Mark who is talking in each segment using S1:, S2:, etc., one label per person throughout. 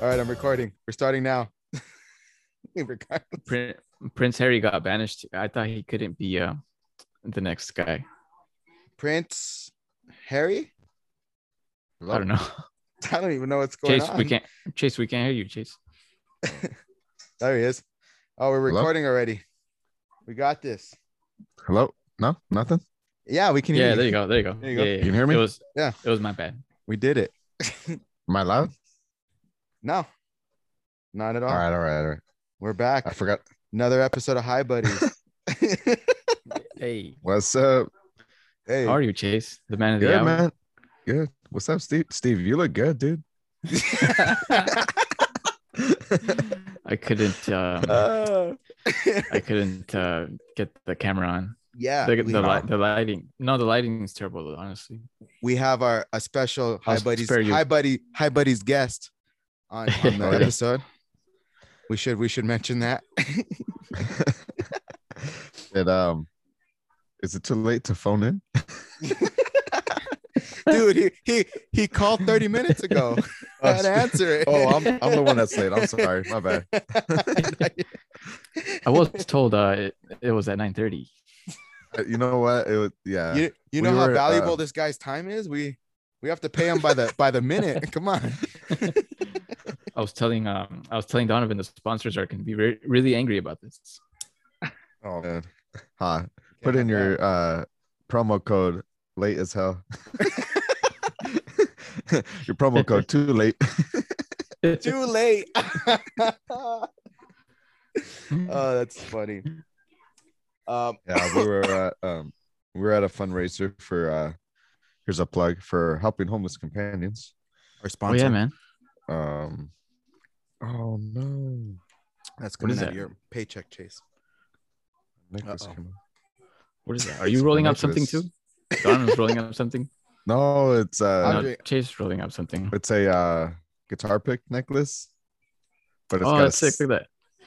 S1: All right, I'm recording. We're starting now. Regardless.
S2: Prin- Prince Harry got banished. I thought he couldn't be uh, the next guy.
S1: Prince Harry?
S2: I don't know.
S1: I don't even know what's going
S2: Chase,
S1: on.
S2: we can't. Chase, we can't hear you. Chase.
S1: There he is. Oh, we're
S3: Hello?
S1: recording already. We got this.
S3: Hello? No, nothing.
S1: Yeah, we can hear
S2: yeah,
S1: you.
S2: there you go. There you go.
S1: There you go.
S2: Yeah, yeah,
S3: You can hear me?
S2: It was.
S1: Yeah.
S2: It was my bad.
S1: We did it.
S3: Am I loud?
S1: No, not at all.
S3: All right, all right, all right.
S1: We're back.
S3: I forgot.
S1: Another episode of Hi Buddies.
S2: Hey,
S3: What's up?
S1: hey,
S2: how are you, Chase? The man of the
S3: Good
S2: hour.
S3: man. Good. What's up, Steve? Steve, you look good, dude.
S2: I couldn't. Um,
S1: Uh,
S2: I couldn't uh, get the camera on.
S1: yeah,
S2: the,
S1: we,
S2: the, li- the lighting. No, the lighting is terrible. Honestly.
S1: we have our a special Hi
S2: I'll
S1: Buddies,
S2: spare you.
S1: Hi Buddy, Hi Buddies guest on, on the
S3: Oh, yeah.
S1: episode. We should we should mention that.
S3: And um, is it too late to phone in?
S1: dude he he he called 30 minutes ago
S3: Oh,
S1: and answer it
S3: oh, I'm I'm the one that's late. I'm sorry. My bad.
S2: I was told uh, it, it was at nine thirty.
S3: Uh, You know what? It was, yeah.
S1: you, you
S3: We
S1: know how
S3: were,
S1: valuable
S3: uh,
S1: this guy's time is we we have to pay him by the by the minute come on
S2: I was telling um I was telling Donovan the sponsors are going to be re- really angry about this.
S3: Oh man. Huh. Put in
S1: Yeah.
S3: your uh promo code late as hell. your promo code too late.
S1: too late oh that's funny um
S3: yeah we were at, um we were at a fundraiser for uh here's a plug for helping homeless companions
S1: our
S2: oh
S1: sponsor
S2: yeah, man.
S3: um oh no
S1: that's
S2: What
S1: coming
S2: is
S1: out of
S2: that?
S1: your paycheck chase
S3: Nick was
S1: Uh-oh.
S3: coming.
S2: What is that? Are you rolling up something too? Donovan's rolling up something.
S3: no it's uh
S2: No,
S1: Andre-
S2: Chase is rolling up something.
S3: it's a uh guitar pick necklace but it's
S2: Oh,
S3: got a
S2: that's sick.
S3: s-
S2: Look at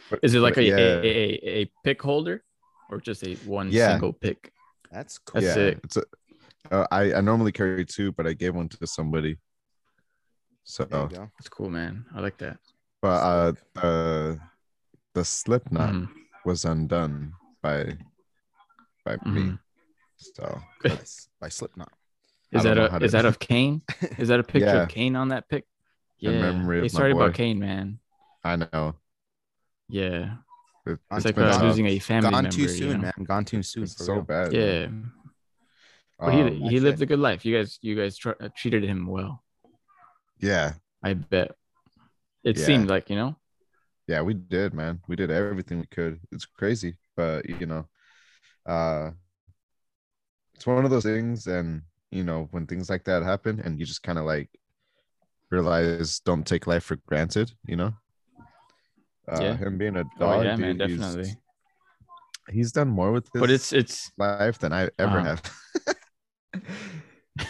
S3: but-
S2: that. Is it like
S3: but
S2: a,
S3: yeah,
S2: a, a, a, a pick holder or just a one
S3: Yeah.
S2: single pick?
S1: that's cool
S2: That's
S3: yeah
S2: sick.
S3: it's a uh, I, I normally carry two but i gave one to somebody so
S1: There you go.
S2: That's cool, man. I like that.
S3: but uh the the slip knot
S2: Mhm.
S3: was undone by by me
S2: Mhm.
S3: so
S1: Nice. by slipknot
S3: I
S2: Is
S3: don't
S2: that
S3: know how
S2: a,
S3: to-
S2: is that of Kane? Is that a picture
S3: Yeah.
S2: of Kane on that pic? Yeah.
S3: In memory
S2: hey,
S3: of my
S2: sorry about
S3: boy.
S2: Kane, man.
S3: I know
S2: Yeah.
S3: It,
S2: It's
S3: has
S2: like
S3: been
S2: uh,
S3: tough.
S2: losing a family
S1: gone
S2: member.
S1: too
S2: you
S1: soon
S2: know?
S1: man gone too soon
S3: It's
S1: for
S3: so
S1: real.
S3: bad.
S2: Yeah. But
S3: Um,
S2: he, he lived a good life. You guys, you guys tr- uh, treated him well.
S3: yeah,
S2: I bet. It
S3: Yeah.
S2: seemed like you know.
S3: yeah, we did, man. We did everything we could. It's crazy, but you know, uh, it's one of those things, and you know, when things like that happen, and you just kind of like realize, don't take life for granted. You know, uh,
S2: Yeah.
S3: him being a
S2: Oh
S3: dog,
S2: yeah, man,
S3: dude, he's-
S2: definitely.
S3: He's, done more with his
S2: But it's it's
S3: life than I ever
S2: Uh-huh.
S3: have.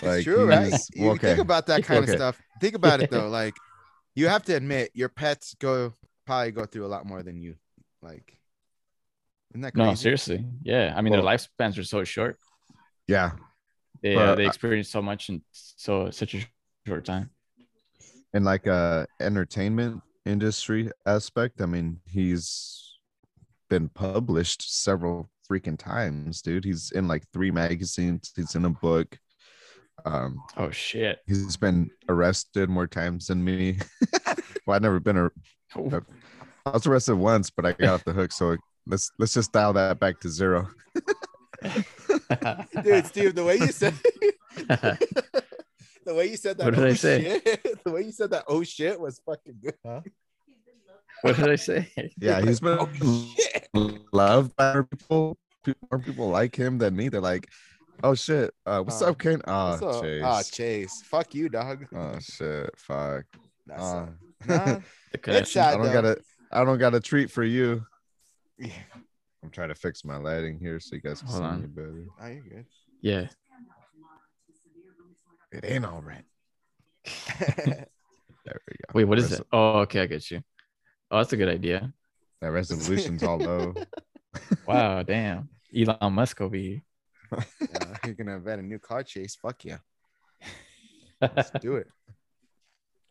S1: It's true, right?
S3: he's-
S1: You think about that kind of
S2: Okay.
S1: stuff. Think about it though. Like you have to admit your pets go probably go through a lot more than you. Like isn't that crazy?
S2: no, seriously. Yeah, I mean their
S3: Well-
S2: lifespans are so short.
S3: yeah,
S2: They uh,
S3: Well,
S2: they
S3: I-
S2: experience so much in so such a sh- short time.
S3: in like a entertainment industry aspect i mean he's been published several freaking times dude he's in like three magazines he's in a book um
S2: Oh shit.
S3: he's been arrested more times than me well i've never been ar-
S2: Oh,
S3: i was arrested once but i got off the hook so let's let's just dial that back to zero
S1: Dude, Steve, the way you said the way you said that
S2: What did
S1: oh
S2: I say?
S1: shit, the way you said that oh shit was fucking good.
S2: what did I say?
S3: yeah he's been
S1: Oh, Shit.
S3: loved by more people Pe- more people like him than me they're like oh shit uh what's
S1: Uh,
S3: up kane oh,
S1: What's up?
S3: Chase.
S1: Ah, Chase. Fuck you, dog.
S3: Oh shit! Fuck.
S1: That's
S3: Uh,
S1: nah,
S2: The
S1: it's
S2: connection.
S3: I
S1: sad
S3: don't
S1: though.
S3: got a. I don't got a treat for you.
S1: Yeah.
S3: I'm trying to fix my lighting here so you guys can
S2: Hold
S3: see
S2: on.
S3: me better.
S1: Oh, you're good.
S2: Yeah.
S3: It ain't all right. There we go.
S2: Wait, what is
S3: Res-
S2: it? Oh, okay, I get you. Oh, that's a good idea.
S3: That resolution's all low.
S2: Wow, damn. Elon Musk over here.
S1: Yeah, you're gonna invent a new car
S3: Uh,
S1: chase. Fuck yeah. do it.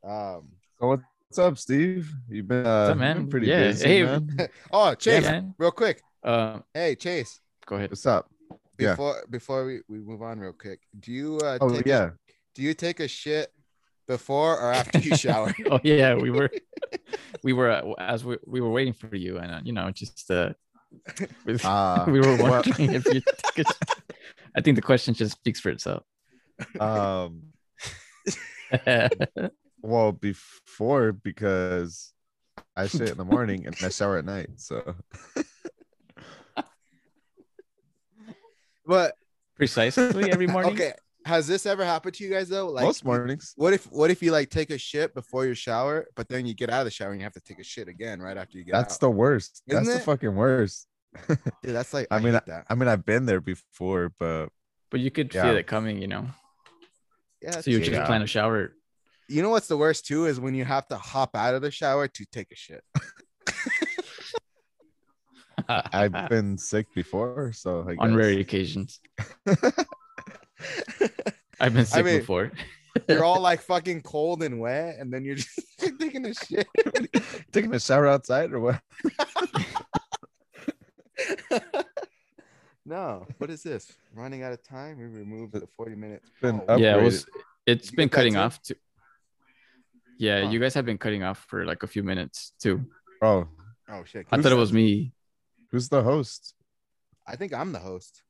S1: Um
S3: So what's What's up, Steve? You've been, uh,
S2: up, man?
S3: been pretty
S2: Yeah,
S3: busy,
S2: hey.
S3: man.
S1: Oh,
S2: Yeah,
S1: Chase,
S2: man.
S1: real quick.
S2: Uh,
S1: Hey, Chase.
S2: go ahead.
S3: What's up? Yeah.
S1: Before before we, we move on, real quick. Do you uh,
S3: Oh
S1: take a-
S3: yeah,
S1: do you take a shit before or after you shower?
S2: oh yeah, we were, we were uh, as we, we were waiting for you, and uh, you know, just uh, we,
S3: uh,
S2: we were
S3: well-
S2: wondering if you. Take a, I think the question just speaks for itself.
S3: um,
S2: yeah,
S3: well, before because I shit in the morning and I shower at night, so
S1: but
S2: precisely every morning.
S1: okay, has this ever happened to you guys though? Like,
S3: most mornings.
S1: what if what if you like take a shit before your shower, but then you get out of the shower and you have to take a shit again right after you get
S3: That's
S1: out?
S3: the worst.
S1: Isn't
S3: That's the
S1: it?
S3: fucking worst.
S1: Dude, that's like
S3: I
S1: I,
S3: mean,
S1: mean that.
S3: I mean, I've been there before, but
S2: But you could
S3: Yeah.
S2: feel it coming, you know.
S1: Yeah,
S2: so you
S1: that's-
S2: just
S3: yeah.
S2: plan a shower.
S1: you know what's the worst too is when you have to hop out of the shower to take a shit.
S3: I've been sick before, so I
S2: Ah. on
S3: guess.
S2: rare occasions. I've been sick
S1: mean-
S2: before.
S1: You're all like fucking cold and wet, and then you're just taking a shit.
S3: taking a shower outside or what?
S1: no, what is this? Running out of time. We removed the 40 minutes.
S3: Been
S1: Oh,
S2: Yeah, it
S3: Upgraded.
S2: was. It's
S1: You
S2: been
S1: got that
S2: cutting
S1: too?
S2: off. To, yeah,
S1: Huh.
S2: you guys have been cutting off for like a few minutes too.
S3: Oh,
S1: oh shit.
S2: I
S1: Who's-
S2: thought it was me.
S3: who's the host?
S1: I think I'm the host.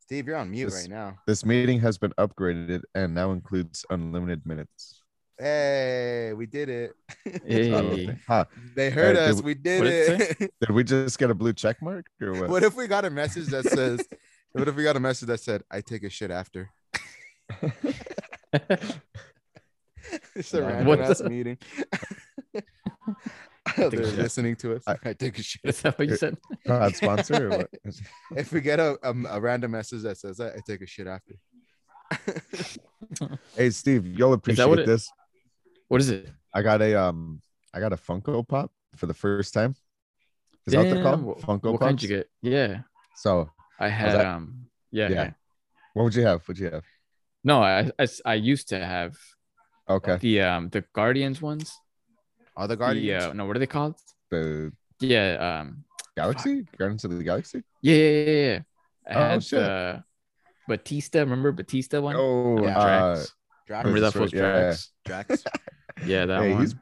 S1: Steve, you're on mute
S3: This-
S1: right now.
S3: This meeting has been upgraded and now includes unlimited minutes.
S1: Hey, we did it.
S2: Hey.
S3: Huh.
S1: They heard
S3: Uh, did
S1: us. We did
S2: what did
S1: it.
S3: Did we just get a blue check mark or what?
S1: what if we got a message that says, what if we got a message that said, I take a shit after? It's a
S3: Nah.
S1: random
S2: What
S1: ass
S2: the-
S1: meeting. They're
S2: a shit.
S1: listening to us. I,
S3: I-
S1: take a shit.
S2: Is that what you said?
S3: Proud Uh, sponsor or what?
S1: If we get a, um, a random message that says that, I take a shit after.
S3: Hey Steve, you'll appreciate
S2: what it-
S3: this.
S2: What is it?
S3: I got a um I got a Funko Pop for the first time. Is that what they're
S2: Damn,
S3: called?
S2: wh-
S3: Funko
S2: What
S3: Pops.
S2: kind you get? Yeah,
S3: So
S2: I had
S3: that-
S2: um. Yeah,
S3: Yeah.
S2: yeah.
S3: what would you have? Would you have?
S2: No, I, I s- I used to have
S3: Okay.
S2: the um the Guardians ones.
S1: Are the
S2: Yeah.
S1: Guardians?
S2: No, what are they called?
S3: The
S2: Yeah. Um.
S3: Galaxy? Guardians of the Galaxy?
S2: Yeah, yeah, yeah. yeah. I
S3: Oh,
S2: had
S3: shit.
S2: uh, Batista. Remember Batista one?
S3: Oh,
S2: With
S1: yeah.
S3: uh,
S2: Drax.
S1: Drax.
S2: Remember that
S3: that's
S2: was
S3: right, yeah, yeah.
S2: Drax?
S1: Drax.
S2: Yeah, that
S3: hey,
S2: one.
S3: he's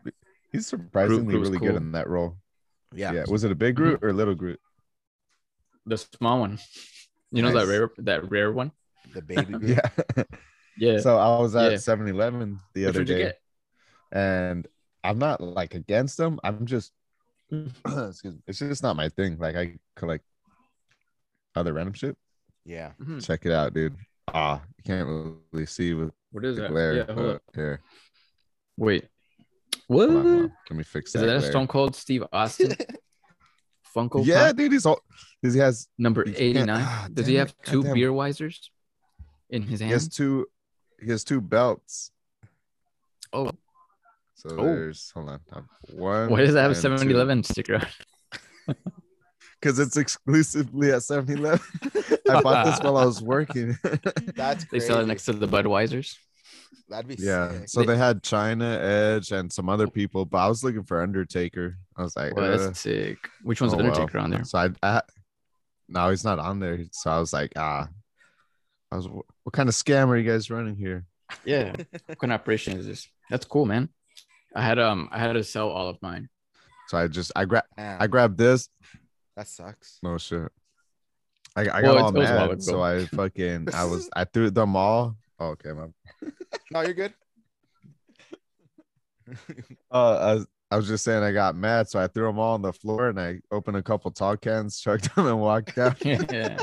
S3: he's surprisingly
S2: Groot was
S3: really
S2: cool.
S3: good in that role.
S1: Yeah.
S3: Yeah. Was it a big
S2: Mm-hmm.
S3: Groot or a little Groot?
S2: The small one. You know
S3: Nice.
S2: that rare that rare one?
S1: The baby. Groot.
S3: Yeah.
S2: Yeah.
S3: so I was
S2: Yeah.
S3: at 7 Eleven the
S2: Which
S3: other
S2: would you
S3: day.
S2: get?
S3: and I'm not like against them. I'm just excuse me. It's just not my thing. Like I collect other random shit.
S1: Yeah.
S2: Mhm.
S3: Check it out, dude. Ah, you can't really see with
S2: What is
S3: the
S2: that?
S3: glare.
S2: Yeah, hold
S3: but
S2: up.
S3: here,
S2: Wait. What?
S3: hold on, hold
S2: Is
S3: on. Let me fix that.
S2: that a
S3: glare.
S2: Stone Cold Steve Austin? Funko
S3: yeah,
S2: Pop
S3: dude. He's all. He has.
S2: number
S3: you can't-
S2: 89.
S3: ah,
S2: Does he
S3: damn
S2: have
S3: it,
S2: two
S3: goddamn.
S2: beer wisers in his
S3: He has
S2: hand?
S3: two. He has two belts.
S2: Oh,
S3: So
S2: Oh.
S3: there's. Hold on. I'm- One.
S2: why does that have a 7 Eleven sticker? on it?
S3: Because it's exclusively at 7 Eleven. I bought this while I was working.
S1: That's
S2: They sell it
S1: crazy.
S2: next to the Budweisers.
S1: That'd be
S3: Yeah.
S1: sick.
S3: So they had China Edge and some other people, but I was looking for Undertaker. I was like,
S2: Well,
S3: uh,
S2: that's sick. Which one's
S3: oh, well.
S2: Undertaker on there?
S3: so I, I, no, he's not on there. So I was like, ah, I was, what kind of scam are you guys running here?
S2: Yeah. what kind of operation is this? That's cool, man. I had um I had to sell all of mine.
S3: So I just, I grab,
S1: Damn,
S3: I grabbed this.
S1: that sucks.
S3: No shit. I, I got
S2: Well, it-
S3: all
S2: it was a while ago.
S3: mad. So I fucking, I was, I threw them all. Oh, okay, my
S1: No, you're good.
S3: Uh, I was, I was just saying I got mad, so I threw them all on the floor and I opened a couple tall cans, chucked them, and walked out.
S2: yeah.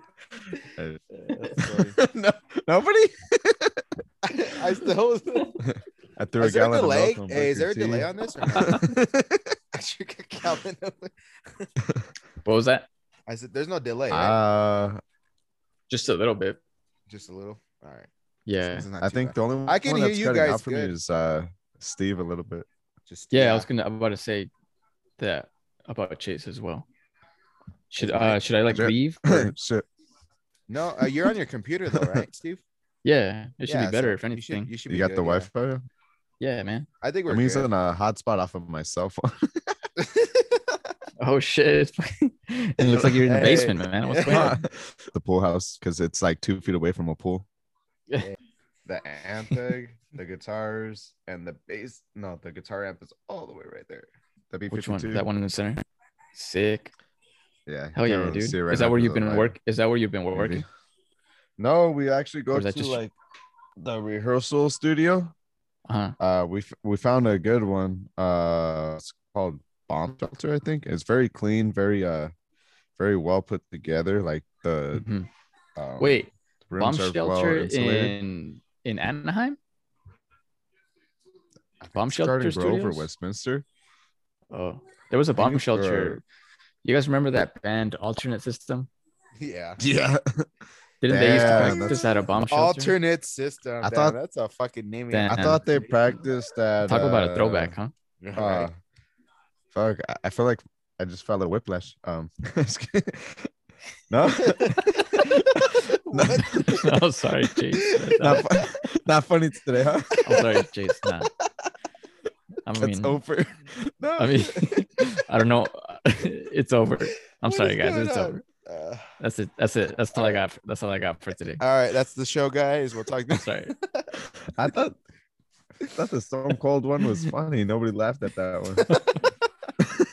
S3: no, nobody.
S1: I still.
S3: I threw
S1: Is
S3: a
S1: there a
S3: gallon
S1: delay?
S3: of milk. on
S1: Hey, is there a
S3: Booker T.
S1: delay on this? Or not? I should get Calvin.
S2: What was that?
S1: I said, "There's no delay, right?
S3: uh,
S2: Just a little bit.
S1: just a little." All right.
S2: Yeah.
S1: It's not
S3: I
S1: too
S3: think
S1: bad.
S3: the only
S1: I can
S3: one
S1: hear
S3: that's
S1: you
S3: cutting
S1: guys
S3: out for me
S1: good.
S3: is uh Steve a little bit.
S1: just
S2: yeah. I was gonna about to say that about Chase as well. Should
S1: That's
S2: uh
S1: right.
S2: should I like
S3: Sure.
S2: leave? or-
S3: Shit.
S1: No, uh, you're on your computer though, right, Steve?
S2: yeah, it should
S1: Yeah,
S2: be better
S1: so
S2: if
S1: You should,
S2: anything.
S1: you should
S3: You
S1: be
S3: got
S1: good,
S3: the
S1: yeah.
S3: Wi-Fi?
S2: Yeah, man.
S1: I think
S3: I
S1: we're.
S3: mean, it's
S1: good.
S3: on a hotspot off of my cell phone.
S2: Oh shit! it looks like you're in the
S1: Hey.
S2: basement, man. What's going on?
S3: the pool house because it's like two feet away from a pool.
S2: Yeah.
S3: The ampeg, the guitars, and the bass. No, the guitar amp is all the way right there. That'd be
S2: Which one? That one in the center. Sick.
S3: Yeah.
S2: Hell yeah, dude. is that where you've been
S3: working?
S2: work? Is that where you've been
S3: Maybe.
S2: working?
S3: No, we actually
S2: Or
S3: go
S2: is
S3: to
S2: that just-
S3: like the rehearsal studio.
S2: Uh huh.
S3: Uh, we f- we found a good one. Uh, it's called Bomb Shelter, I think. It's very clean, very uh, very well put together. Like the
S2: Mhm.
S3: um,
S2: Wait,
S3: rooms
S2: bomb
S3: are
S2: shelter
S3: well insulated.
S2: in in Anaheim.
S3: I think
S2: Bomb
S3: it's Garden
S2: Shelter
S3: Grove or
S2: Studios?
S3: Westminster.
S2: Oh, there was a
S3: think
S2: bomb
S3: it's for-
S2: shelter. You guys remember that band Alternate System?
S1: yeah.
S3: Yeah,
S2: Didn't they used to
S3: Damn,
S2: practice at a bomb shelter?
S1: Alternate system.
S3: I
S1: I
S3: thought-
S1: thought that's a fucking name.
S2: Damn.
S3: I thought they practiced that.
S2: Talk about
S3: uh,
S2: a throwback, huh?
S3: Uh, fuck, I, I feel like I just felt a whiplash. Um, just kidding. no,
S1: What?
S2: oh, sorry, Jace.
S3: not, fu- not funny today, huh?
S2: I'm sorry, Jace. Nah. I
S3: It's
S2: mean,
S3: over. No,
S2: I mean, I don't know. it's over. I'm
S1: What
S2: sorry,
S1: is
S2: guys.
S1: going
S2: It's
S1: on?
S2: over.
S1: Uh,
S2: That's it. That's it. That's all I got. For, that's all I got for today.
S1: all right, that's the show, guys. We'll talk.
S2: I'm sorry.
S3: I thought I thought the Stone Cold one was funny. Nobody laughed at that one.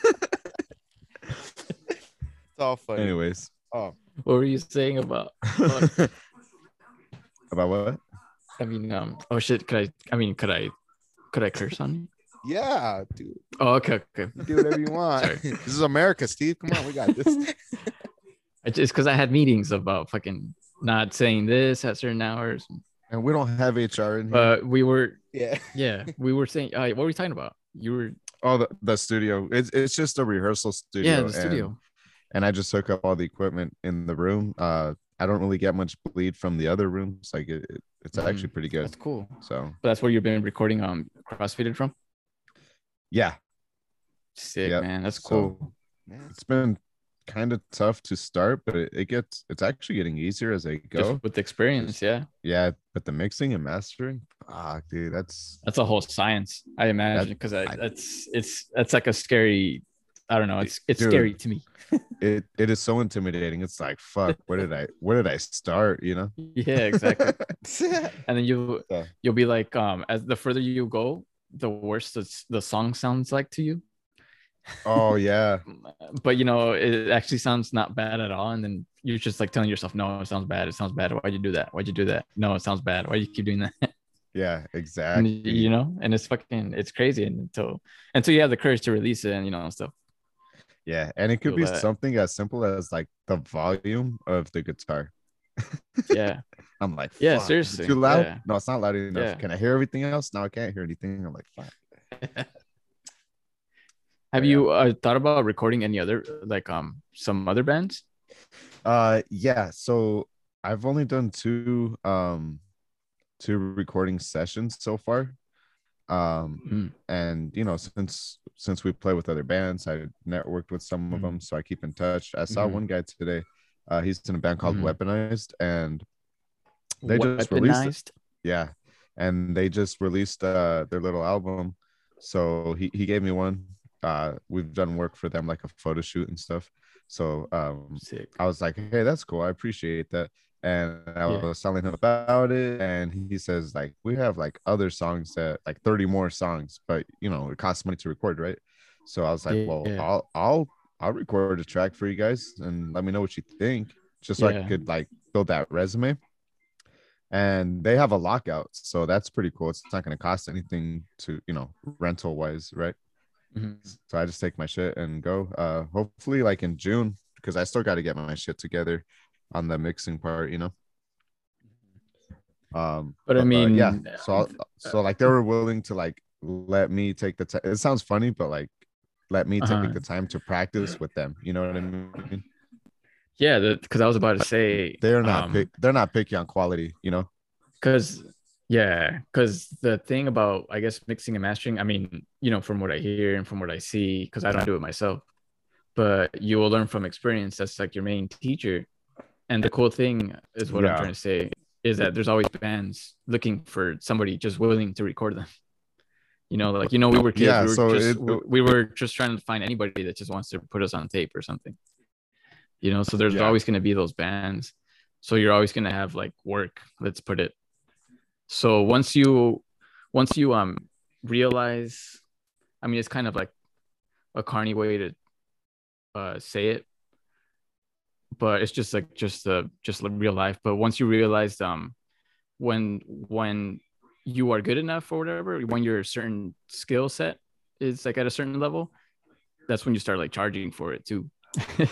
S1: It's all funny.
S3: Anyways,
S1: Oh,
S2: What were you saying about?
S3: about what?
S2: I mean, um. Oh shit. Could I? I mean, could I? Could I curse on you?
S1: yeah, dude.
S2: Oh, okay. Okay.
S1: You do whatever you want.
S2: Sorry.
S1: this is America, Steve. Come on, we got this.
S2: I just because I had meetings about fucking not saying this at certain hours,
S3: And we don't have HR in here.
S2: but we were.
S1: yeah.
S2: Yeah, we were saying. Uh, what were we talking about? You were.
S3: oh, the, the studio. It's it's just a rehearsal studio.
S2: yeah, the
S3: and-
S2: studio.
S3: and I just hook up all the equipment in the room. Uh, I don't really get much bleed from the other rooms. Like it, it- it's
S2: Mhm.
S3: actually pretty good.
S2: That's cool.
S3: So
S2: But that's where you've been recording um CrossFitted from.
S3: yeah,
S2: Sick
S3: Yep.
S2: man, that's
S3: So-
S2: cool.
S1: Man,
S3: it's been kind of tough to start, but it, it gets it's actually getting easier as I
S2: Just
S3: go.
S2: with the experience, yeah,
S3: Yeah, but the mixing and mastering, ah, dude, that's
S2: that's a whole science. I imagine because
S3: I-
S2: that's it's that's like a scary. I don't know. It's it's
S3: Dude.
S2: scary to me.
S3: it. It is so intimidating. It's like fuck. Where did I where did I start? You know.
S2: Yeah, exactly. and then you
S3: Yeah.
S2: you'll be like, um, as the further you go, the worse the s- the song sounds like to you.
S3: oh yeah.
S2: But you know, it actually sounds not bad at all. And then you're just like telling yourself, no, it sounds bad. It sounds bad. Why'd you do that? Why'd you do that? No, it sounds bad. Why do you keep doing that?
S3: Yeah,
S2: and,
S3: exactly.
S2: you know and it's fucking it's crazy until until you have the courage to release it and you know and stuff
S3: yeah, and it could
S2: feel
S3: be
S2: that.
S3: something as simple as like the volume of the guitar.
S2: yeah
S3: I'm like,
S2: Yeah,
S3: "Fuck, is it
S2: seriously,
S3: too loud?
S2: yeah.
S3: No, it's not loud enough.
S2: Yeah.
S3: Can I hear everything else? No, I can't hear anything. I'm like, fuck.
S2: have
S3: Yeah.
S2: you uh, thought about recording any other like um some other bands
S3: Uh, yeah. So I've only done two, um, two recording sessions so far. Um,
S2: Mm.
S3: and you know, since since we play with other bands, I networked with some of
S2: Mhm.
S3: them, so I keep in touch. I saw
S2: Mhm.
S3: one guy today. Uh, he's in a band called
S2: Mhm.
S3: Weaponized, and
S2: Hmm.
S3: They just released Yeah. And they just released uh, their little album. So he, he gave me one. Uh, we've done work for them, like a photo shoot and stuff. So um,
S2: sick
S3: I was like, hey, that's cool. I appreciate that. And I
S2: Yeah.
S3: was telling him about it. And he says, like, we have like other songs that like 30 more songs, but you know, it costs money to record, right? So I was like, well,
S2: Yeah.
S3: I'll I'll I'll record a track for you guys and let me know what you think, just so I
S2: Yeah.
S3: could like build that resume. And they have a lockout, so that's pretty cool. It's not gonna cost anything to, you know, rental wise, right?
S2: Mhm.
S3: so i just take my shit and go uh hopefully like in june because i still got to get my shit together on the mixing part you know um
S2: Mm-hmm. But I mean, uh,
S3: yeah so I'll, so like they were willing to like let me take the time it sounds funny but like let me
S2: Uh-huh.
S3: take the time to practice with them you know what i mean
S2: yeah because i was about to say
S3: they're not
S2: um,
S3: pick, they're not picky on quality you know
S2: because yeah because the thing about i guess mixing and mastering i mean you know from what i hear and from what i see because i don't do it myself but you will learn from experience that's like your main teacher and the cool thing is what
S3: Yeah.
S2: i'm trying to say is that there's always bands looking for somebody just willing to record them You know, like you know, we were kids.
S3: Yeah,
S2: we were
S3: so
S2: just
S3: it-
S2: we- we were just trying to find anybody that just wants to put us on tape or something. You know, so there's
S3: Yeah.
S2: always going to be those bands. So you're always going to have like work. Let's put it. So once you, once you um realize, I mean, it's kind of like a carny way to uh say it, but it's just like just uh just li- real life. But once you realize um when when you are good enough or whatever, when your certain skill set is like at a certain level, that's when you start like charging for it too.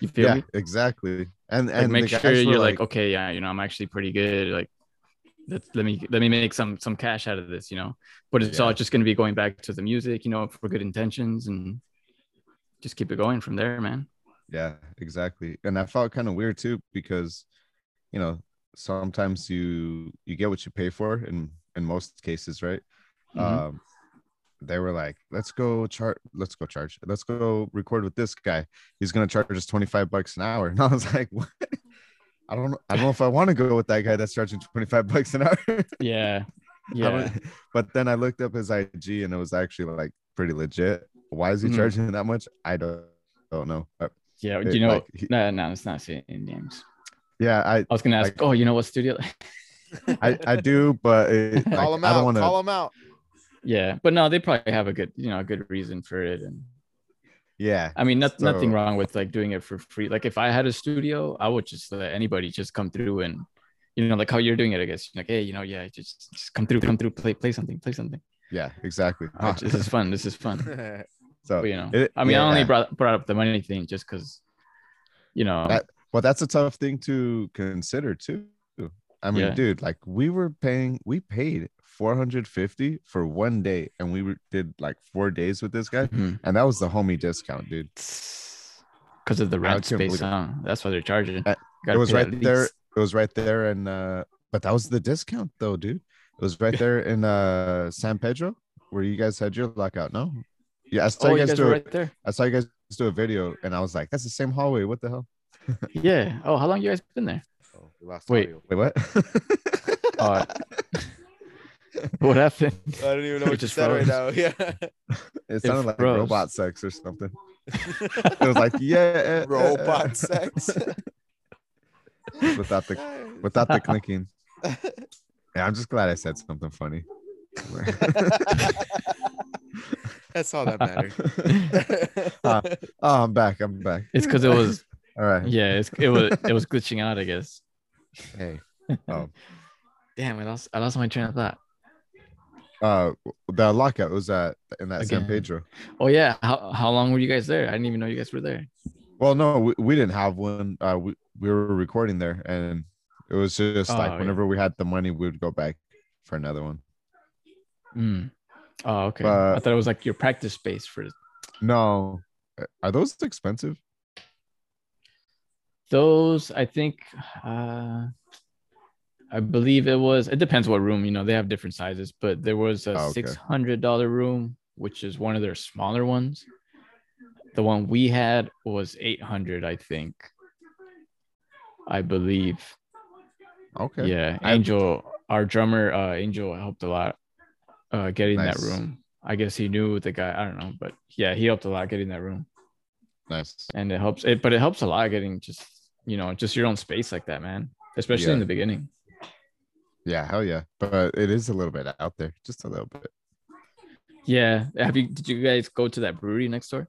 S2: you feel
S3: yeah,
S2: me?
S3: exactly. And
S2: Like
S3: and
S2: make
S3: the guys
S2: sure
S3: were
S2: you're like, okay, yeah, you know, I'm actually pretty good. Like let, let me let me make some some cash out of this, you know. But it's
S3: Yeah.
S2: all just gonna be going back to the music, you know, for good intentions and just keep it going from there, man.
S3: Yeah, exactly. And I felt kind of weird too because you know, sometimes you you get what you pay for in in most cases, right?
S2: Mhm.
S3: Um they were like, "Let's go chart, let's go charge. Let's go record with this guy. He's going to charge us 25 bucks an hour." And I was like, "What?" I don't know. I don't know if I want to go with that guy that's charging 25 bucks an hour.
S2: Mm-hmm. yeah.
S3: I
S2: Yeah.
S3: don't- but then I looked up his IG and it was actually like pretty legit. Why is he
S2: Mhm.
S3: charging that much? I don't, don't know. But
S2: Yeah.
S3: it-
S2: you know,
S3: like, he-
S2: no, no, it's not saying names.
S3: yeah, I,
S2: I was gonna ask,
S3: Like-
S2: oh, you know what studio?
S3: I, I do, but it, like,
S1: Call him
S3: I
S1: out.
S3: don't want
S1: Call
S3: to.
S1: him out.
S2: yeah, but no, they probably have a good, you know, a good reason for it. And
S3: Yeah,
S2: I mean, not, nothing
S3: So-
S2: wrong with like doing it for free. Like if I had a studio, I would just let anybody just come through and, you know, like how you're doing it. I guess like, hey, you know, yeah, just just come through, come through, play play something, play something.
S3: yeah, exactly.
S2: Uh, this is fun. This is fun.
S1: Oh,
S3: so
S2: But, you know,
S3: Ah. it-
S2: I mean, I only
S3: yeah.
S2: brought brought up the money thing just because, you know,
S3: That- well, that's a tough thing to consider too. I mean,
S2: Yeah.
S3: dude, like we were paying, we paid 450 for one day, and we were, did like four days with this guy,
S2: Mhm.
S3: and that was the homie discount, dude.
S2: because of the rent
S3: couldn't
S2: space,
S3: believe
S2: huh? that's why they're charging.
S3: That-
S2: Gotta
S3: it was
S2: pay that
S3: right there
S2: lease.
S3: it was right there and uh but that was the discount though dude it was right there in uh san pedro where you guys had your lockout no yeah i saw
S2: Oh,
S3: you guys, do
S2: were
S3: a-
S2: right there.
S3: i saw you guys do a video and i was like that's the same hallway what the hell
S2: Yeah. Oh, how long you guys been there?
S1: Oh, we lost
S2: Wait.
S1: audio.
S3: wait what
S2: Uh, what happened?
S1: I don't even know what
S2: We
S1: you
S2: just
S1: said right
S2: froze.
S1: now. Yeah.
S3: it sounded like
S2: froze.
S3: robot sex or something it was like yeah eh, eh, eh,
S1: Robot sex.
S3: without the without the clicking yeah i'm just glad i said something funny
S1: That's all that mattered.
S3: Uh, oh i'm back i'm back
S2: It's because it was
S3: all right
S2: yeah, it's, it was it was glitching out, I guess.
S3: hey oh
S2: Damn, I lost I lost my train of thought.
S3: uh the lockout was at in that San
S2: Again.
S3: Pedro.
S2: Oh yeah, how how long were you guys there? I didn't even know you guys were there.
S3: Well, no, we, we didn't have one. Uh, we, we were recording there, and it was just
S2: Oh, yeah.
S3: like whenever we had the money, we would go back for another one.
S2: Mm. Oh okay. I
S3: But-
S2: thought it was like your practice space for
S3: No, Uh, are those expensive?
S2: those. I think uh, I believe it was. It depends what room. You know, they have different sizes, but there was a
S3: Oh, okay.
S2: six hundred dollar room, which is one of their smaller ones. The one we had was eight hundred, I think. I believe.
S3: Okay,
S2: Yeah,
S3: I-
S2: Angel, our drummer, uh, Angel helped a lot uh, getting
S3: Nice.
S2: that room. I guess he knew the guy. I don't know, but yeah, he helped a lot getting that room,
S3: nice.
S2: and it helps. It, but it helps a lot getting just you know just your own space like that, man. Especially in
S3: Yeah.
S2: the beginning.
S3: Yeah, hell yeah. But it is a little bit out there, just a little bit.
S2: Yeah, have you? Did you guys go to that brewery next door?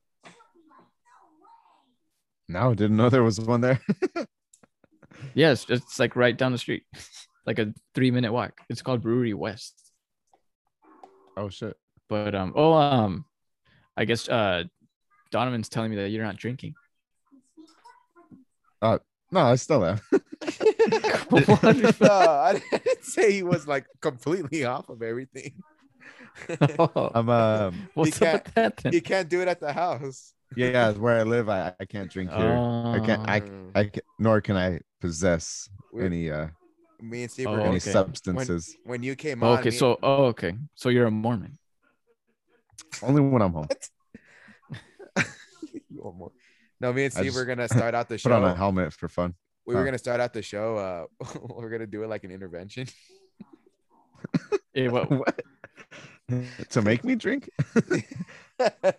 S3: No, didn't know there was one there.
S2: Yeah, it's, it's like right down the street, like a three minute walk. It's called Brewery West.
S3: oh shit.
S2: But um, oh um, I guess uh, Donovan's telling me that you're not drinking.
S3: No, I still am.
S2: What?
S1: no, I didn't say he was like completely off of everything.
S3: I'm um
S2: What's up with that? Then?
S1: You can't do it at the house.
S3: yeah, where I live, I, I can't drink here.
S1: Oh.
S3: I can't. I
S1: Um,
S3: I can, nor can I possess
S1: We're-
S3: Mm. any uh
S1: me and Steve
S2: Oh,
S1: were
S3: any
S1: gonna,
S2: okay.
S3: substances.
S1: when you came
S2: Oh,
S1: on.
S2: okay,
S1: me-
S2: so oh, okay, so you're a Mormon.
S3: Only when I'm home.
S1: You almost- no, me and
S3: I
S1: Steve
S3: just
S1: were gonna start out the
S3: Put on a
S1: show.
S3: helmet for fun.
S1: We were
S3: huh.
S1: gonna start out the show. Uh, we are gonna do it like an intervention.
S2: Eh, what-
S3: What? to make me drink.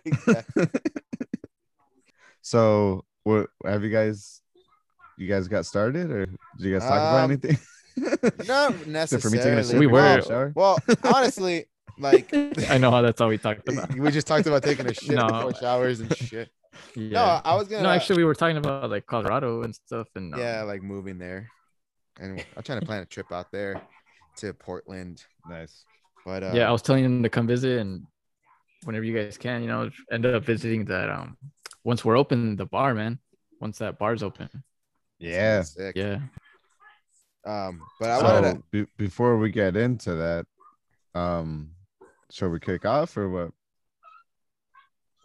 S1: Exactly.
S3: So, what have you guys? You guys got started, or did you guys talk about
S1: Um,
S3: anything?
S1: Not
S3: Except for me taking a
S1: necessarily.
S3: sip
S2: We
S3: and
S2: were-
S3: taking a
S1: Well,
S3: shower.
S1: Well, honestly, like
S2: I know how that's all we talked about.
S1: we just talked about taking a shit
S2: No.
S1: before showers and shit.
S2: Yeah.
S1: No, I was gonna.
S2: No, actually, we were talking about like Colorado and stuff, and um,
S1: yeah, like moving there, and I'm trying to plan a trip out there to Portland.
S3: Nice.
S1: But uh,
S2: yeah, I was telling them to come visit, and whenever you guys can, you know, end up visiting that. Um, once we're open, the bar, man. Once that bar's open,
S3: Yeah.
S1: sick.
S2: yeah.
S1: Um, but I
S2: So-
S1: wanted to.
S3: So, be- before we get into that, um, shall we kick off or what?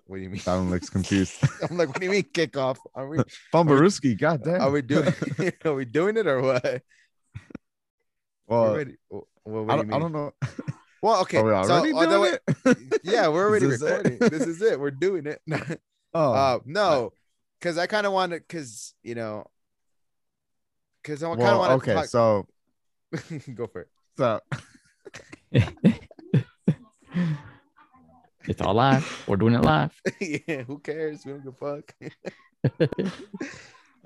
S1: What do you mean?
S3: Alan looks confused.
S1: I'm like, what do you mean kickoff? Are we
S3: Bombaruski, goddamn.
S1: are we doing are we doing it or what? We're
S3: Well,
S1: already- well, what
S3: I
S1: do you
S3: don't, I
S1: mean?
S3: don't know.
S1: Well, okay.
S3: Are we already
S1: so, although uh,
S3: doing it?
S1: yeah, we're already
S3: This is it.
S1: recording. this is it. We're doing it.
S3: oh,
S1: uh, no, because I kind of want to, because you know, because I kind of
S3: well,
S1: want
S3: okay.
S1: to
S3: So,
S1: talk. Go for it.
S3: so
S2: It's all live. We're doing it live.
S1: yeah, who cares? We don't give a fuck.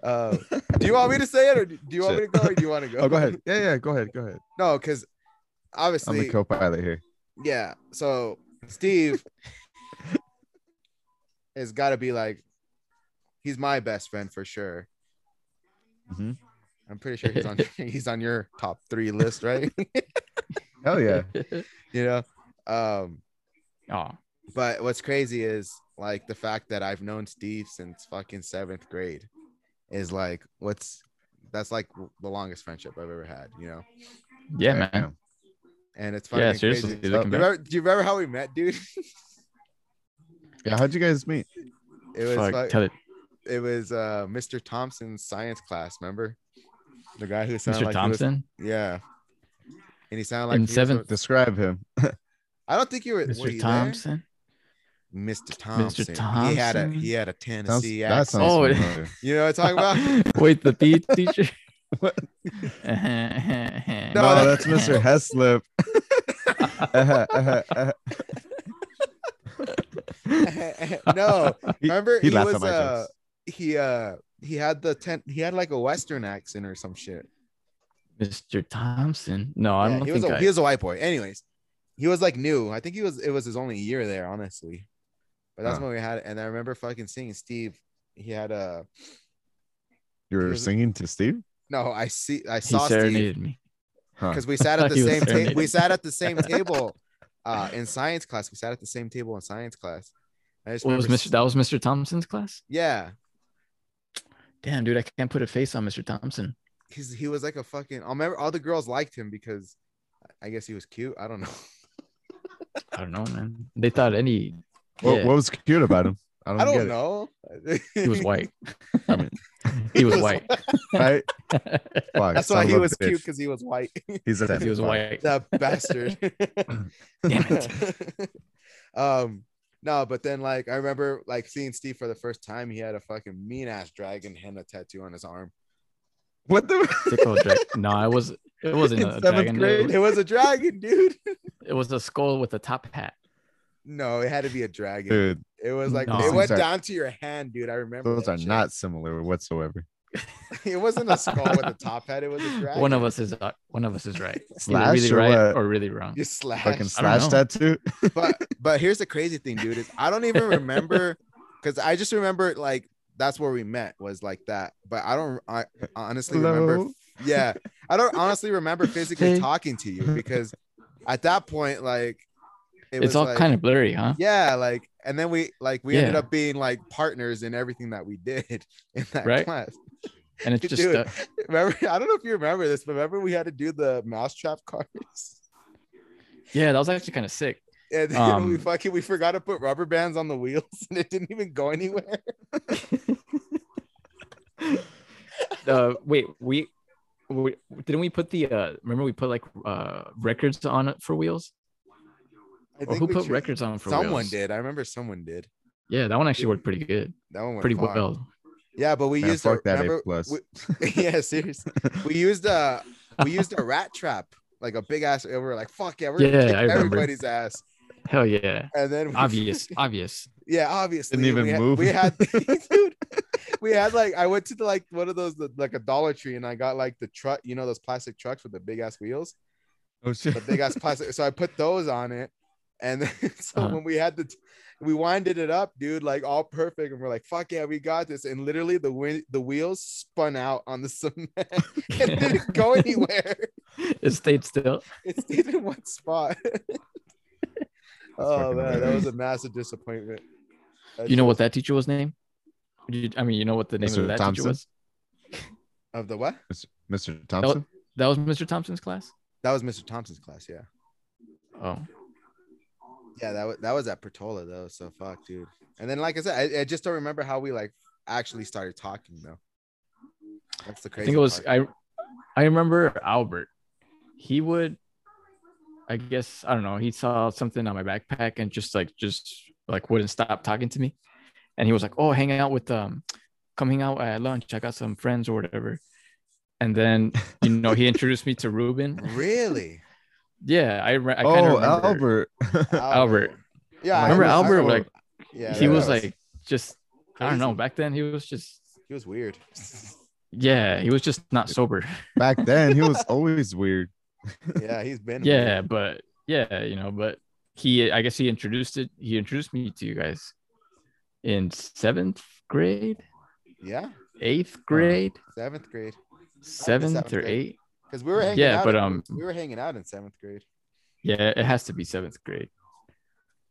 S1: Uh, do you want me to say it, or do do you want me to go, or do you want to go?
S3: oh, go ahead. Yeah, yeah, go ahead. Go ahead.
S1: No, because
S3: I'm the
S1: obviously,
S3: co-pilot here.
S1: yeah. So Steve has got to be like, he's my best friend for sure.
S3: Mhm.
S1: I'm pretty sure he's on he's on your top three list, right?
S3: Hell yeah.
S1: you know, um,
S2: oh,
S1: But what's crazy is like the fact that I've known Steve since fucking seventh grade is like what's that's like the longest friendship I've ever had, you know.
S2: yeah, man.
S3: Damn.
S1: And it's fucking
S2: Yeah, seriously.
S1: crazy.
S2: looking back.
S1: Remember, do you remember how we met, dude?
S3: Yeah, how'd you guys meet?
S1: It was
S2: Fuck,
S1: fuck-
S2: tell it,
S1: it was uh, Mr. Thompson's science class. Remember the guy who sounded
S2: Mr.
S1: like he was-
S2: Thompson.
S1: yeah, and he sounded like he
S2: In
S1: was-
S2: seventh-
S3: Describe him.
S1: I don't think you were were
S2: Mr.
S1: you there?
S2: Thompson.
S1: Mr. Thompson. He had a
S2: Thompson?
S1: he had a
S3: Sounds,
S1: Tennessee
S3: that
S1: accent.
S3: sounds
S2: Oh, it-
S3: familiar.
S1: You know what I'm talking about?
S2: Wait, the beat teacher.
S3: What?
S1: No,
S3: No,
S1: that-
S3: that's Mr. Heslip. Uh-huh, uh-huh, uh-huh.
S1: no,
S3: He-
S1: remember
S3: he
S1: he,
S3: laughed at
S1: was
S3: my
S1: uh
S3: jokes.
S1: he uh he had the tent he had like a western accent or some shit.
S2: Mr. Thompson. No, Oh, I
S1: Yeah,
S2: don't
S1: he was
S2: think
S1: a,
S2: I.
S1: he was a white boy. Anyways, he was like new. I think he was it was his only year there, honestly. But that's
S3: Huh.
S1: when we had it. And I remember fucking seeing Steve. He had a
S3: You
S1: He
S3: were
S1: was-
S3: singing to Steve?
S1: no. I see. I
S2: he
S1: saw Steve
S2: serenaded me.
S3: Huh.
S1: because we sat at the
S2: He was
S1: same table. We
S2: serenaded.
S1: sat at the same table uh in science class. We sat at the same table in science class. I just
S2: What was
S1: remember s-
S2: Mr. That was Mr. Thompson's class.
S1: Yeah,
S2: Damn, dude, I can't put a face on Mr. Thompson.
S1: he's he was like a fucking. I remember all the girls liked him because I guess he was cute. I don't know.
S2: I don't know, man. They thought any.
S3: What,
S2: yeah,
S3: what was cute about him? I don't,
S1: I don't
S3: get
S1: know.
S2: he was white.
S3: I mean-
S2: he was
S1: He was
S2: white.
S3: it. Right? Fuck,
S1: That's
S3: son
S1: why
S3: of
S1: he
S3: a
S1: was
S3: bitch.
S1: cute because he was white.
S3: He's a
S2: he was
S3: fuck.
S2: white.
S1: that bastard. Damn
S2: it.
S1: um, no, but then like I remember like seeing Steve for the first time. He had a fucking mean ass dragon henna tattoo on his arm.
S3: What the?
S2: Sick old dra- no, I was. It wasn't
S3: In
S2: a
S3: seventh
S2: dragon. It
S3: grade?
S2: was,
S1: It was a dragon, dude.
S2: it was a skull with a top hat.
S1: No, it had to be a dragon.
S3: Dude,
S1: It was like
S2: No.
S1: it went
S3: These are-
S1: down to your hand, dude. I remember
S3: those
S1: that
S3: are
S1: shit.
S3: not similar whatsoever.
S1: It wasn't a skull with a top hat. It was a dragon.
S2: One of us is uh, one of us is right. Either
S3: Slash
S2: really
S3: or
S2: right
S3: what?
S2: or really wrong.
S1: you slash.
S3: Fucking
S2: I don't
S3: slash
S2: know.
S3: tattoo.
S1: but but here's the crazy thing, dude, is I don't even remember because I just remember like that's where we met was like that. But I don't I honestly remember
S3: Hello?
S1: yeah. I don't honestly remember physically
S2: Hey.
S1: talking to you because at that point, like it
S2: it's
S1: was
S2: all
S1: like,
S2: kind of blurry, huh?
S1: yeah, like and then we like we ended
S2: Yeah.
S1: up being like partners in everything that we did in that
S2: Right?
S1: class.
S2: And it's just uh,
S1: Dude.
S2: stuck.
S1: Remember, I don't know if you remember this, but remember we had to do the mousetrap cards.
S2: Yeah, that was actually kind of sick.
S1: And then we
S2: Um,
S1: fucking we forgot to put rubber bands on the wheels and it didn't even go anywhere.
S2: Uh, wait, we, we didn't we put the uh, remember we put like uh records on it for wheels?
S1: I
S2: Or who
S1: we
S2: put
S1: should-
S2: records on for
S1: Someone
S2: wheels?
S1: did. I remember someone did.
S2: Yeah, that one actually worked pretty good,
S1: That one went
S2: pretty
S1: far.
S2: well.
S1: Yeah, but we
S3: Man,
S1: used
S3: fuck
S1: a,
S3: that
S1: remember,
S3: A plus.
S1: we- yeah, seriously. We used a we used a rat trap, like a big ass. We were like, fuck yeah, we're
S2: Yeah,
S1: gonna kick
S2: I remember.
S1: everybody's ass.
S2: Hell yeah.
S1: And then we-
S2: Obvious. obvious.
S1: Yeah, obviously.
S3: Didn't even
S1: we had,
S3: move.
S1: We had, dude, we had like I went to the, like one of those the, like a Dollar Tree, and I got like the truck, you know, those plastic trucks with the big ass wheels,
S3: Oh shit.
S1: the big ass plastic. So I put those on it, and then so
S2: Uh-huh.
S1: when we had the, we winded it up, dude, like all perfect, and we're like, fuck yeah, we got this, and literally the wind, the wheels spun out on the cement and didn't go anywhere.
S2: it stayed still.
S1: It stayed in one spot. oh man,
S3: fucking
S1: that
S3: hilarious.
S1: was a massive disappointment. That's
S2: You know what that teacher was named? You- I mean, you know what the name
S3: Mr.
S2: of that
S3: Thompson?
S2: teacher was?
S1: of the what?
S3: Mr. Thompson.
S2: That was Mr. Thompson's class.
S1: That was Mr. Thompson's class, yeah.
S2: Oh,
S1: Yeah, that was that was at Pertola though. So fuck, dude. And then like I said, I, I just don't remember how we like actually started talking though. That's the
S2: I
S1: crazy.
S2: think it was.
S1: part.
S2: I I remember Albert. He would, I guess, I don't know. He saw something on my backpack and just like just like wouldn't stop talking to me, and he was like, "Oh, hang out with um, come hang out at lunch. I got some friends or whatever." And then you know he introduced me to Ruben.
S1: really
S2: Yeah, I re- I kind of
S3: oh,
S2: remember
S3: Albert.
S2: Albert.
S1: Yeah,
S2: I remember
S1: was-
S2: Albert
S1: remember-
S2: like
S1: yeah,
S2: he
S1: that
S2: was
S3: was
S2: like just I don't know
S1: crazy.
S2: back then he was just
S1: he was weird.
S2: yeah he was just not sober
S3: Back then, he was always weird.
S1: yeah, he's been
S2: yeah but yeah you know but he I guess he introduced it he introduced me to you guys in seventh grade
S1: weird. yeah,
S2: eighth grade
S1: seventh grade
S2: seventh
S1: Uh, seventh
S2: or
S1: grade.
S2: eighth
S1: because we were hanging
S2: Yeah,
S1: out
S2: but,
S1: in-
S2: um,
S1: we were hanging out in seventh grade.
S2: yeah it has to be seventh grade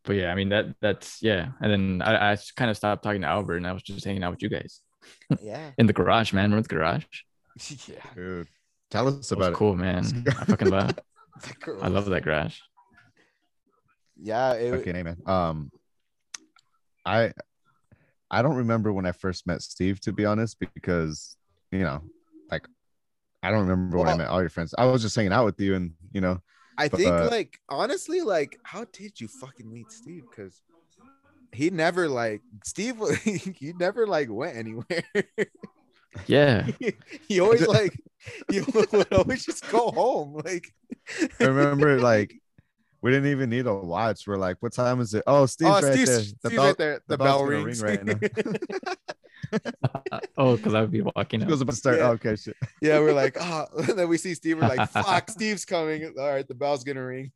S2: but yeah I mean that that's yeah and then I, I kind of stopped talking to Albert and I was just hanging out with you guys
S1: Yeah,
S2: in the garage man we're in the garage
S1: yeah,
S3: Dude, tell us
S2: it was
S3: about it.
S2: cool man I fucking love I love that garage
S1: Yeah, it,
S3: Okay, amen. Um, I I don't remember when I first met Steve to be honest, because you know, like I don't remember when I
S1: Well-
S3: met all your friends. I was just hanging out with you, and you know,
S1: I
S3: But,
S1: think
S3: uh,
S1: like honestly, like how did you fucking meet Steve? Because he never like Steve. was- he never like went anywhere.
S2: yeah
S1: he always like he would always just go home. Like
S3: I remember like we didn't even need a watch. We're like, what time is it? Oh, Steve's
S1: oh,
S3: right
S1: Steve's,
S3: there. The
S1: Steve's
S3: bell-
S1: right there. The,
S3: the bell's
S1: bell
S3: gonna ring
S1: rings
S3: right now.
S2: Uh, oh, because I would be walking
S3: It
S2: up.
S3: was about to start.
S1: Yeah.
S3: Oh, okay, shit.
S1: yeah, we're like, oh, then we see Steve. We're like, fuck, Steve's coming. All right, the bell's gonna ring.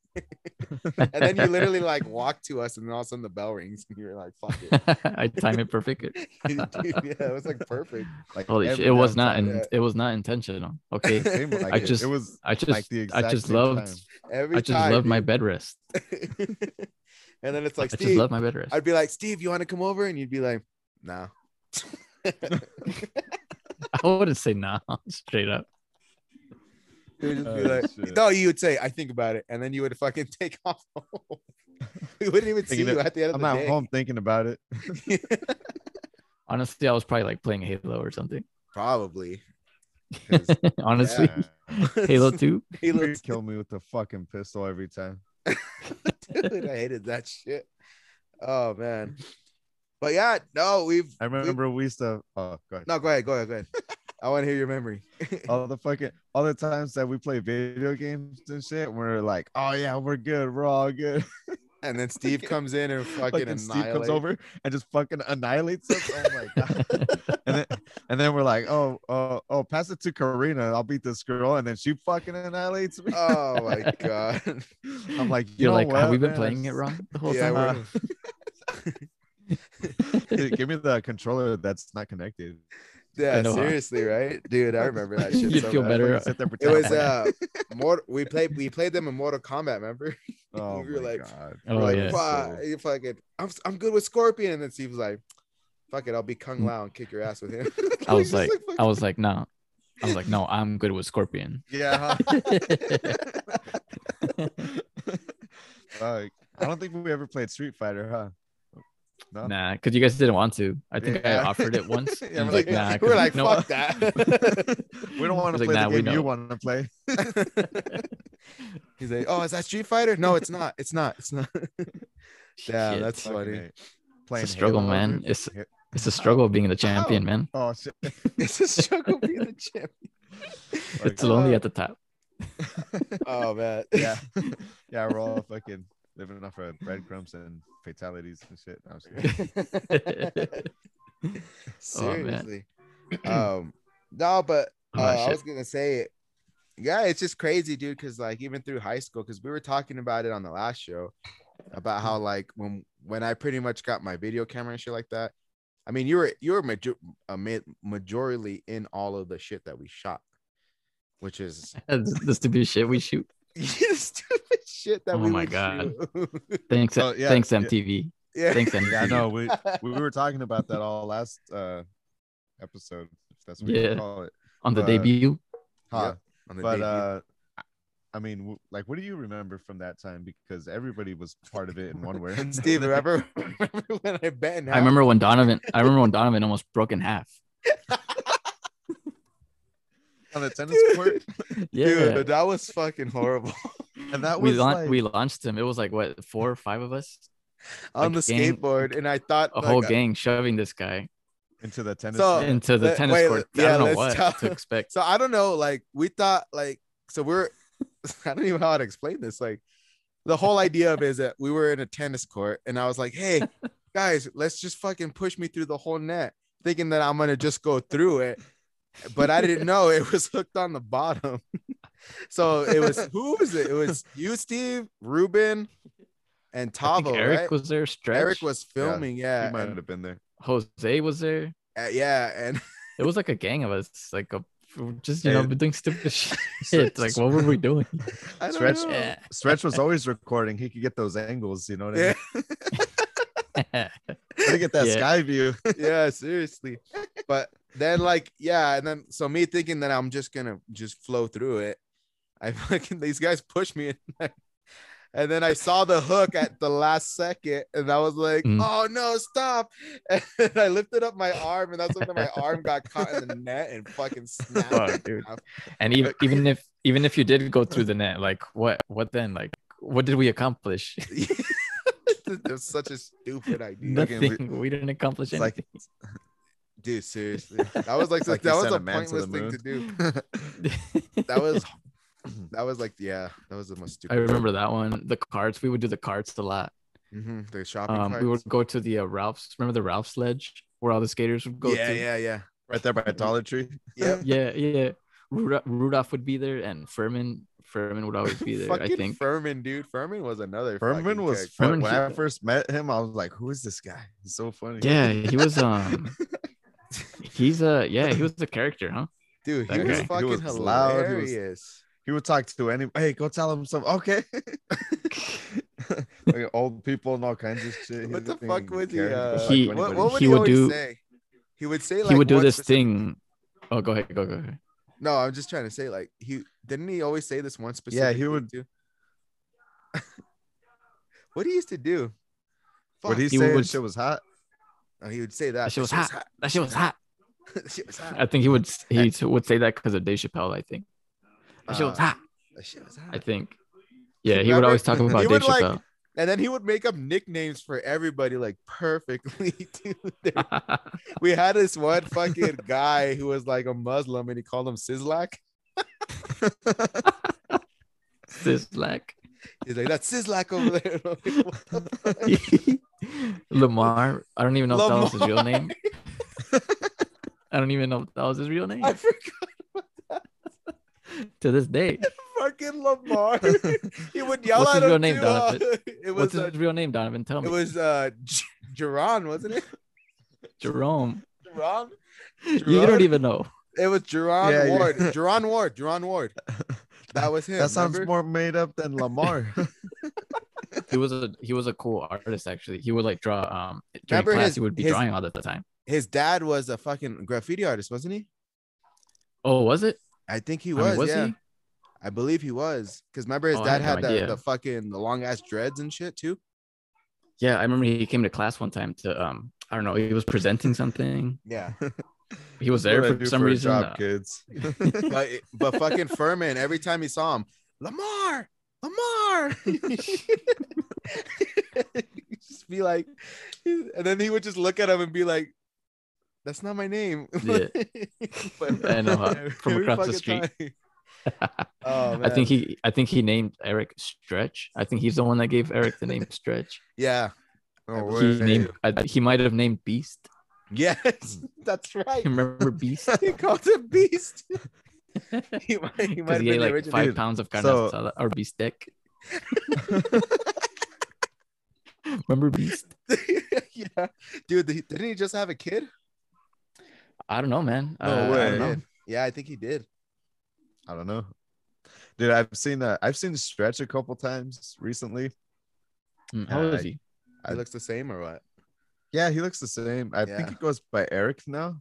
S1: and then you literally like walk to us, and then all of a sudden the bell rings, and you're like, fuck it.
S2: I time it perfect.
S1: Dude, yeah, it was like perfect.
S3: Like
S2: Holy shit!
S3: every
S2: It was
S3: damn
S2: not.
S3: time.
S2: In, it was not intentional. Okay.
S3: It seemed like
S2: I
S3: it.
S2: just-
S3: it was
S2: I just.
S3: like the exact
S2: I just
S3: same
S2: loved.
S3: time.
S1: Every
S2: I just
S1: time,
S2: loved my
S1: dude.
S2: bed rest.
S1: and then it's like
S2: I
S1: Steve,
S2: just love my bed rest.
S1: I'd be like, Steve, you want to come over? And you'd be like, no.
S2: I wouldn't say no straight up.
S1: You'd just be
S3: Oh,
S1: like,
S3: shit.
S1: no, you would say, I think about it. And then you would fucking take off. home. we wouldn't even see
S3: Thinking
S1: you
S3: of-
S1: at the end of
S3: I'm
S1: the
S3: at
S1: day.
S3: home thinking about it.
S2: Honestly, I was probably like playing Halo or something.
S1: Probably.
S3: 'cause,
S2: Honestly,
S3: yeah,
S2: Halo Two.
S1: Halo
S3: you'd kill me with the fucking pistol every time.
S1: dude, I hated that shit. Oh man. But yeah, no, we've
S3: I remember we used to. Oh, go ahead.
S1: no go ahead, go ahead, go ahead. I want to hear your memory.
S3: all the fucking all the times that we play video games and shit, we're like, oh yeah, we're good, we're all good.
S1: And then Steve comes in and fucking
S3: Fucking
S1: annihilates.
S3: Steve comes over and just fucking annihilates us. Oh my god. and then and then we're like, oh oh oh, pass it to Karina, I'll beat this girl, and then she fucking annihilates me.
S1: Oh my god.
S3: I'm like, you
S2: You're
S3: know
S2: like,
S3: what,
S2: have we been
S3: man?
S2: playing it wrong the whole
S1: yeah,
S2: time? Uh,
S1: we're,
S3: Dude, give me the controller that's not connected.
S1: yeah
S2: know, huh?
S1: seriously, right? Dude, I remember that shit.
S2: You'd
S1: so
S2: feel
S1: much.
S3: bad.
S2: better.
S3: Fucking sit there
S1: It was
S3: pretending like-
S1: uh more we played we played them in Mortal Kombat, remember?
S3: oh
S1: uh, we were
S3: my
S1: like,
S3: god.
S1: We're
S2: Oh
S1: like,
S2: yeah.
S1: "Fuck, you fucking, I'm, I'm good with Scorpion. And then Steve's like, fuck it, I'll be Kung Lao and kick your ass with him.
S2: Mm. I was
S1: Just
S2: like, I
S1: fuck-
S2: was like, no. I was like, no. I'm good with Scorpion.
S3: Yeah. Fuck. I don't think we ever played Street Fighter, huh? No.
S2: Nah, because you guys didn't want to. I think
S3: Yeah.
S2: I offered it once. and
S3: Yeah,
S2: I
S3: we're
S2: was
S1: like,
S2: like,
S1: we were like,
S2: nah, 'cause no-
S1: fuck that.
S3: We don't want
S2: It's
S3: to
S2: like,
S3: play
S2: nah,
S3: the
S2: we
S3: game you
S2: know.
S3: want to play.
S1: He's like, oh, is that Street Fighter? No, it's not. It's not. It's not. Yeah,
S2: Shit.
S1: that's
S3: Fucking
S1: funny.
S3: A. Playing
S2: it's a struggle,
S3: Halo,
S2: man.
S3: dude.
S2: It's
S3: Yeah.
S2: it's a struggle being the champion, man.
S3: Oh shit.
S1: It's a struggle being the champ.
S3: Fuck.
S2: It's lonely at the top.
S1: Oh man.
S3: yeah. yeah, we're all fucking living off of breadcrumbs and fatalities and shit. No, I'm just
S1: Oh,
S3: kidding.
S1: Seriously. um, no, but uh,
S2: Oh,
S1: I
S2: shit.
S1: was gonna say, yeah, it's just crazy, dude. Because like even through high school, because we were talking about it on the last show about how like when when I pretty much got my video camera and shit like that. I mean, you were you were major, uh, ma- majorly in all of the shit that we shot, which is
S2: That's the stupid shit we shoot.
S1: stupid shit that
S2: Oh
S1: we
S2: my
S1: would
S2: God.
S1: shoot.
S2: Thanks,
S3: Oh, yeah,
S2: thanks
S3: yeah.
S2: MTV.
S1: yeah.
S2: Thanks MTV.
S3: yeah, no, we we were talking about that all last uh episode, if that's what
S2: Yeah.
S3: you call it.
S2: On the
S3: but-
S2: debut,
S3: Huh.
S1: On the
S3: But
S1: debut.
S3: uh I- I mean, w- like, what do you remember from that time? Because everybody was part of it in one way. or
S1: Steve,
S3: another.
S1: remember, remember when I bet? in
S2: I
S1: half?
S2: remember when Donovan. I remember when Donovan almost broke in half.
S3: on the tennis court,
S2: Yeah,
S1: Dude, that was fucking horrible.
S3: and that
S2: we
S3: was
S2: laun-
S3: like,
S2: we launched him. It was like what four or five of us,
S1: on the
S2: Like, gang-
S1: skateboard, and I thought
S2: a
S1: like, uh,
S2: whole
S1: I-
S2: gang shoving this guy
S3: into the tennis.
S1: So-
S3: court.
S2: into the
S1: let-
S2: tennis
S1: wait,
S2: court.
S1: yeah,
S2: I don't know
S1: let's
S2: what
S1: tell-
S2: to expect.
S1: So I don't know. Like we thought, like so we're. I don't even know how to explain this. Like the whole idea of it is that we were in a tennis court, and I was like, "Hey, guys, let's just fucking push me through the whole net," thinking that I'm gonna just go through it. But I didn't know it was hooked on the bottom. so it was who was it? It was you, Steve, Ruben, and
S2: I think
S1: Tavo.
S2: Eric
S1: right?
S2: was there. Stretch.
S1: Eric was filming. Yeah,
S3: you might
S1: and-
S3: have been there.
S2: Jose was there.
S1: uh, yeah, and
S2: It was like a gang of us, like a just you know
S3: And-
S2: doing stupid shit. like what were we doing?
S1: I don't
S3: Stretch-
S1: know.
S2: Yeah.
S3: Stretch was always recording. He could get those angles. You know what I mean?
S1: Yeah.
S3: He could get that
S2: Yeah.
S3: sky view.
S1: yeah, seriously. But then, like, yeah, and then so me thinking that I'm just gonna just flow through it. I fucking these guys pushed me, and, I- and then I saw the hook at the last second, and I was like,
S2: Mm.
S1: "Oh no, stop!" And I lifted up my arm, and that's when my arm got caught in the net and fucking snapped.
S2: Fuck,
S1: in
S2: dude.
S1: half.
S2: and even even if even if you did go through the net, like what what then? Like what did we accomplish?
S1: It was such a stupid idea,
S3: Fucking re-
S2: Nothing. We didn't accomplish
S3: It's like-
S2: anything.
S1: dude. Seriously, that was like,
S3: Like you
S1: that was
S3: sent
S1: a
S3: a man to the
S1: pointless thing
S3: moon.
S1: to do. That was that was like yeah, that was the most stupid.
S2: I remember that one. The carts. We would do the carts a lot.
S3: Mm-hmm,
S1: hmm the shopping.
S2: Um,
S1: carts.
S2: we would go to the uh, Ralph's. Remember the Ralph's ledge where all the skaters would go
S1: yeah,
S2: to.
S1: yeah, yeah,
S3: Right there by Dollar Tree.
S1: yeah.
S2: yeah, yeah. Rudolph, Rudolph would be there, and Furman Furman would always be there. I
S1: Fucking
S2: think.
S1: Furman, dude. Furman was another.
S3: Furman
S1: fucking
S3: was
S1: character.
S3: fun.
S2: Furman-
S3: when I first met him, I was like, "Who is this guy? He's so funny."
S2: Yeah, he was. Um, he's a yeah, he was the character, huh?
S1: dude. He
S2: that
S1: was
S2: guy. He
S1: fucking
S3: was loud, he was-
S1: hilarious.
S3: he would talk to any. Hey, go tell him some. Okay. Like, old people and all kinds of shit. He
S1: What the
S3: didn't
S1: fuck was he?
S3: care
S1: Uh,
S3: about
S2: He-
S3: anybody.
S1: what, what would
S2: He
S1: he,
S2: would
S1: always
S2: do-
S1: say? He would say like
S2: he would do
S1: one
S2: this
S1: specific-
S2: thing. Oh, go ahead, go go. go.
S1: No, I'm just trying to say like he didn't he always say this one specific.
S3: he
S1: thing,
S3: would-
S1: too? what he used to do?
S3: What he,
S1: Fuck.
S2: He
S3: said
S2: would-
S3: shit was hot.
S1: Oh, he would say that.
S2: That shit was
S1: hot.
S2: That shit was hot.
S1: That shit was hot.
S2: I think he would he would say that because of Dave Chappelle. I think. That shit was
S1: Uh,
S2: hot.
S1: That shit was
S2: I
S1: hot.
S2: think. Yeah, he
S1: Remember?
S2: would always talk about
S1: He
S2: Dave
S1: would, like,
S2: Chappelle.
S1: And then he would make up nicknames for everybody like perfectly, dude. we had this one fucking guy who was like a Muslim and he called him Sislak.
S2: this like
S1: He's like, that's Sislak over there. What the fuck?
S2: Lamar. I don't even know if that was his real
S1: Lamar.
S2: name. I don't even know if that was his real name
S1: I forgot
S2: to this day.
S1: fucking Lamar. he would yell
S2: What's
S1: at
S2: his
S1: him.
S2: real name,
S1: too,
S2: Donovan?
S1: uh, It
S2: What's
S1: was
S2: his
S1: uh,
S2: real name, Donovan? Tell
S1: it
S2: me.
S1: was uh J- Jerron, wasn't it?
S2: Jerome.
S1: Jerron?
S2: You
S1: Jerome?
S2: don't even know.
S1: It was Jerron
S3: Yeah, yeah.
S1: Ward. Jerron Ward. Jerron Ward. That was him.
S3: That sounds
S1: remember?
S3: more made up than Lamar.
S2: He was a he was a cool artist actually. He would like draw um during
S1: Remember
S2: class
S1: his-
S2: he would be
S1: his-
S2: drawing all the time.
S1: His dad was a fucking graffiti artist, wasn't he?
S2: Oh, was it?
S1: I think he
S2: I
S1: was.
S2: mean,
S1: yeah. I believe he was. Because remember his
S2: Oh, I
S1: dad
S2: had
S1: had
S2: no
S1: the,
S2: idea.
S1: the fucking the long ass dreads and shit too.
S2: he? Yeah, I remember he came to class one time to um I don't know, he was presenting something.
S1: Yeah.
S2: He was
S3: That's
S2: there
S3: what I
S2: for
S3: do
S2: some
S3: a
S2: reason. uh,
S3: job, kids.
S1: but but fucking Furman, every time he saw him, Lamar, Lamar. He'd just be like, and then he would just look at him and be like, "That's not my name."
S2: Yeah.
S1: But
S2: I know, huh? From
S1: every
S2: across
S1: fucking
S2: the street.
S1: time- Oh,
S2: I
S1: man.
S2: think he I think he named Eric Stretch. I think he's the one that gave Eric the name Stretch.
S1: yeah.
S3: He
S1: Oh,
S2: he
S1: wait.
S2: named I, he might have named Beast.
S1: Yes, that's right.
S2: Remember Beast?
S1: he called it Beast.
S2: Because
S1: He might, he might have
S2: he
S1: been the
S2: ate like
S1: original.
S2: five
S3: Dude,
S2: pounds of carne
S3: so-
S2: asada or beast dick. Remember Beast?
S1: yeah, dude, the, didn't he just have a kid?
S2: I don't know, man.
S1: No
S2: Uh, I
S1: way.
S2: don't know.
S1: Yeah, I think he did.
S3: I don't know. Dude, I've seen that. I've seen Stretch a couple times recently.
S2: Mm, How old is he?
S1: He looks the same or what?
S3: Yeah, he looks the same. I
S1: Yeah.
S3: think he goes by Eric now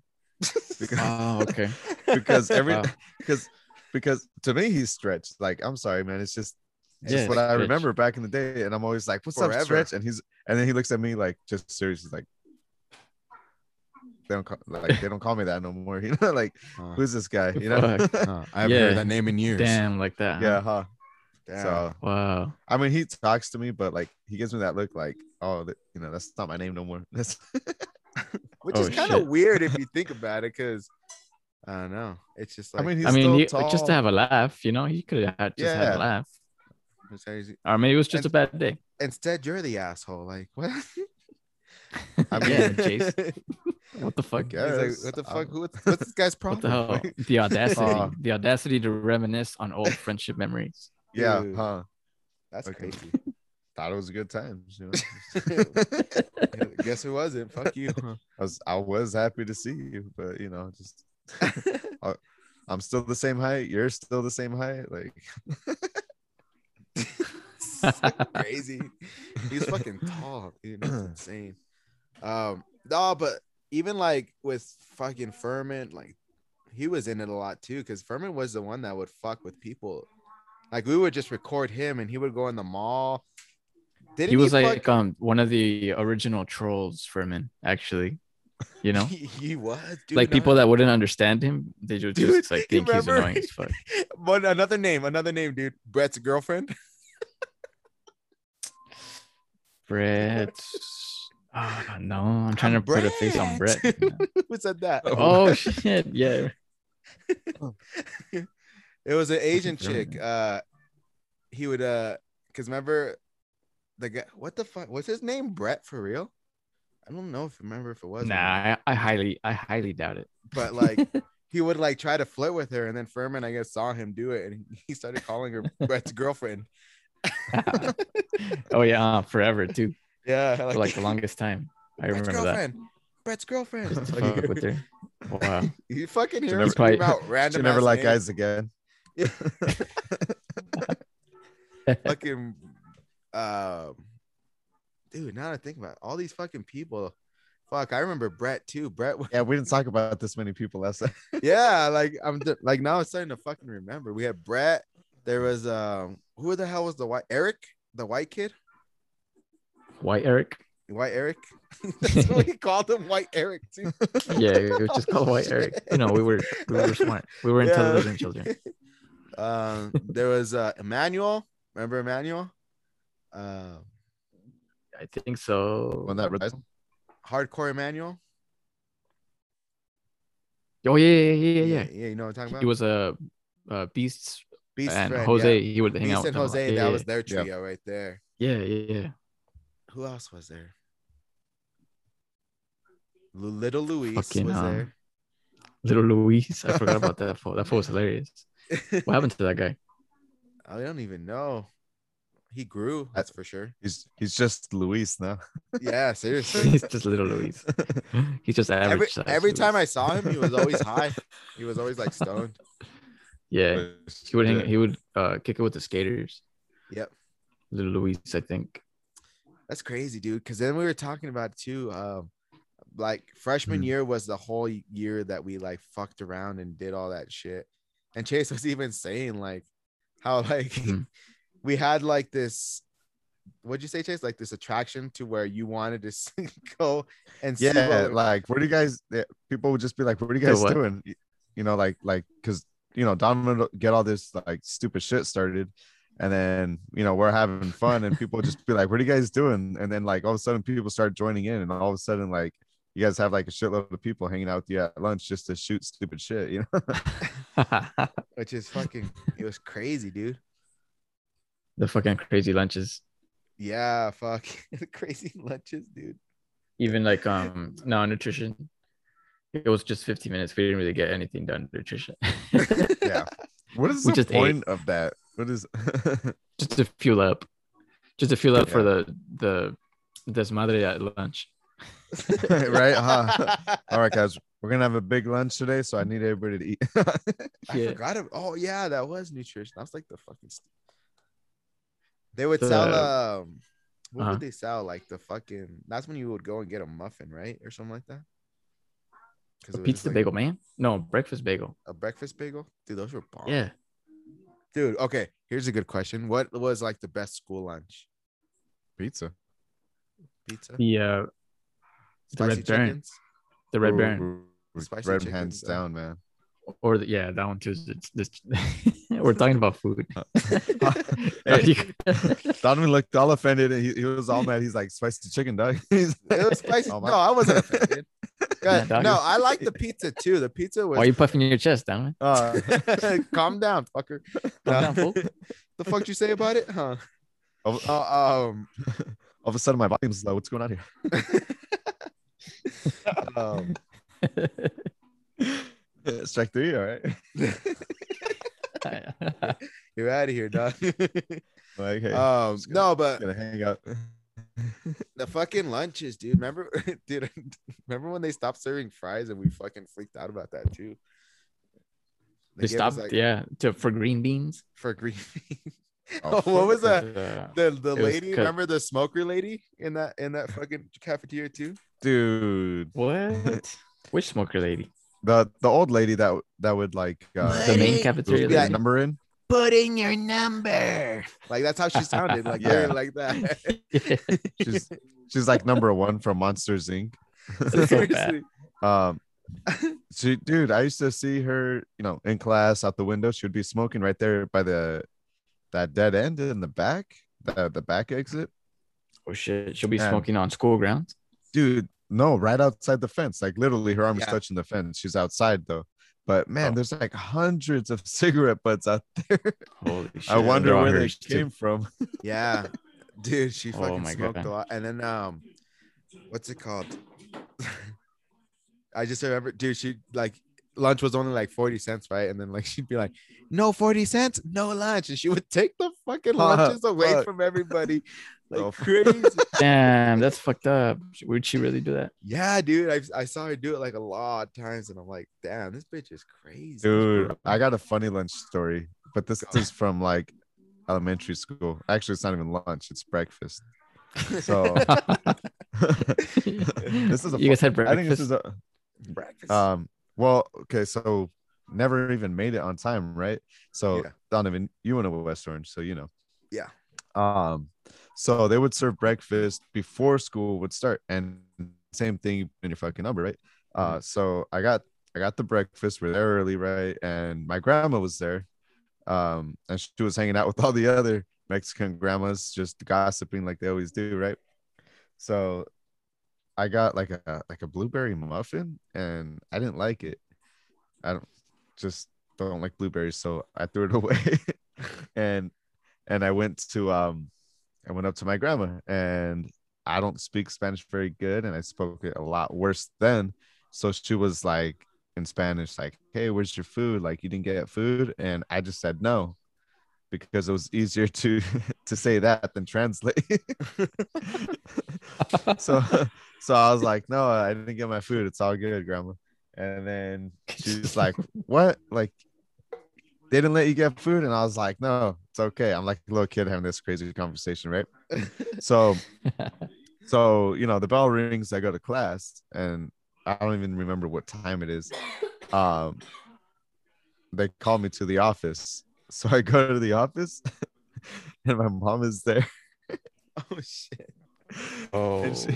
S3: because
S2: Oh, okay.
S3: because every
S2: Wow.
S3: because because to me he's Stretch. Like I'm sorry, man. It's just it's
S2: Yeah,
S3: just what I
S2: Stretch.
S3: remember back in the day, and I'm always like, "What's
S1: Forever.
S3: up, Stretch?" And he's and then he looks at me like just seriously like. They don't call, like they don't call me that no more. You know, like
S1: Huh.
S3: who's this guy? You know,
S2: Fuck.
S1: Huh, I haven't
S2: Yeah.
S1: heard that name in years.
S2: Damn, like that.
S3: yeah,
S2: huh?
S3: huh?
S1: Damn.
S3: So
S2: Wow.
S3: I mean, he talks to me, but like he gives me that look, like, oh, th- you know, that's not my name no more. That's
S1: Which
S2: Oh,
S1: is kind of
S2: shit.
S1: weird if you think about it, because I don't know. It's just like
S3: I mean, he's
S2: I mean,
S3: still
S2: he,
S3: tall.
S2: just to have a laugh, you know, he could have had, just had
S3: Yeah.
S2: a laugh,
S1: it's crazy.
S2: or maybe it was just
S1: And-
S2: a bad day.
S1: instead you're the asshole. Like what?
S3: I mean,
S2: Yeah, Jason. What the fuck?
S3: guess.
S1: He's like, what the
S3: I
S1: fuck?
S3: don't-
S1: What's, what's this guy's
S2: What
S1: problem?
S2: the hell?
S1: Like,
S2: The audacity,
S3: Uh,
S2: the audacity to reminisce on old friendship memories.
S3: yeah,
S1: Dude.
S3: huh?
S1: That's
S3: Okay.
S1: crazy.
S3: Thought it was a good time. You know?
S1: Yeah, Guess who wasn't? Fuck you.
S3: I was, I was happy to see you, but you know, just I, I'm still the same height. You're still the same height. Like,
S1: crazy. He's fucking tall. Dude, that's insane. Um, no, but even like with fucking Furman, like he was in it a lot too, because Furman was the one that would fuck with people. Like we would just record him, and he would go in the mall. Didn't
S2: he was
S1: fuck-
S2: like um one of the original trolls, Furman. Actually, you know,
S1: he, he was dude,
S2: like
S1: no.
S2: people that wouldn't understand him, they would
S1: Dude,
S2: just like
S1: you
S2: think he's
S1: remember?
S2: annoying as fuck.
S1: But another name, another name, dude. Brett's girlfriend.
S2: Brett. Oh, no, I'm trying to put a face on Brett.
S1: Brett. Who said that?
S2: oh shit! Yeah,
S1: It was an Asian
S2: German.
S1: chick. Uh, he would uh, cause remember, the guy. What the fuck? What's his name? Brett for real? I don't know if remember if it was. or not,
S2: nah, I, I highly, I highly doubt it.
S1: But like, he would like try to flirt with her, and then Furman, I guess, saw him do it, and he started calling her Brett's girlfriend.
S2: oh yeah, forever too.
S1: Yeah,
S2: For like the longest time. I
S1: Brett's
S2: remember that.
S1: girlfriend. Brett's girlfriend.
S2: Just
S1: Like,
S2: fuck with her. Wow.
S1: you fucking hear
S3: She
S1: him
S3: never-
S1: scream
S2: probably-
S1: out
S3: she
S1: random.
S3: never
S1: ass
S3: like
S1: names.
S3: guys again.
S1: fucking um dude now that i think about it, all these fucking people fuck i remember brett too brett was,
S3: Yeah, we didn't talk about this many people last time.
S1: yeah like i'm d- like now it's starting to fucking remember we had brett there was um who the hell was the white eric the white kid
S2: White Eric?
S1: white eric that's what we called him white eric too
S2: Yeah, it was just called
S1: Oh,
S2: White Eric. You know, we were we were smart. We were
S1: Yeah.
S2: intelligent children.
S1: um there was uh emmanuel remember emmanuel um
S2: I think so.
S3: When that realized-
S1: hardcore emmanuel
S2: Oh yeah, yeah, yeah, yeah.
S1: yeah you know what i'm talking
S2: yeah.
S1: about
S2: He was a uh, beast,
S1: beast
S2: and
S1: friend, yeah.
S2: Jose. He would hang out
S1: Beast and
S2: with them.
S1: Jose,
S2: Yeah,
S1: that
S2: yeah,
S1: was their
S3: Yeah.
S1: trio right there.
S2: yeah, yeah, yeah.
S1: Who else was there? Lu- Little Luis
S2: Fucking,
S1: was
S2: um,
S1: there.
S2: Little Luis. I forgot about that fool. That fool was hilarious. What happened to that guy?
S1: I don't even know. He grew, that's for sure.
S3: he's he's just Luis now.
S1: Yeah, seriously.
S2: He's just little Luis. He's just average.
S1: every
S2: size
S1: every time I
S2: Luis.
S1: saw him, he was always high. He was always like stoned.
S2: yeah, he would hang.
S3: Yeah.
S2: He would uh, kick it with the skaters.
S1: Yep.
S2: Little Luis, I think.
S1: That's crazy, dude. Because then we were talking about too, um, like freshman
S3: Mm.
S2: Mhm.
S1: year was the whole year that we like fucked around and did all that shit. And Chase was even saying like how like
S3: Mm-hmm.
S2: Mhm.
S1: we had like this. What'd you say, Chase? Like this attraction to where you wanted to s- go and see
S3: yeah
S1: what-
S3: like what do you guys yeah, people would just be like what are you
S2: The
S3: guys
S2: what?
S3: doing Y- you know like like because you know don would get all this like stupid shit started and then you know we're having fun and people would just be like what are you guys doing and then like all of a sudden people start joining in and all of a sudden like you guys have like a shitload of people hanging out with you at lunch just to shoot stupid shit, you know?
S1: which is fucking it was crazy, dude.
S2: the fucking crazy lunches.
S1: Yeah, fuck. the crazy lunches, dude.
S2: Even like um no nutrition. It was just 50 minutes. We didn't really get anything done nutrition.
S3: Yeah. What is
S2: We
S3: the
S2: just ate.
S3: point of that? What is
S2: just to fuel up. Just to fuel up for
S3: Yeah.
S2: the the desmadre at lunch.
S3: right? Huh? All right, guys, we're gonna have a big lunch today, so I need everybody to eat.
S1: I
S2: Yeah.
S1: forgot. ab- oh yeah, that was nutrition. That was like the fucking. St- they would
S2: The-
S1: sell um, what
S2: Uh-huh.
S1: would they sell? Like the fucking. That's when you would go and get a muffin, right, or something like that. Because
S2: A pizza bagel, man. No, breakfast bagel.
S1: a breakfast bagel. Dude, those were bomb.
S2: Yeah.
S1: Dude, okay. Here's a good question. What was like the best school lunch?
S3: Pizza.
S1: Pizza,
S2: The uh the
S1: spicy
S2: Red Baron.
S1: chickens.
S2: the red baron
S1: Spicy
S3: Red
S1: chicken,
S3: hands
S1: uh,
S3: down, man.
S2: or the, yeah that one too is it's this we're talking about food
S3: Uh, Hey.
S2: You-
S3: Donovan looked all offended and he, he was all mad. He's like, spicy chicken, dog. He's
S1: It was spicy.
S3: Oh, my-
S1: no, I wasn't offended.
S2: Yeah,
S1: God,
S2: dog.
S1: no, I like the pizza too. The pizza was.
S2: why are you puffing your chest down
S3: uh,
S1: Calm down, fucker.
S2: Calm
S1: No.
S2: down, fool.
S1: the fuck you say about it, huh?
S3: all, all
S1: Oh, um,
S3: of a sudden my volume's low. What's going on here?
S1: um,
S3: Yeah, Strike three, all right.
S1: you're out of here, dog.
S3: Like, hey,
S1: um,
S3: just
S1: no, but
S3: gonna hang out.
S1: the fucking lunches, dude. Remember, dude. Remember when they stopped serving fries and we fucking freaked out about that too.
S2: they
S1: gave us,
S2: stopped
S1: like,
S2: yeah to, for green beans
S1: for green.
S3: Oh,
S1: what was that?
S2: Uh,
S1: The the
S2: was
S1: lady,
S2: cut.
S1: remember the smoker lady in that in that fucking cafeteria too.
S3: Dude,
S2: what which smoker lady
S3: the the old lady that that would like uh,
S2: the
S1: Lady.
S2: main cafeteria
S3: put
S1: Yeah.
S3: the
S2: lady?
S3: number in.
S1: Put in your number. Like that's how she sounded. Like
S3: Yeah.
S1: literally like that.
S3: She's she's like number one from Monsters Inc.
S2: That's so bad.
S1: Seriously.
S3: Um, she, dude, I used to see her, you know, in class out the window. She would be smoking right there by the that dead end in the back, the, the back exit.
S2: oh shit she'll be
S3: Man.
S2: smoking on school grounds
S3: Dude, no, right outside the fence. Like literally, her arm is
S1: Yeah.
S3: touching the fence. She's outside though. But man,
S2: Oh.
S3: there's like hundreds of cigarette butts out there.
S2: holy shit
S3: I wonder
S2: they're on
S3: where they
S2: hers, too.
S3: came from.
S1: Yeah, dude, she
S2: Oh
S1: fucking
S2: my
S1: smoked
S2: God.
S1: a lot. And then um, what's it called? I just remember, dude. She like lunch was only like forty cents, right? And then like she'd be like, "No forty cents, no lunch," and she would take the fucking
S3: Fuck,
S1: lunches away
S3: fuck.
S1: from everybody, like
S3: Oh, fuck.
S1: crazy.
S2: damn that's fucked up would she really do that
S1: yeah, dude. I I saw her do it like a lot of times, and I'm like, "Damn, this bitch is crazy."
S3: Dude, I got a funny lunch story, but this
S1: Go.
S3: is from like elementary school. Actually, it's not even lunch, it's breakfast. So this is a
S2: you guys had
S3: I
S2: breakfast
S3: think this is a
S1: breakfast.
S3: um well, okay, so never even made it on time, right? So
S1: Yeah.
S3: Donovan, you went to West Orange, so you know.
S1: Yeah.
S3: Um so they would serve breakfast before school would start and same thing you put in your fucking number, right? Uh so I got I got the breakfast, we're there early, right? And my grandma was there. Um and she was hanging out with all the other Mexican grandmas just gossiping like they always do, right? So I got like a like a blueberry muffin and I didn't like it. I don't just don't like blueberries, so I threw it away. and and I went to um I went up to my grandma and I don't speak Spanish very good and I spoke it a lot worse then. So she was like in Spanish, like, Hey, where's your food? Like you didn't get food? And I just said no because it was easier to to say that than translate. so so I was like, no, I didn't get my food. It's all good, grandma. And then she's like, what? Like they didn't let you get food? And I was like, no, it's okay. I'm like a little kid having this crazy conversation, right? So so you know the bell rings i go to class and i don't even remember what time it is um they call me to the office so i go to the office and my mom is there
S1: oh shit.
S2: oh
S3: and she,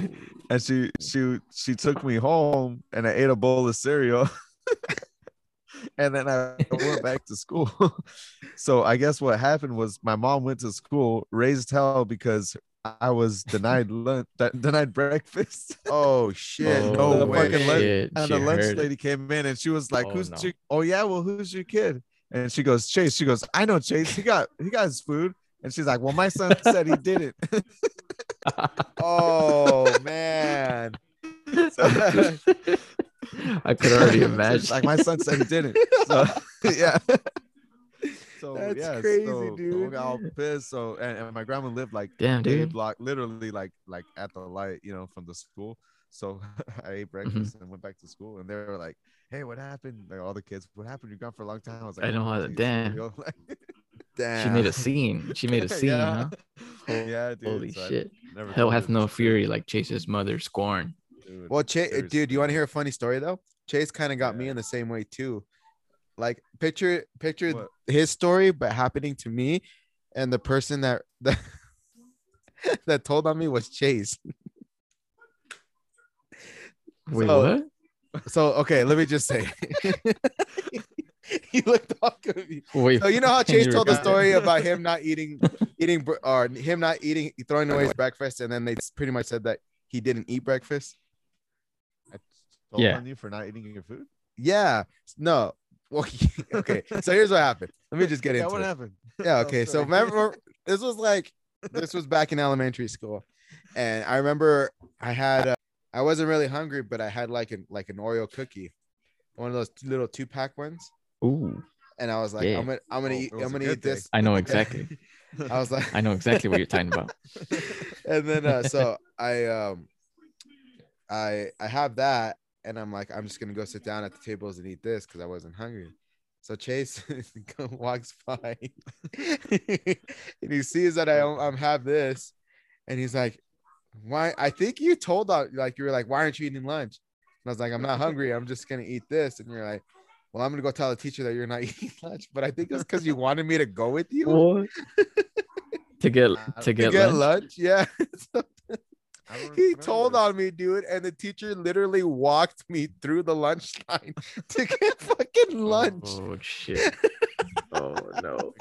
S3: and she she she took me home and i ate a bowl of cereal and then i went back to school so i guess what happened was my mom went to school raised hell because I was denied lunch, denied breakfast.
S1: Oh shit!
S2: Oh,
S1: no
S3: the
S1: way.
S3: fucking lunch-
S2: shit,
S3: and
S2: she
S3: the lunch
S2: heard it.
S3: lady came in and she was like,
S2: Oh,
S3: "Who's
S2: no.
S3: your- oh yeah, well who's your kid?" And she goes, "Chase." She goes, "I know Chase. He got he got his food." And she's like, "Well, my son said he didn't."
S1: Oh man.
S2: I could already
S3: She's
S2: imagine.
S3: like my son said he didn't. So yeah. So
S1: That's
S3: oh, yeah,
S1: crazy,
S3: so the one
S1: dude.
S3: got all pissed. So and, and my grandma lived like
S2: Damn,
S3: a
S2: dude.
S3: block, literally like like at the light, you know, from the school. So I ate breakfast and went back to school, and they were like, "Hey, what happened?" Like all the kids, "What happened? You're gone for a long time." I was like,
S2: I know how
S3: "Oh,
S2: that-
S3: geez,"
S2: damn.
S3: you know, like-
S1: Damn.
S2: She made a scene. She made a scene,
S3: yeah.
S2: huh?
S3: Yeah, dude.
S2: Holy
S3: so I
S2: shit.
S3: never
S2: Hell
S3: told
S2: hath
S3: her
S2: no
S3: this shit,
S2: fury like Chase's mother scorn.
S3: dude.
S1: Well, Chase, dude,
S3: Seriously.
S1: you want to hear a funny story though? Chase kind of got me
S3: Yeah.
S1: in the same way too. Like picture picture
S3: What?
S1: his story, but happening to me, and the person that that, that told on me was Chase.
S2: Wait,
S1: So-
S2: what?
S1: So okay, let me just say, he looked all confused.
S2: Wait,
S1: So you know how
S2: and
S1: Chase
S2: you
S1: told the
S2: forgot.
S1: story about him not eating, eating br- or him not eating, throwing away his breakfast, and then they pretty much said that he didn't eat breakfast.
S3: I told
S2: Yeah.
S3: on you for not eating your food.
S1: Yeah, no. Well, okay, so here's what happened. Let me just get
S3: yeah,
S1: into
S3: what
S1: it.
S3: happened.
S1: Yeah,
S3: I'm
S1: okay. So
S3: sorry.
S1: remember this was like this was back in elementary school. And I remember I had uh, I wasn't really hungry, but I had like an like an Oreo cookie. One of those little two pack ones.
S2: Ooh,
S1: And I was like,
S2: Yeah.
S1: I'm gonna I'm gonna
S3: Oh,
S1: eat
S3: it was
S1: I'm
S3: a
S1: gonna
S3: good
S1: eat this.
S2: I know exactly.
S1: I was like
S2: I know exactly what you're talking about.
S1: and then uh so I um I I have that and I'm like I'm just gonna go sit down at the tables and eat this because I wasn't hungry. So Chase walks by and he sees that I I'm have this and he's like, Why I think you told out like you were like, Why aren't you eating lunch? And I was like, I'm not hungry, I'm just gonna eat this. And you're like, Well, I'm gonna go tell the teacher that you're not eating lunch, but I think it's because you wanted me to go with you
S2: What? to get
S3: To
S2: to
S1: to
S2: get,
S1: get
S2: lunch?
S1: lunch. Yeah. So
S3: I don't
S1: he
S3: remember
S1: told
S3: this.
S1: on me, dude, and the teacher literally walked me through the lunch line to get fucking lunch
S2: Oh shit. oh no.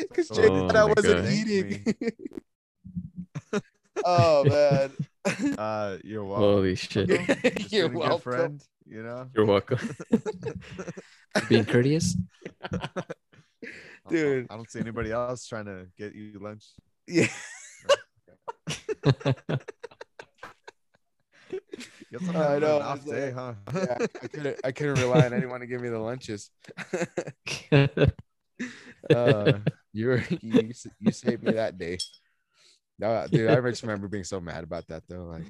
S1: because Jay
S2: Oh
S1: thought I
S2: my
S1: wasn't
S2: God.
S1: eating. oh man,
S3: Uh, you're welcome.
S2: Holy shit.
S3: Just
S1: you're
S3: being a good
S1: welcome.
S3: friend, you know,
S2: You're welcome. Being courteous.
S3: I don't-
S1: Dude.
S3: I don't see anybody else trying to get you lunch.
S1: Yeah,
S3: You
S1: I
S3: guys don't have an
S1: know,
S3: Off
S1: it's
S3: day,
S1: like-
S3: huh?
S1: yeah, I couldn't. I couldn't rely on anyone to give me the lunches. Uh, you were you, s- you saved me that day. No, dude, I just remember being so mad about that though. Like,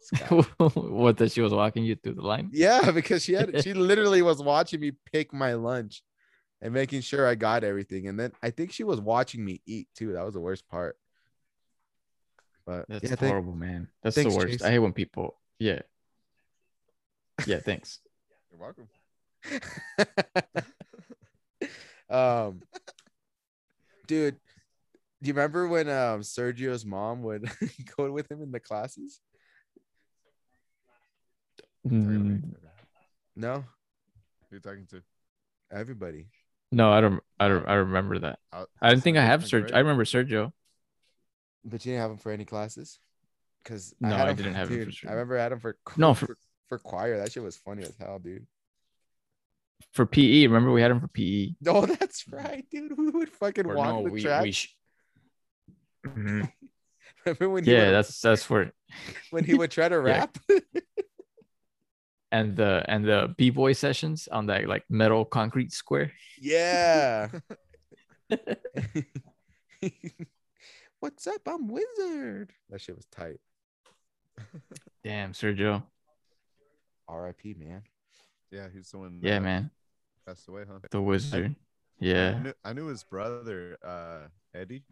S1: Scott.
S2: what that she was walking you through the line?
S1: Yeah, because she had she literally was watching me pick my lunch and making sure I got everything. And then I think she was watching me eat too. That was the worst part. But
S2: That's
S1: yeah, thank-
S2: horrible, man. That's
S1: thanks,
S2: the worst.
S1: Chase.
S2: I hate when people. Yeah. Yeah. Thanks.
S3: You're welcome.
S1: um dude, do you remember when um Sergio's mom would go with him in the classes?
S3: Sorry,
S2: Mm,
S3: wait, wait, wait.
S1: No,
S3: Who you talking to?
S1: everybody.
S2: No, I don't. I don't. I remember that.
S3: I,
S2: I don't think I have
S3: different
S2: Sergio. I remember Sergio.
S1: But you didn't have him for any classes? Because
S2: No, I
S1: him
S2: didn't have him for
S1: dude,
S2: sure.
S1: I remember I had him for
S2: No, for-
S1: for, for choir. That shit was funny as hell, dude.
S2: for PE. Remember we had him for E. PE.
S1: No, that's right, dude. We would fucking
S2: Or
S1: walk
S2: no,
S1: the
S2: we,
S1: track.
S2: we sh- Mhm.
S1: Remember when he,
S2: yeah,
S1: would,
S2: that's that's where
S1: when he would try to rap?
S2: and the and the b boy sessions on that like metal concrete square.
S1: Yeah. What's up? I'm Wizard. That shit was tight.
S2: Damn, Sergio.
S1: R.I.P. Man.
S3: Yeah, he's the one.
S2: Yeah,
S3: that
S2: man,
S3: Passed away, huh?
S2: the wizard.
S3: I
S2: Yeah.
S3: knew, I knew his brother, uh, Eddie.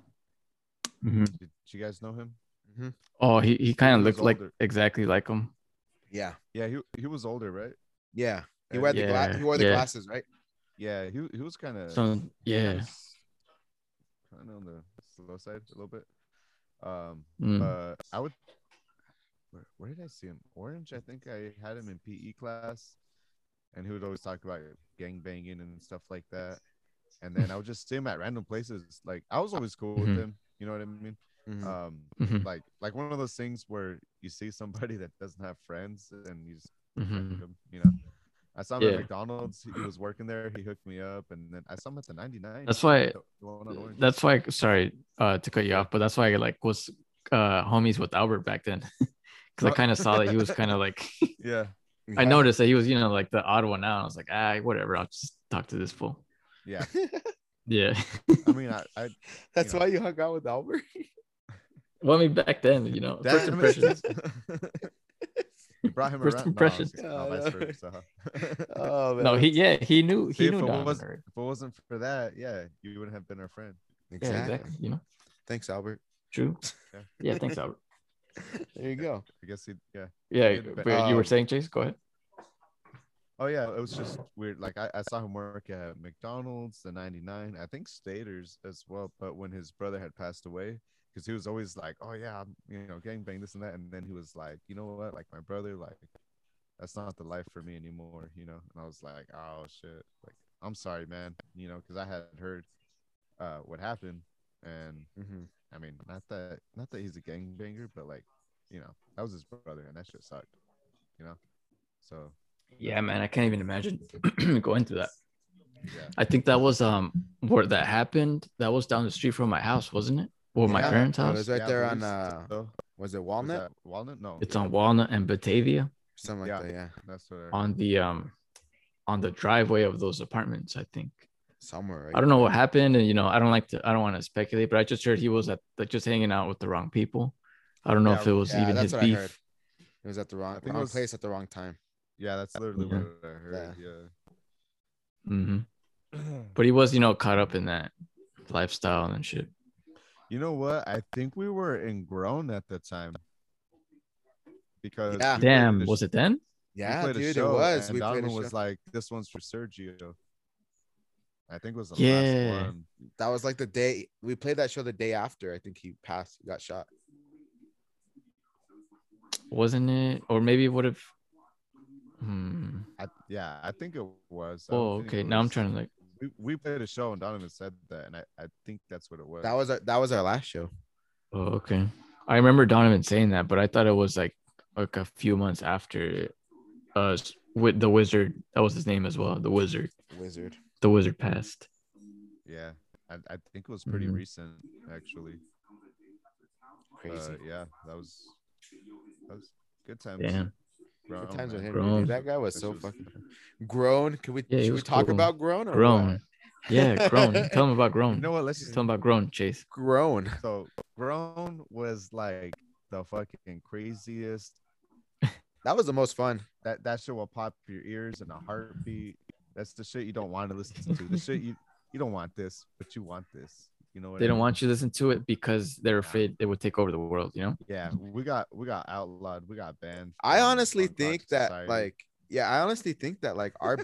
S2: Mhm.
S3: Did, did you guys know him?
S2: Oh, he, he kind
S3: He
S2: of
S3: was
S2: looked like
S3: older.
S2: exactly like him.
S1: Yeah.
S3: Yeah, he he was older, right?
S1: Yeah. He
S3: Uh,
S1: wore the gla-
S2: Yeah,
S1: he wore the
S2: yeah.
S1: glasses, right?
S3: Yeah, he he was kind of
S2: So yeah.
S3: kind of on the slow side a little bit. Um,
S2: Mm.
S3: Uh, I would. Where, where did I see him? Orange. I think I had him in PE class, and he would always talk about gang banging and stuff like that. And then I would just see him at random places. Like I was always cool with
S2: Mhm.
S3: him. You know what I mean?
S1: Mhm.
S3: um
S2: Mhm.
S3: like like one of those things where you see somebody that doesn't have friends and you just
S2: Mhm.
S3: friend him, you know i saw him
S2: Yeah.
S3: at mcdonald's he was working there he hooked me up and then i saw him at the 99
S2: That's why.
S3: the- the one on Orange.
S2: That's why. Sorry uh, to cut you off, but that's why I like was uh, homies with Albert back then, because I
S3: Oh.
S2: kind of saw that he was kind of like.
S3: yeah
S2: I noticed that he was, you know, like the odd one out. I was like, ah, whatever. I'll just talk to this fool.
S3: yeah
S2: Yeah.
S3: i mean i, I
S1: That's
S3: you know.
S1: why you hung out with Albert.
S2: Well, I mean, back then, you know,
S3: That-
S2: first
S3: I mean, that's
S2: impressions.
S3: just- you brought him
S2: First
S3: around no, I was
S2: impressions.
S3: kidding. No,
S1: Yeah, I
S3: vice
S1: know.
S3: versa.
S1: Oh man.
S2: No, he, yeah, he knew,
S3: See,
S2: he
S3: if
S2: knew
S3: it
S2: Don.
S3: was-
S2: or-
S3: if it wasn't for that yeah you wouldn't have been our friend
S2: Yeah,
S1: exactly.
S2: exactly. You know,
S1: Thanks, Albert.
S2: true.
S3: Yeah.
S2: Yeah, thanks, Albert.
S1: There you go.
S3: i guess he yeah
S2: Yeah,
S3: Good, but,
S2: but you were
S3: um,
S2: saying, Chase, go ahead.
S3: Oh yeah, it was just weird. Like I, I saw him work at McDonald's, the 99, I think Staters as well. But when his brother had passed away, because he was always like, "Oh yeah, I'm, you know, gangbang this and that," and then he was like, "You know what? Like my brother, like that's not the life for me anymore." You know, and I was like, "Oh shit! Like I'm sorry, man. You know, because I had heard uh, what happened, and
S1: Mhm.
S3: I mean, not that not that he's a gangbanger, but like, you know, that was his brother, and that shit sucked. You know, so
S2: Yeah, man, I can't even imagine going through that.
S3: yeah."
S2: I think that was um where that happened. That was down the street from my house, wasn't it? Or my
S1: Yeah,
S2: parents'
S1: it
S2: house.
S1: was right
S3: Yeah, I
S1: there on
S3: believe
S1: uh
S3: so.
S1: was it
S3: Was
S1: Walnut?
S3: that Walnut? No.
S2: It's on Walnut and Batavia
S1: Something like
S3: Yeah.
S1: that, yeah.
S3: That's what I
S2: on the um on the driveway of those apartments, I think.
S1: Somewhere, right?
S2: I don't know what happened, and you know, I don't like to, I don't want to speculate, but I just heard he was at like just hanging out with the wrong people. I don't know
S3: Yeah,
S2: if it was
S1: yeah,
S2: even
S1: that's
S2: his
S1: what I heard.
S2: beef.
S1: It was at the wrong,
S3: I think it
S1: wrong
S3: was-
S1: place at the wrong time.
S3: Yeah, that's literally
S2: Yeah.
S3: what I heard. Yeah.
S2: hmm But he was, you know, caught up in that lifestyle and shit.
S3: You know what? I think we were in grown at the time. Because
S1: Yeah.
S3: we played
S2: Damn,
S3: a
S2: was
S3: sh-
S2: it then?
S3: we
S1: Yeah,
S3: played a
S1: dude, it
S3: show,
S1: was.
S3: And
S1: We played a
S3: Donovan
S1: show.
S3: was like, "This one's for Sergio." I think it was the
S2: Yeah.
S3: last one.
S1: that was like the day we played that show. The day after, I think he passed, got shot.
S2: Wasn't it? Or maybe it would have. Hmm.
S3: I, yeah, I think it was. I don't
S2: Oh,
S3: think
S2: okay.
S3: it
S2: Now I'm
S3: was-
S2: trying to like.
S3: We, we played a show and Donovan said that, and I, I think that's what it was.
S1: That was our, that was our last show.
S2: Oh, okay. I remember Donovan saying that, but I thought it was like like a few months after, uh, with the wizard. That was his name as well. The wizard.
S1: Wizard.
S2: The wizard passed.
S3: yeah. I, I think it was pretty
S2: Mhm.
S3: recent actually.
S1: Crazy.
S3: But yeah, that was that was good times.
S2: Damn. Oh
S3: Grown,
S1: Good times with
S3: man.
S1: him.
S2: Grown.
S1: Dude. That guy was
S3: This
S1: so
S3: was-
S1: fucking grown. Can we
S2: Yeah, he
S1: should we
S2: was
S1: talk
S2: cool.
S1: about grown
S3: Oh,
S1: or
S2: Grown.
S1: what?
S2: Yeah, grown. Tell him about grown.
S3: You know what? Let's just
S2: Tell him about grown, Chase.
S1: grown?
S3: so grown was like the fucking craziest.
S1: That was the most fun.
S3: That that shit will pop your ears in a heartbeat. That's the shit you don't want to listen to. The shit you you don't want this, but you want this. You know what
S2: They
S3: I
S2: don't
S3: mean?
S2: want you to listen to it because they're afraid it would take over the world, you know?
S3: Yeah, we got we got outlawed. We got banned.
S1: I
S3: from
S1: honestly
S3: Punk Rock
S1: think that
S3: Society.
S1: like yeah, I honestly think that like our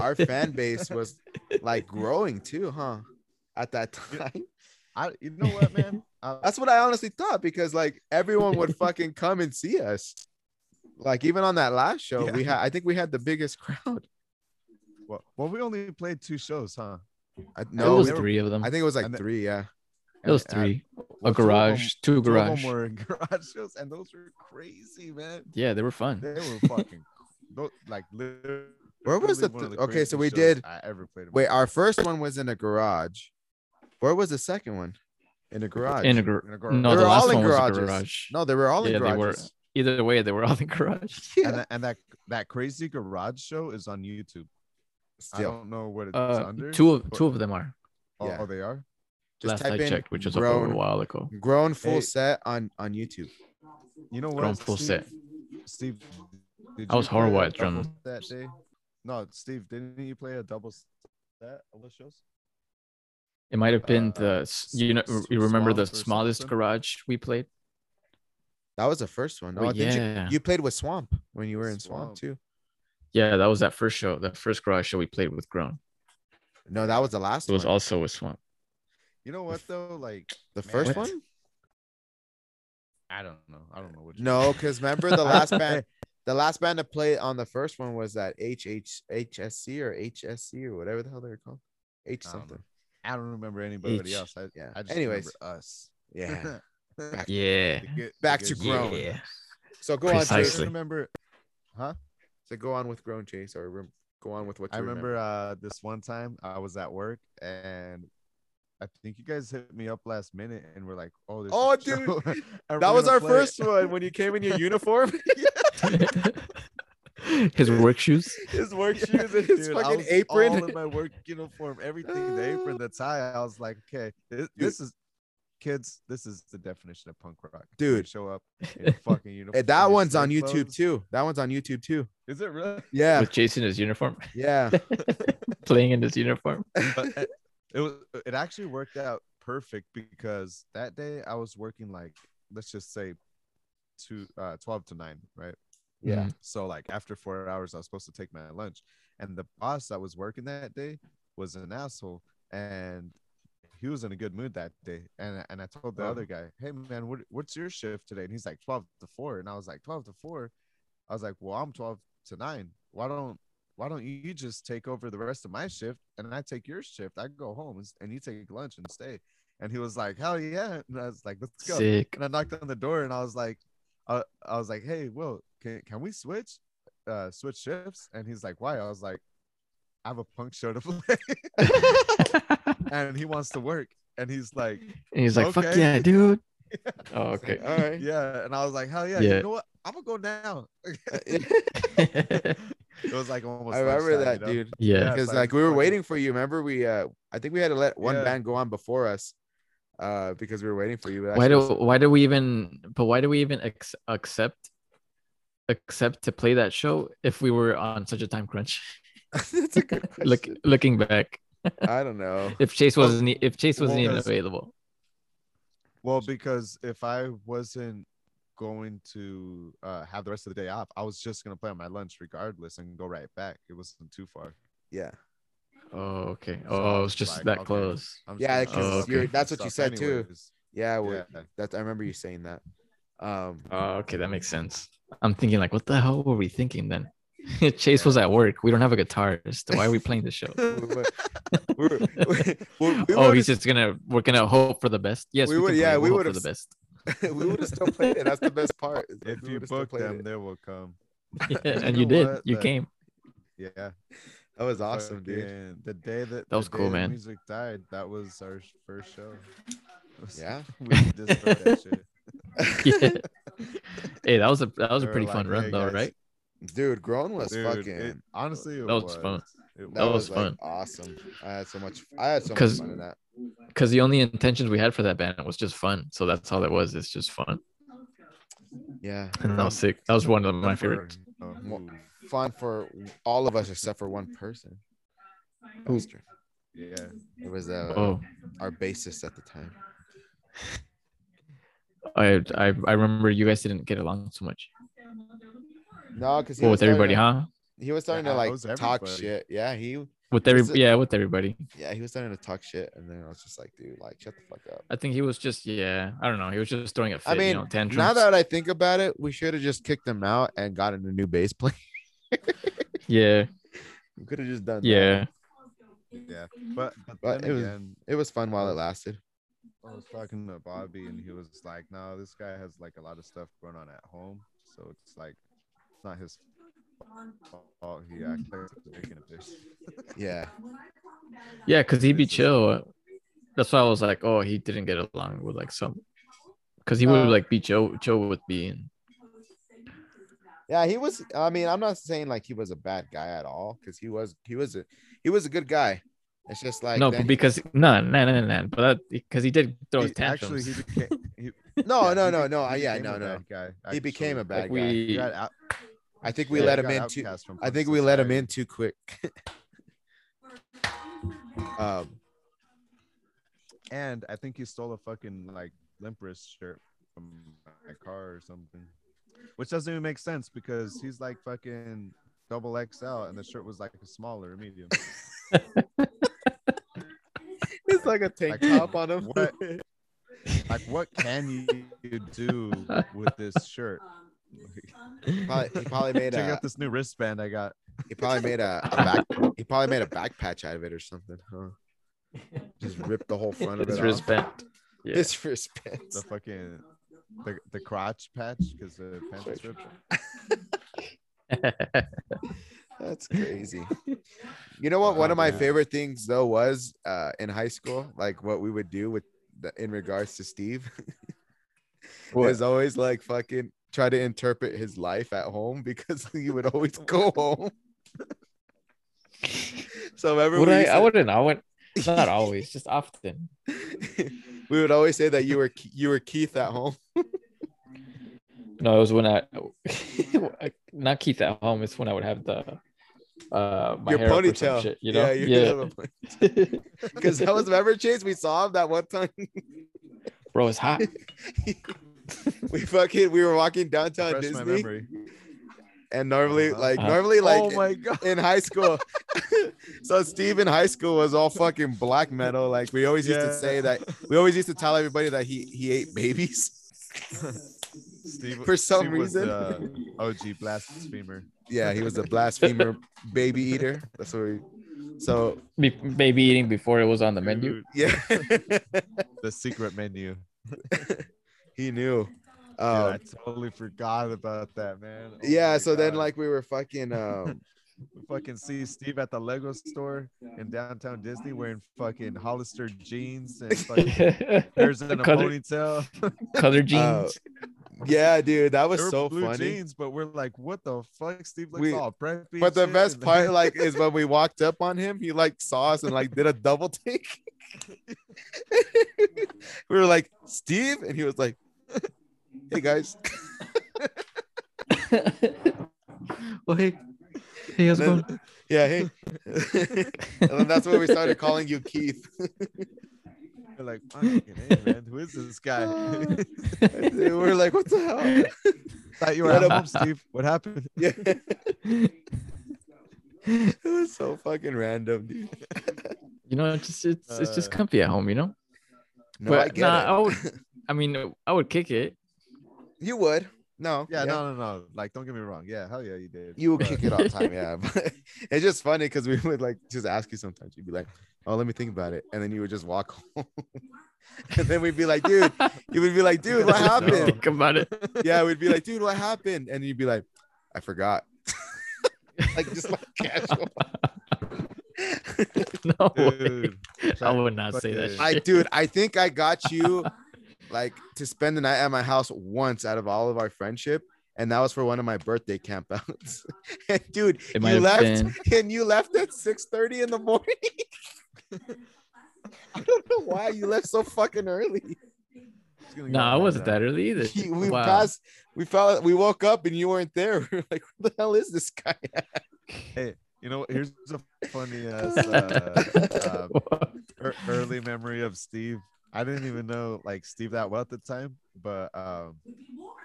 S1: our fan base was like growing too, huh? At that time.
S3: I you know what man. I,
S1: That's what I honestly thought because like everyone would fucking come and see us. Like even on that last show, we had I think we had the biggest crowd.
S3: well, well, we only played two shows, huh?
S1: I,
S2: it
S1: no,
S2: was
S1: we were-
S2: three of them.
S1: I think it was like
S3: And the-
S1: three. Yeah,
S2: it was
S3: And- and-
S2: three.
S3: well,
S2: a
S3: two of them-
S2: garage, two
S3: two of them
S2: garage.
S3: were in garage shows, and those were crazy, man.
S2: yeah, they were
S3: They
S2: fun.
S3: were fucking tho- like literally.
S1: Where was the
S3: one of
S1: th- okay, so
S3: craziest
S1: we
S3: shows
S1: did-
S3: I ever played. in my
S1: wait,
S2: uh,
S3: life.
S1: our first one was in a garage. Where was the second one? In a garage.
S2: In a, gar-
S3: In a garage.
S2: no,
S1: They
S2: the
S1: were
S2: last
S1: all in
S2: one was a
S1: garages.
S2: garage.
S1: no, they were all in
S2: yeah, they were.
S1: garages.
S2: Either way, they were all in garage.
S1: Yeah.
S3: and, that, and that that crazy garage show is on YouTube. I
S1: Still,
S3: don't know what it's
S2: Uh,
S3: under.
S2: two of
S3: but-
S2: two of them are.
S3: Oh,
S1: yeah.
S3: oh, they are.
S1: just
S2: last
S1: type
S2: I
S1: in
S2: checked, which was over a
S1: grown,
S2: while ago.
S1: grown full
S3: Hey.
S1: set on on YouTube.
S3: You know what?
S2: Grown full set.
S3: Steve, did
S2: I was
S3: you play a
S2: horrible at
S3: double
S2: drum.
S3: that day. No, Steve, didn't you play a double set of those shows?
S2: It might have been
S3: Uh,
S2: the s- you know
S3: s-
S2: you remember the
S3: swamp or
S2: smallest
S3: something?
S2: garage we played.
S1: That was the first one.
S2: Wait,
S1: Oh, didn't you,
S2: yeah.
S1: you played with Swamp when you were in Swamp
S3: Swamp.
S1: too.
S2: Yeah, that was that first show, that first garage show we played with Grown.
S1: No, that was the last
S2: It was
S1: one.
S2: also with Swamp.
S3: You know what though? Like
S1: the
S3: Man,
S1: first
S2: what?
S1: one?
S3: I don't know. I don't know what.
S1: No, because remember the last band, the last band to play on the first one was that HH HSC or HSC or whatever the hell they were called. H
S3: I don't know.
S1: something.
S3: I don't remember anybody
S2: Each.
S3: else. I,
S1: Yeah.
S3: I just
S1: Anyways,
S3: remember us.
S1: yeah. back,
S2: Yeah.
S1: to get- back to
S3: Yeah.
S1: grown.
S2: Yeah.
S1: So go on, Chase.
S2: Precisely.
S3: I remember, huh?
S1: So go on with grown, Chase, or rem- go on with what you
S3: I remember uh, this one time I was at work and I think you guys hit me up last minute and we're like, oh, this
S1: Oh,
S3: is a show,
S1: dude,
S3: and
S1: That
S3: we're
S1: was
S3: gonna
S1: our
S3: play it."
S1: first one when you came in your uniform,
S2: His work shoes.
S1: his work shoes and his
S3: Dude, I
S1: fucking
S3: was
S1: apron.
S3: all in my work uniform, everything, the apron, the tie. I was like, okay, this, this is kids. This is the definition of punk rock, You
S1: Dude.
S3: Show up in fucking uniform.
S1: Hey, that one's on YouTube too. That one's on YouTube too.
S3: Is it really?
S1: Yeah,
S2: With Jason in his uniform,
S1: yeah.
S2: playing in his uniform.
S3: But it- it was. It actually worked out perfect because that day I was working like, let's just say, two, uh, twelve to nine, right?
S1: Yeah.
S2: Mhm.
S3: So like after four hours, I was supposed to take my lunch, and the boss that was working that day was an asshole, and he was in a good mood that day. And and I told the
S1: Oh.
S3: other guy, "Hey man, what, what's your shift today?" And he's like, "12 to 4. and I was like, "12 to 4? I was like, "Well, I'm 12 to nine. Why don't why don't you just take over the rest of my shift and I take your shift? I go home and- and you take lunch and stay." And he was like, "Hell yeah!" And I was like, "Let's go."
S2: Sick.
S3: and I knocked on the door and I was like, uh, I was like, hey, Will, can, can we switch, uh, switch shifts? And he's like, why? I was like, I have a punk show to play
S2: and
S3: and he wants to work. And he's like,
S2: he's like, "Fuck
S3: Okay.
S2: yeah, dude." Oh,
S1: It's like,
S2: okay.
S1: All right.
S3: yeah. And I was like, hell yeah,
S2: Yeah.
S3: you know what? I'm gonna go now.
S1: oh.
S3: it was like almost.
S1: I remember that,
S3: lunchtime, you know?
S1: dude.
S2: yeah.
S1: Because
S3: so I
S1: like
S3: just
S1: we were
S3: fucking-
S1: waiting for you. Remember, we uh, I think we had to let one
S3: Yeah.
S1: band go on before us, uh, because we were waiting for you. but that
S2: Why
S1: shit
S2: do
S1: was-
S2: why do we even but why do we even ex- accept accept to play that show if we were on such a time crunch?
S1: That's a good question.
S2: Look looking back,
S1: I don't know.
S2: if Chase wasn't e- if Chase wasn't
S3: well,
S2: even
S3: that's-
S2: available,
S3: Well, because if I wasn't going to uh, have the rest of the day off, I was just gonna play on my lunch regardless and go right back. It wasn't too far.
S1: Yeah.
S2: oh okay,
S3: So I
S2: oh it
S3: was
S2: was just
S3: like,
S2: that
S3: okay.
S2: close.
S3: I'm
S1: Yeah,
S3: gonna
S2: 'cause
S3: go
S2: you're-
S3: and
S1: that's what you
S3: stuff
S1: said, too.
S3: anyways.
S1: Yeah. we
S3: Yeah.
S1: That's I remember you saying that. Um.
S2: Oh okay, that makes sense. I'm thinking like, what the hell were we thinking then? Chase was at work. We don't have a guitarist. Why are we playing the show?
S1: we were- we were- we- we- we
S2: oh,
S1: would've-
S2: he's just gonna we're gonna hope for the best. Yes,
S1: We
S2: we,
S1: would-
S2: can play.
S1: yeah, we
S2: We'll hope for
S1: would've
S2: the best.
S1: we would have still played it. That's the best part. is that
S3: If
S1: we
S3: you
S1: would've still
S3: book
S1: played
S3: them,
S1: it.
S3: they will come.
S2: Yeah,
S3: You
S2: and you
S3: know
S2: did.
S3: what?
S2: You
S3: The-
S2: came.
S3: Yeah,
S1: that was awesome, dude.
S3: fucking- The day that
S2: That was
S3: the day
S2: cool,
S3: the
S2: man.
S3: Music died. That was our sh- first show.
S1: Yeah.
S3: we destroyed that shit.
S2: yeah. Hey, that was a that was a
S3: They were
S2: pretty fun
S3: like,
S2: run
S3: "Hey,
S2: though,
S3: guys,
S2: right?
S1: Dude, grown was
S3: Dude,
S1: fucking.
S3: it- honestly, it
S2: That was fun.
S3: It
S2: That was
S1: like,
S2: fun.
S1: awesome. I had so much. I had so much
S2: 'Cause-
S1: fun in that.
S2: Because the only intentions we had for that band was just fun. So that's all it was. It's just fun,
S1: Yeah.
S2: and that was sick. That was one of my favorites.
S3: Oh,
S1: Mo-
S3: ooh,
S1: Fun for all of us except for one person.
S2: Who?
S1: Bastard.
S3: yeah.
S1: It was uh,
S2: Oh,
S1: our bassist at the time.
S2: I I I remember you guys didn't get along so much.
S1: No, because
S2: Well, with everybody,
S1: to,
S2: huh?
S1: He was starting
S3: Yeah,
S1: to
S3: that
S1: like
S3: was
S1: talk
S3: everybody.
S1: shit. Yeah, he
S2: With every
S1: Is it-
S2: yeah, with everybody.
S1: yeah he was starting to talk shit, and then I was just like, dude, like shut the fuck up.
S2: I think he was just yeah. I don't know. He was just throwing a fit.
S1: I mean,
S2: you know, tantrums.
S1: now that I think about it, we should have just kicked him out and gotten a new bass player.
S2: yeah,
S1: we could have just done. that.
S2: yeah.
S3: Yeah, but but,
S1: But
S3: then
S1: it was-
S3: again,
S1: it was fun while it lasted.
S3: I was talking to Bobby, and he was like, "No, this guy has like a lot of stuff going on at home, so it's like it's not his fault. He acted like he was making a bitch."
S1: Yeah,
S2: Yeah, because he'd be
S3: It's just-
S2: chill. That's why I was like, oh, he didn't get along with like some, because he would
S1: Uh,
S2: like be chill, chill with me. And
S1: yeah. He was. I mean, I'm not saying like he was a bad guy at all, because he was. He was a. He was a good guy. It's just like
S2: no,
S1: then
S2: but
S1: he-
S2: because no, no, no, no, but because he did throw his
S3: He- actually,
S2: tantrums.
S3: he became. He,
S1: no,
S3: yeah,
S1: no,
S3: he
S1: no, no.
S3: be- he
S1: I yeah,
S3: became
S1: no,
S3: a
S1: no.
S3: bad guy,
S1: He became
S3: actually.
S1: a bad
S2: like
S1: guy.
S3: He
S2: we,
S3: got out-
S1: I think we
S3: yeah,
S1: let
S3: he
S1: him
S3: got
S1: in too.
S3: outcast from
S1: I
S3: punk
S1: think we let him
S3: society.
S1: in too quick. um,
S3: And I think he stole a fucking like limp wrist shirt from my car or something, which doesn't even make sense because he's like fucking double XL and the shirt was like a smaller medium.
S1: it's like a tank
S3: Like,
S1: top on him.
S3: what? like, what can you do with this shirt?
S1: Probably, he probably made
S3: Check
S1: a.
S3: out this new wristband I got.
S1: He probably made a, a back. He probably made a back patch out of it or something, huh? Just ripped the whole front of
S2: his
S1: it. off.
S2: wristband.
S4: Yeah.
S1: This for Spence.
S3: The fucking the, the crotch patch because the pants are ripped.
S1: That's crazy. You know what? One
S3: Oh,
S1: of my
S3: man.
S1: favorite things though was uh, in high school, like what we would do with the, in regards to Steve
S5: What?
S1: is always like fucking try to interpret his life at home because he would always go home. so remember
S2: Would
S1: we
S2: I?
S1: used
S2: I
S1: to-
S2: wouldn't. I would not always, just often.
S1: we would always say that you were you were Keith at home.
S2: No, it was when I, not Keith at home. It's when I would have the, uh, my
S1: your
S2: hair up or some
S1: ponytail.
S2: shit, you know,
S1: Yeah, Because that was remember Chase, we saw him that one time.
S2: bro, it's hot.
S1: We fucking we were walking downtown
S3: Refresh my
S1: Disney,
S3: memory.
S1: and normally
S3: Uh-huh.
S1: like
S2: Uh-huh.
S1: normally like
S3: oh my god.
S1: in high school. so Steve in high school was all fucking black metal. Like we always used to say that we always used to tell everybody that he he ate babies.
S3: Steve,
S1: For some
S3: Steve was
S1: reason.
S3: the OG blasphemer.
S1: Yeah, he was a blasphemer baby eater. That's what we so
S2: Be- baby eating before it was on the menu.
S3: Dude,
S1: yeah.
S3: The secret menu.
S1: he knew.
S3: Dude,
S1: Um,
S3: I totally forgot about that, man. Oh
S1: yeah,
S3: my
S1: so then
S3: God.
S1: like we were fucking um
S3: We fucking see Steve at the Lego store in downtown Disney wearing fucking Hollister jeans and fucking hairs in a
S2: color,
S3: ponytail.
S2: color
S1: Oh,
S2: jeans.
S1: yeah, dude, that
S3: They
S1: was
S3: were
S1: so
S3: blue
S1: funny.
S3: jeans, but we're like, what the fuck? Steve looks
S1: We-
S3: all preppy. and
S1: But the
S3: shit,
S1: best
S3: and
S1: part, like, is when we walked up on him, he like saw us and like did a double take. we were like, Steve, and he was like, Hey guys,
S2: well, hey, hey, how's it
S1: Then-
S2: going?
S1: yeah, hey. and then that's when we started calling you Keith.
S3: we're like, fucking hey, man, who is this guy?
S1: And we were like, What the hell?
S3: Thought you were
S1: What
S3: at
S1: a-
S3: home, Steve. What happened?
S1: Yeah. it was so fucking random, dude.
S2: You know, it's just it's, it's just
S3: Uh,
S2: comfy at home, you know.
S1: No, I
S2: but
S1: get
S2: nah,
S1: it.
S2: oh. I would. I mean, I would kick it.
S1: You would. No.
S3: Yeah, no, no, no. Like, don't get me wrong. Yeah, hell yeah, you did.
S1: You would
S3: But-
S1: kick it all the time, yeah. But it's just funny because we would like just ask you sometimes. You'd be like, "Oh, let me think about it," and then you would just walk home. and then we'd be like, "Dude," you would be like, "Dude, what happened?"
S2: Think about it.
S1: Yeah, we'd be like, "Dude, what happened?" And you'd be like, "I forgot." like just like casual.
S2: No, way.
S3: Dude,
S2: I would not say that.
S3: fucking-
S1: I,
S2: shit.
S1: dude, I think I got you like to spend the night at my house once out of all of our friendship. And that was for one of my birthday campouts. and dude,
S2: It might
S1: you
S2: have
S1: left
S2: been.
S1: and you left at 6 30 in the morning. I don't know why you left so fucking early.
S3: it's gonna
S2: No,
S3: go
S2: I
S3: down
S2: wasn't
S3: now.
S2: that early either.
S1: He- we
S2: Wow.
S1: passed, we fell, we woke up and you weren't there. We were like, what the hell is this guy?
S3: You know, what? here's a funny ass uh, uh, ear- early memory of Steve. I didn't even know like Steve that well at the time, but um,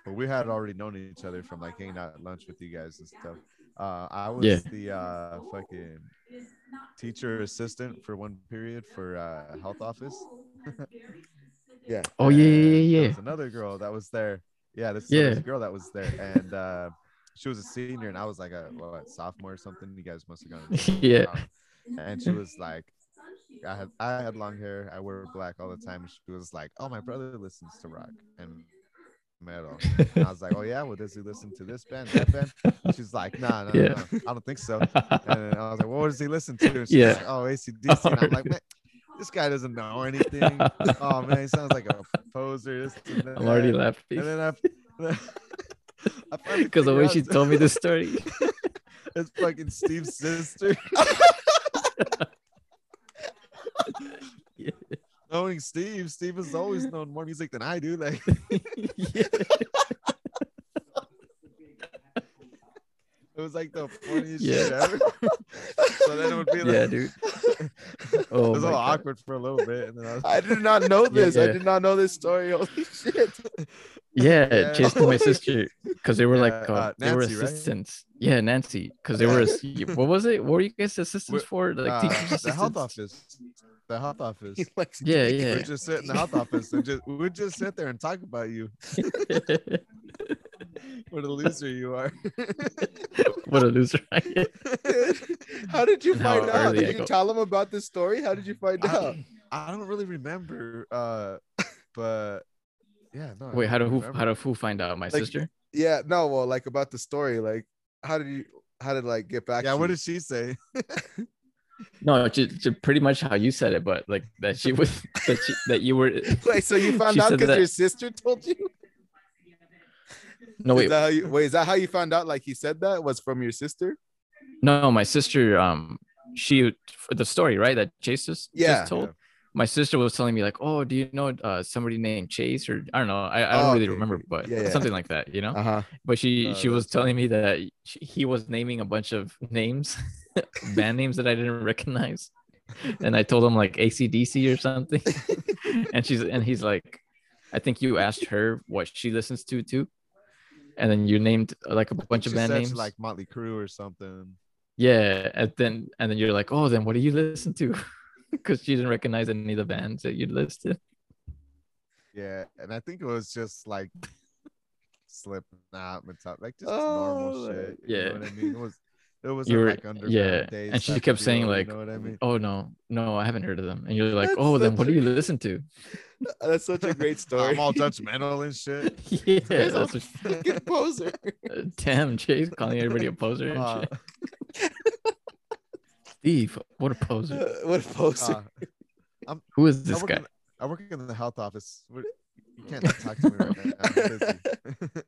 S3: but we had already known each other from like hanging out at lunch with you guys and stuff. Uh, I was
S2: Yeah.
S3: the uh, fucking teacher assistant for one period for uh, health office.
S2: Oh yeah,
S3: and
S2: yeah,
S3: there
S2: yeah.
S3: was another girl that was there. Yeah, this
S2: Yeah.
S3: yeah. girl that was there, and uh, she was a senior, and I was like a what, sophomore or something. You guys must have gone. to
S2: yeah. yeah.
S3: Um, and she was like i had i had long hair i wore black all the time and she was like oh my brother listens to rock and metal and i was like oh yeah well does he listen to this band that band And she's like nah, no no,
S2: Yeah.
S3: no i don't think so and i was like well, what does he listen to and she's
S2: Yeah.
S3: like, oh acdc and i'm like man this guy doesn't know anything oh man he sounds like a poser this and
S2: I'm already
S3: that. and
S2: laughing
S3: then i I finally
S2: because the
S3: figured
S2: way
S3: out
S2: she told me the story.
S3: it's fucking Steve's sister.
S2: Yeah.
S3: Knowing Steve, Steve has always known more music than I do. Like,
S2: yeah.
S3: it was like the funniest shit
S2: Yeah.
S3: ever. so then it would be like,
S2: yeah, dude.
S3: it
S2: Oh,
S3: was
S2: my
S3: all
S2: God.
S3: awkward for a little bit. And then I was,
S1: I did not know this. I
S2: yeah.
S1: did not know this story. Holy shit.
S2: yeah,
S3: Yeah.
S2: Chase told my sister because they were like uh,
S3: Yeah, uh,
S2: they were
S3: Nancy, right?
S2: assistants. Yeah, Nancy, because they were ass- what was it? What were you guys assistants for? Like
S3: uh,
S2: teachers
S3: the health
S2: assistants.
S3: office. The health office.
S1: He likes to
S2: Yeah,
S1: make
S2: yeah.
S3: We would just sit in the health office and just we would just sit there and talk about you. What a loser you are.
S2: what a loser! I am.
S1: Dude, How did you
S2: How
S1: find out?
S2: early I
S1: Did you
S2: go.
S1: tell him about this story? How did you find
S3: I-
S1: out?
S3: I don't really remember. Uh, but yeah, no. I
S2: Wait, how do
S3: don't
S2: who
S3: remember.
S2: how do who find out? My
S1: Like-
S2: sister.
S1: Yeah, no, well, like about the story, like how did you how did like get back?
S3: Yeah,
S1: to
S3: what
S1: you?
S3: did she say?
S2: No, ju- ju- pretty much how you said it, but like that she was that she, that you were.
S1: Wait, so you found
S2: she
S1: out
S2: said
S1: because
S2: that-
S1: your sister told you?
S2: No
S1: Is
S2: wait,
S1: that how you? Wait, is that how you found out? Like he said that was from your sister?
S2: no, my sister. Um, she for the story right that Chase just just
S1: Yeah.
S2: told. My sister was telling me like, oh, do you know uh somebody named Chase or I don't know, I, I don't
S1: Oh,
S2: really
S1: okay,
S2: remember,
S1: okay.
S2: but
S1: Yeah, yeah.
S2: something like that, you know.
S1: Uh huh.
S2: but she
S3: Oh,
S2: she was telling me that she, he was naming a bunch of names band names that i didn't recognize and i told him like acdc or something and she's and he's like i think you asked her what she listens to too and then you named uh, like a bunch of
S3: She
S2: band
S3: said she
S2: names
S3: like Motley Crue or something.
S2: yeah and then and then you're like oh then what do you listen to because she didn't recognize any of the bands that you listed
S3: Yeah, and I think it was just like Slipknot, Metallica, like just
S1: Oh,
S3: normal shit. you know
S2: yeah.
S3: what I mean, it was it was
S2: You were-
S3: like underground
S2: yeah,
S3: days
S2: and she
S3: type of
S2: kept saying,
S3: deal,
S2: like,
S3: you know what I mean?
S2: oh no no i haven't heard of them and you're like
S1: That's
S2: oh then
S1: such
S2: what
S1: a-
S2: do you listen to
S1: That's such a great story.
S3: I'm all judgmental and shit.
S2: yeah that's what-
S1: Fucking poser.
S2: Uh, Damn, Jay's calling everybody a poser. and
S3: Uh,
S2: shit. Steve, what a poser.
S1: what a poser.
S3: uh,
S2: Who is
S3: I
S2: this
S3: work
S2: guy?
S3: in- I work in the health office. We're- you can't talk to me right now. I'm busy.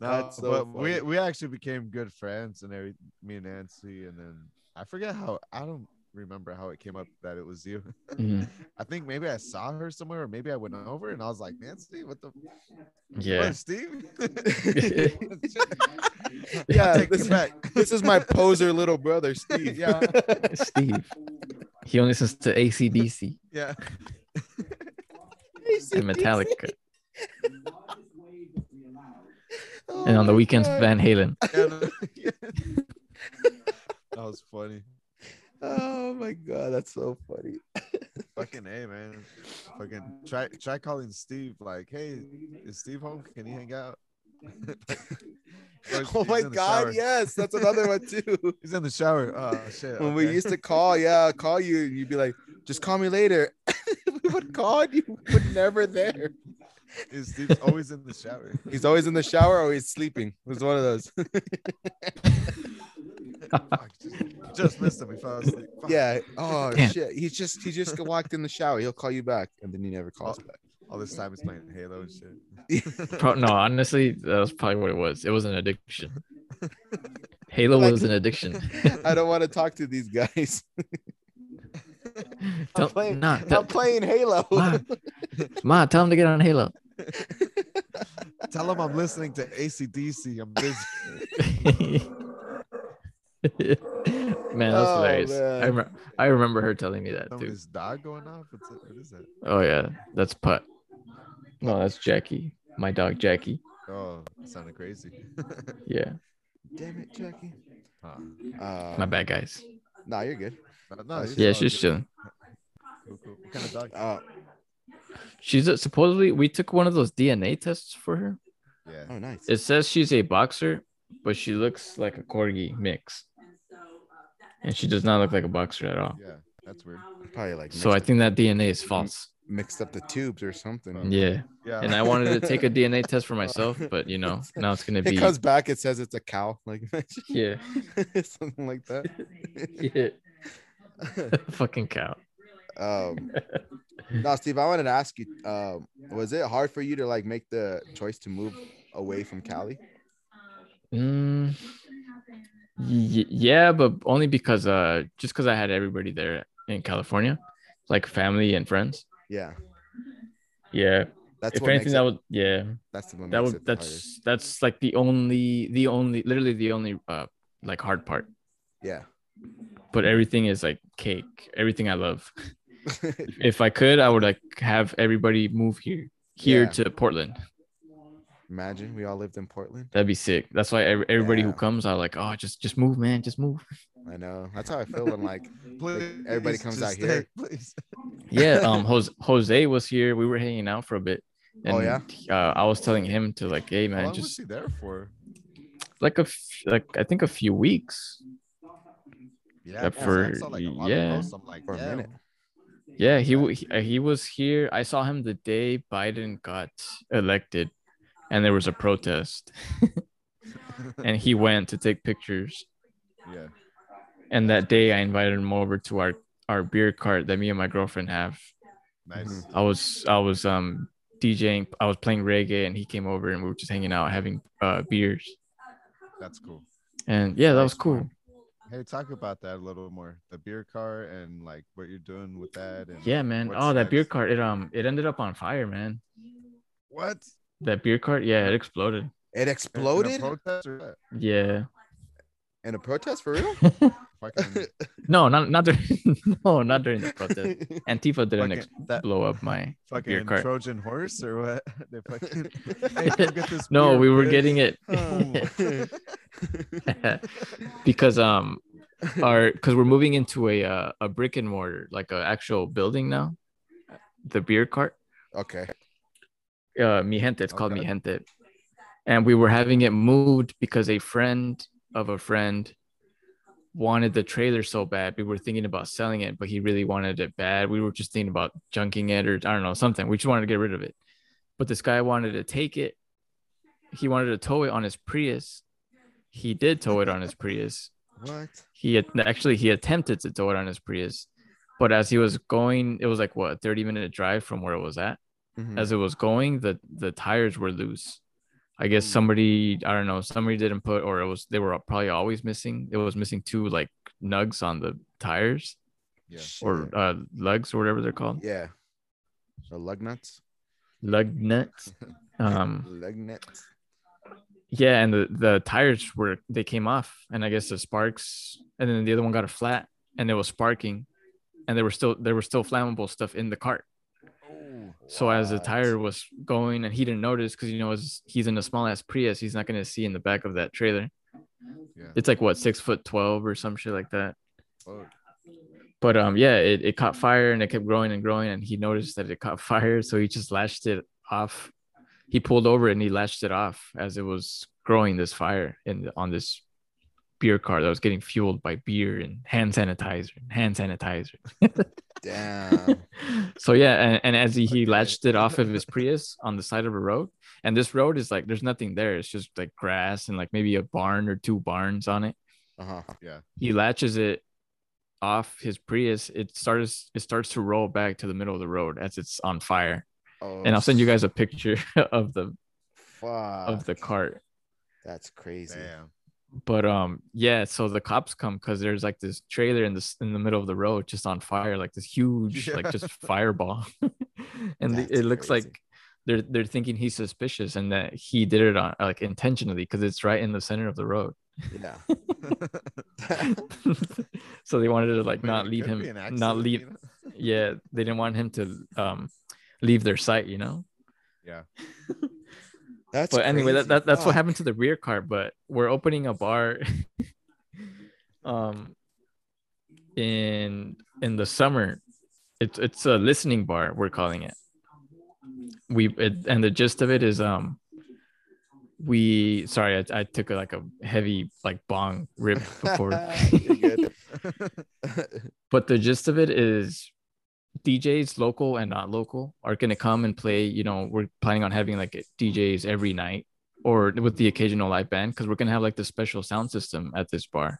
S3: no,
S1: That's so
S3: but we
S1: funny.
S3: we actually became good friends and every me and Nancy, and then I forget how I don't remember how it came up that it was you.
S2: Mhm.
S3: I think maybe I saw her somewhere, or maybe I went over and I was like, Nancy, what the
S2: Mm-hmm. Yeah.
S3: what, Steve?
S1: yeah,
S3: take
S1: this,
S3: it back.
S1: this is my poser little brother, Steve.
S3: yeah,
S2: Steve. He only listens to ACDC
S3: yeah.
S2: and Metallica.
S1: Oh
S2: And on the weekends, Van Halen.
S3: And- that was funny.
S1: Oh my god, that's so funny.
S3: Fucking A, man. Fucking try try calling Steve like, hey, is Steve home? Can he hang out?
S1: Oh
S3: Or Steve's
S1: my
S3: in the
S1: god,
S3: shower.
S1: yes, that's another one too.
S3: He's in the shower. Oh shit.
S1: When we
S3: okay.
S1: used to call, yeah, call you, and you'd be like, "Just call me later." we would call and you, but never there.
S3: is Steve's always in the shower.
S1: He's always in the shower, or he's sleeping. It was one of those.
S3: Fuck, just, just missed him. He fell asleep. Fuck.
S1: yeah. Oh
S2: Damn.
S1: shit. He's just he just walked in the shower. He'll call you back, and then he never calls back.
S3: All this time he's playing Halo and shit.
S2: Pro- no, honestly, that was probably what it was. It was an addiction. Halo
S1: Like-
S2: was an addiction.
S1: I don't want to talk to these guys.
S2: Tell,
S1: playing-
S2: nah, tell,
S1: I'm playing Halo.
S2: Ma, Ma, tell him to get on Halo.
S3: Tell him I'm listening to ACDC. I'm busy.
S2: man, that's
S1: Oh,
S2: hilarious. I,
S1: man.
S2: rem- I remember her telling me that too.
S3: Somebody's dog going off. What's it? What is that?
S2: Oh yeah, that's Putt. No, Oh, that's Jackie, my dog Jackie.
S3: Oh, it sounded crazy.
S2: Yeah,
S1: Damn it, Jackie.
S3: Huh.
S1: Uh,
S2: my bad guys.
S1: Nah, you're good.
S3: No, no,
S1: Yeah,
S3: it's
S2: Yeah,
S3: all
S2: she's
S3: good.
S2: chilling.
S3: Cool, cool. What kind of dog?
S1: Uh,
S2: She's a, supposedly we took one of those DNA tests for her.
S3: Yeah.
S1: oh, nice.
S2: It says she's a boxer, but she looks like a corgi mix, and she does not look like a boxer at all.
S3: Yeah. That's weird.
S1: Probably like
S2: So I
S1: mixed-
S2: think that DNA is false.
S1: mixed up the tubes or something.
S2: Yeah,
S3: Yeah.
S2: and I wanted to take a DNA test for myself, but you know now it's gonna
S1: It
S2: be
S1: comes back. It says it's a cow, like
S2: yeah,
S1: something like that.
S2: yeah. fucking cow.
S1: Um, now, Steve, I wanted to ask you: um, Was it hard for you to like make the choice to move away from Cali?
S2: Mm, y- yeah, but only because uh, just because I had everybody there in California, like family and friends.
S1: Yeah,
S2: Yeah,
S1: that's
S2: if
S1: what makes
S2: anything,
S1: it,
S2: that would yeah,
S1: that's the one
S2: that
S1: makes
S2: would
S1: it the hardest.
S2: that's that's like the only the only literally the only uh like hard part.
S1: yeah.
S2: But everything is like cake. Everything I love. if I could, I would like have everybody move here here
S1: Yeah.
S2: to Portland.
S1: Imagine we all lived in Portland.
S2: That'd be sick. That's why every, everybody who
S1: Yeah.
S2: comes, are like, oh, just just move, man, just move.
S1: I know. That's how I feel when like
S3: Please,
S1: everybody comes
S3: just
S1: out here.
S3: stay, Please.
S2: yeah um jose, jose was here we were hanging out for a bit and
S1: Oh, yeah?
S2: uh, i was telling him to like hey
S3: How
S2: man
S3: long was
S2: just
S3: he there for?
S2: like a f- like i think a few weeks
S3: Yeah,
S2: for-
S3: I saw like a lot
S2: yeah.
S3: of posts. I'm like,
S1: for a
S3: yeah,
S1: minute.
S2: Yeah, he wa- he, uh, he was here. I saw him the day Biden got elected, and there was a protest, and he went to take pictures.
S6: Yeah.
S2: And that day, I invited him over to our our beer cart that me and my girlfriend have.
S6: Nice.
S2: I was I was um DJing. I was playing reggae, and he came over, and we were just hanging out, having uh beers.
S6: That's cool.
S2: And yeah, that was
S6: Nice,
S2: cool.
S6: Hey, talk about that a little more. The beer car and like what you're doing with that. And
S2: Yeah, man.
S6: What's
S2: Oh, that beer
S6: next?
S2: cart. It um it ended up on fire, man.
S6: What?
S2: That beer cart. Yeah, it exploded.
S6: In
S1: It
S6: a
S1: exploded
S6: protest or what?
S2: Yeah.
S1: in a protest for real.
S6: Fucking,
S2: No, not not during no, not during the protest. Antifa didn't
S6: fucking,
S2: ex-
S6: that
S2: blow up my beer
S6: fucking
S2: cart.
S6: Trojan horse or what? They fucking, Hey, come get this
S2: no,
S6: beer, Oh
S2: we were
S6: bitch.
S2: getting it because um our because we're moving into a uh, a brick and mortar like an actual building now. The beer cart,
S1: okay.
S2: uh, mi gente. It's called
S6: Okay.
S2: mi gente, and we were having it moved because a friend of a friend wanted the trailer so bad. We were thinking about selling it, but he really wanted it bad. We were just thinking about junking it or I don't know, something. We just wanted to get rid of it. But this guy wanted to take it. He wanted to tow it on his Prius. He did tow it on his Prius.
S1: What?
S2: He had, actually he attempted to tow it on his Prius. But as he was going, it was like what, a 30 minute drive from where it was at
S1: Mhm.
S2: as it was going the the tires were loose i
S1: Mm.
S2: guess somebody i don't know somebody didn't put or it was they were probably always missing it was missing two like nugs on the tires
S6: Yeah.
S2: or uh lugs or whatever they're called
S1: Yeah. The lug nuts.
S2: lug nuts um
S1: Lug nuts.
S2: yeah and the the tires were they came off and i guess the sparks and then the other one got a flat and it was sparking and there were still there were still flammable stuff in the cart So as the
S1: What?
S2: tire was going and he didn't notice because you know it's- he's in a small ass Prius, he's not gonna see in the back of that trailer.
S6: Yeah.
S2: It's like what six foot twelve or some shit like that.
S6: Fuck.
S2: But um yeah, it, it caught fire and it kept growing and growing and he noticed that it caught fire, so he just lashed it off. He pulled over and he lashed it off as it was growing this fire in the, on this beer car that was getting fueled by beer and hand sanitizer and hand sanitizer.
S1: Damn.
S2: so yeah, and, and as he, he
S6: Okay.
S2: latched it off of his Prius on the side of a road, and this road is like there's nothing there. It's just like grass and like maybe a barn or two barns on it.
S1: Uh-huh.
S2: He latches it off his Prius. It starts it starts to roll back to the middle of the road as it's on fire.
S1: Oh,
S2: And I'll send you guys a picture of the
S1: Fuck.
S2: of the cart.
S1: That's crazy.
S6: Damn.
S2: But um yeah, so the cops come because there's like this trailer in this in the middle of the road just on fire, like this huge, like
S6: Yeah.
S2: just fireball. and the-
S1: That's
S2: it looks
S1: crazy.
S2: like they're they're thinking he's suspicious and that he did it on like intentionally because it's right in the center of the road.
S1: Yeah.
S2: so they wanted to like
S6: Man,
S2: not
S6: it
S2: leave
S6: could
S2: him
S6: be an
S2: not
S6: accident,
S2: leave
S6: you know?
S2: yeah, they didn't want him to um leave their sight, you know.
S1: That's
S2: but anyway, that,
S1: crazy.
S2: that that's what
S1: Fuck.
S2: happened to the rear car. But we're opening a bar, um, in in the summer. It's it's a listening bar. We're calling it. We it, and the gist of it is um, we sorry I, I took like a heavy like bong rip before,
S1: You're good.
S2: but the gist of it is. DJs local and not local are going to come and play, you know, we're planning on having like DJs every night or with the occasional live band because we're gonna have like the special sound system at this bar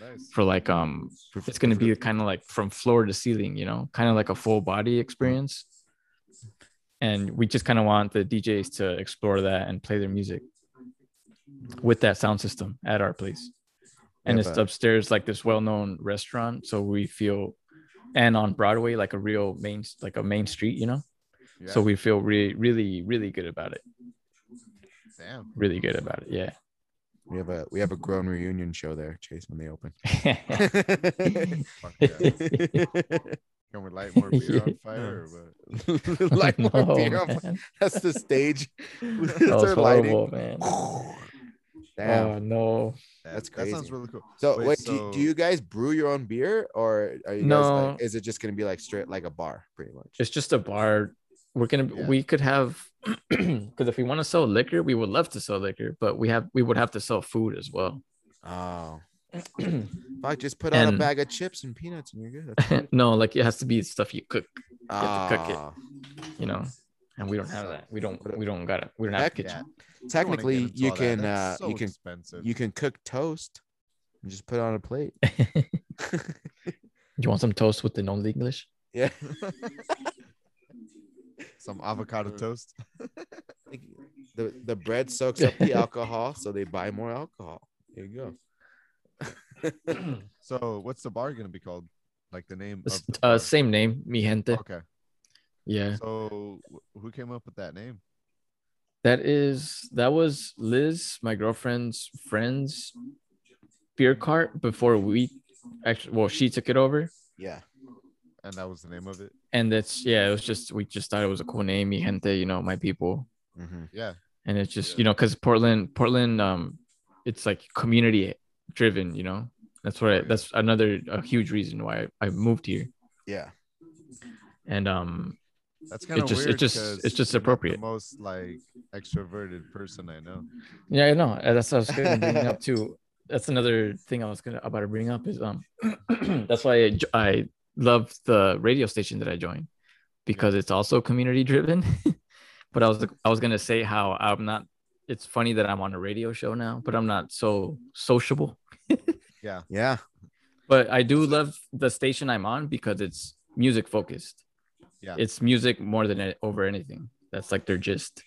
S6: Nice.
S2: for like um it's gonna be kind of like from floor to ceiling you know kind of like a full body experience and we just kind of want the djs to explore that and play their music with that sound system at our place and
S1: Yeah,
S2: it's
S1: but-
S2: upstairs like this well-known restaurant so we feel and on broadway like a real main like a main street you know
S6: Yeah.
S2: so we feel really really really good about it
S6: Damn.
S2: really good about it yeah
S1: we have a we have a grown reunion show there, Chase, when they open.
S6: Fuck yeah. Can we light more beer on fire or what?
S1: like more
S2: No,
S1: beer on-
S2: man.
S1: That's the stage.
S2: That
S1: It's
S2: was
S1: our lighting.
S2: horrible, man.
S1: Damn.
S2: Oh no.
S6: Damn,
S1: That's
S6: That sounds
S1: crazy.
S6: really cool.
S1: so
S6: wait,
S1: wait,
S6: so-
S1: do, do you guys brew your own beer or are you guys
S2: No.
S1: like, is it just gonna be like straight like a bar pretty much?
S2: It's just a bar. We're gonna
S6: Yeah.
S2: we could have because if we want to sell liquor, we would love to sell liquor, but we have we would have to sell food as well.
S1: oh Fuck, just put out a
S2: And-
S1: bag of chips and peanuts and you're good.
S2: no, like it has to be stuff you cook, have to cook it.
S1: Ah,
S2: you know. And we don't have that. We don't. We don't got it. We don't have a
S1: Heck
S2: kitchen.
S1: technically, you can uh, you can
S6: expensive.
S1: you can cook toast and just put it on a plate.
S2: You want some toast with the no English?
S1: Yeah.
S6: some avocado toast.
S1: Like, the the bread soaks up the alcohol, so they buy more alcohol. There you go.
S6: So what's the bar gonna be called? Like the name of
S2: S-
S6: the
S2: Uh,
S6: bar.
S2: same name, mi gente.
S6: Okay.
S2: Yeah,
S6: So wh- who came up with that name?
S2: that is that was Liz, my girlfriend's friend's beer cart before we actually. Well, she took it over,
S1: Yeah.
S6: And that was the name of it.
S2: and that's yeah. It was just we just thought it was a cool name, mi gente. You know, my people.
S1: Mm-hmm.
S6: Yeah.
S2: and it's just you know because portland portland um it's like community driven you know that's what I, that's another a huge reason why I, I moved here
S1: Yeah.
S2: and um
S6: That's kind of
S2: just- it
S6: weird.
S2: just-
S6: 'cause
S2: it's just
S6: you're not
S2: appropriate.
S6: The most like extroverted person I know.
S2: yeah i know and that's what i was gonna bring up too that's another thing i was gonna about to bring up is um that's why i, jo- I love the radio station that i joined because it's also community driven but i was i was gonna say how i'm not it's funny that i'm on a radio show now but i'm not so sociable
S1: Yeah.
S2: but I do love the station I'm on because it's music focused.
S6: Yeah.
S2: It's music more than it, over anything. That's like their gist.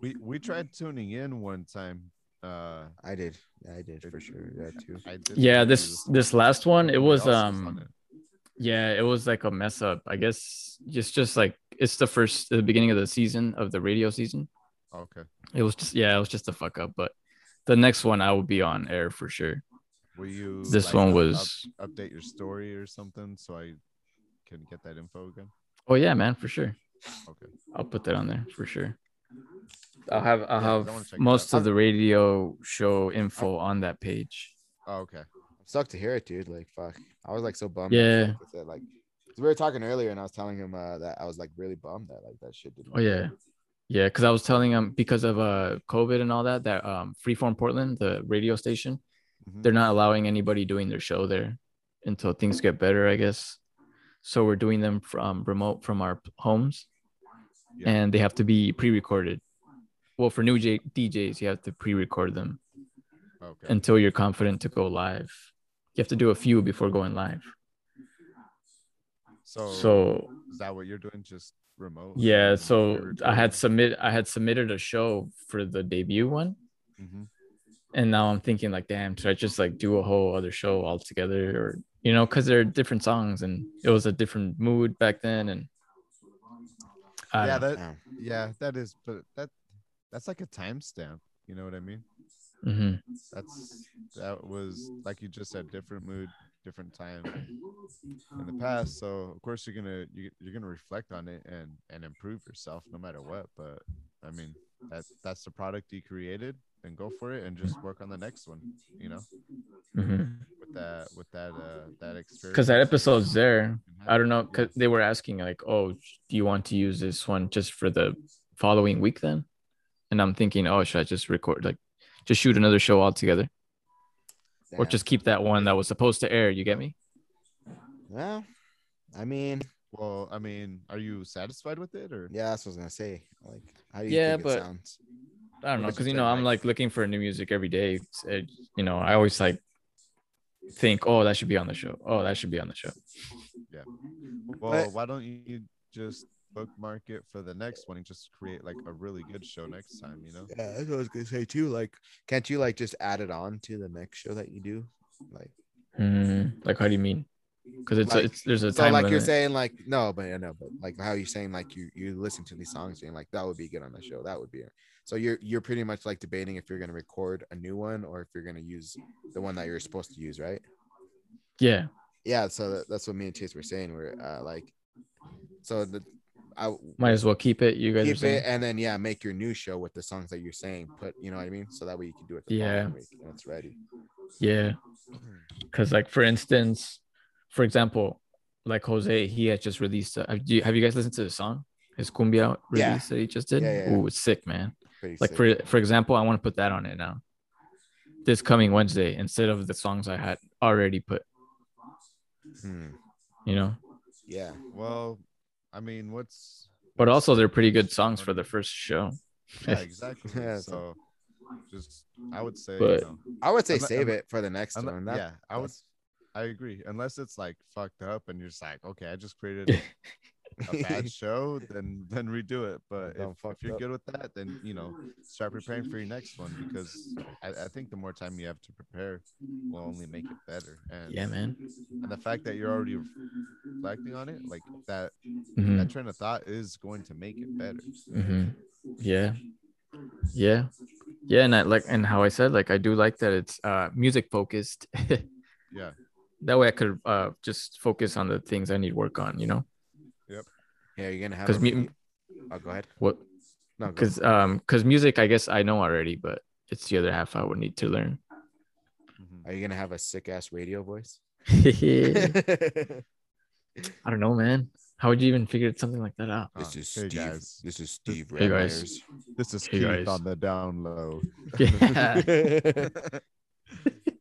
S6: We we tried tuning in one time. Uh,
S1: I did. I did for sure. That too.
S6: I did
S2: Yeah, this this last one, it was um
S6: it.
S2: yeah, it was like a mess up. I guess just just like it's the first the beginning of the season of the radio season.
S6: okay.
S2: It was just yeah, it was just a fuck up, but the next one I will be on air for sure.
S6: Will you?
S2: This
S6: like,
S2: one
S6: up-
S2: was
S6: up- update your story or something so I can get that info again.
S2: oh yeah, man, for sure.
S6: Okay.
S2: I'll put that on there for sure. I'll have I'll
S6: Yeah, 'cause I wanna
S2: have
S6: check it
S2: most
S6: out.
S2: of the radio show info on that page.
S6: Oh, okay.
S1: Sucked to hear it, dude. Like fuck. I was like so bummed.
S2: Yeah.
S1: With it. Like 'cause we were talking earlier, and I was telling him uh, that I was like really bummed that like that shit didn't.
S2: Oh yeah, yeah. Because I was telling them because of uh COVID and all that that um Freeform Portland, the radio station,
S6: Mhm.
S2: they're not allowing anybody doing their show there until things get better, I guess. So we're doing them from remote from our p- homes,
S6: Yeah.
S2: and they have to be pre-recorded. Well, for new J- DJs, you have to pre-record them
S6: Okay.
S2: until you're confident to go live. You have to do a few before going live.
S6: so,
S2: So
S6: is that what you're doing? Just remote?
S2: yeah, so I had submit I had submitted a show for the debut one.
S6: hmm
S2: and now I'm thinking like, damn, should I just like do a whole other show altogether, or you know, because there are different songs and it was a different mood back then, and I
S6: Yeah,
S2: don't know.
S6: that
S1: Yeah.
S6: yeah, that is, but that that's like a timestamp. You know what I mean?
S2: Mhm.
S6: That's that was like you just said, different mood, different time in the past. So of course you're gonna you, you're gonna reflect on it and and improve yourself no matter what. But I mean that that's the product you created. Then go for it and just work on the next one. You know,
S2: Mhm.
S6: with that with that uh that experience.
S2: Because that episode's there.
S6: Mhm.
S2: I don't know, because
S6: Yeah.
S2: they were asking like, oh, do you want to use this one just for the following week then? And I'm thinking, oh, should I just record like, just shoot another show altogether, or
S1: Damn.
S2: just keep that one that was supposed to air? You get me?
S1: Well, I mean,
S6: Well, I mean, are you satisfied with it or?
S1: yeah, that's what I was gonna say. Like, how do you
S2: Yeah,
S1: think
S2: but-
S1: it sounds?
S2: I don't know
S6: Which
S2: because
S6: is
S2: you
S6: their
S2: know I'm
S6: life.
S2: like looking for new music every day. It's- it- you know, I always like think, oh, that should be on the show. Oh, that should be on the show.
S6: Well, why don't you just bookmark it for the next one and just create like a really good show next time, you know?
S1: Yeah, that's what I was gonna say too. Like, can't you like just add it on to the next show that you do? Like,
S2: Mm, like, how do you mean? Because it's,
S1: Like-
S2: it's there's a
S1: so
S2: time
S1: like you're
S2: limit.
S1: saying like no, but I know, but like how you're saying like you you listen to these songs and like that would be good on the show. That would be it. So you're you're pretty much like debating if you're gonna record a new one or if you're gonna use the one that you're supposed to use, right?
S2: yeah,
S1: Yeah. So that, that's what me and Chase were saying. We're uh, like, so the I
S2: might as well keep it. You guys are
S1: keep
S2: saying,
S1: it and then yeah make your new show with the songs that you're saying put you know what i mean so that way you can do it the
S2: Yeah.
S1: following week and it's ready
S2: yeah. Because like for instance, for example, like Jose, he had just released. A, have you have you guys listened to the song? His cumbia release
S1: Yeah.
S2: that he just did.
S1: Yeah, yeah, yeah.
S2: Ooh, it's sick, man.
S1: Pretty
S2: like
S1: sick.
S2: for for example i want to put that on it now this coming wednesday instead of the songs i had already put.
S3: Hmm.
S2: You know,
S1: Yeah.
S3: Well, I mean, what's
S2: but also they're pretty good songs for their first show.
S3: yeah, exactly.
S1: Yeah,
S3: so, just I would say,
S2: But-
S3: you know,
S1: I would say
S3: Unle-
S1: save
S3: unle-
S1: it for the next
S3: unle-
S1: one. That,
S3: yeah, I would.
S1: that's-
S3: I agree. Unless it's like fucked up, and you're just like, okay, I just created a bad show, then then redo it. But
S1: Done
S3: if, if
S1: fucked
S3: you're
S1: up.
S3: good with that, then you know, start preparing for your next one because I, I think the more time you have to prepare will only make it better. And
S2: Yeah, man.
S3: and the fact that you're already reflecting on it, like that
S2: Mhm.
S3: that train of thought is going to make it better.
S2: hmm Yeah. Yeah. Yeah. And I like, and how I said, like, I do like that it's uh, music focused.
S3: Yeah.
S2: That way I could uh, just focus on the things I need work on, you know?
S1: yeah, you're gonna have.
S2: Because
S1: a-
S2: mu-
S1: oh, go ahead.
S2: what?
S1: No, go
S2: Because um, because music, I guess I know already, but it's the other half I would need to learn.
S3: Mhm.
S1: Are you gonna have a sick ass radio voice?
S2: I
S1: this
S2: don't know, man. How would you even figure something like that out?
S3: Ah,
S1: is
S3: hey,
S1: Steve.
S3: guys.
S1: This is Steve.
S2: Hey, guys.
S1: Redwires.
S3: This is
S2: Hey,
S3: Keith
S2: guys.
S3: on the down low.
S2: Yeah.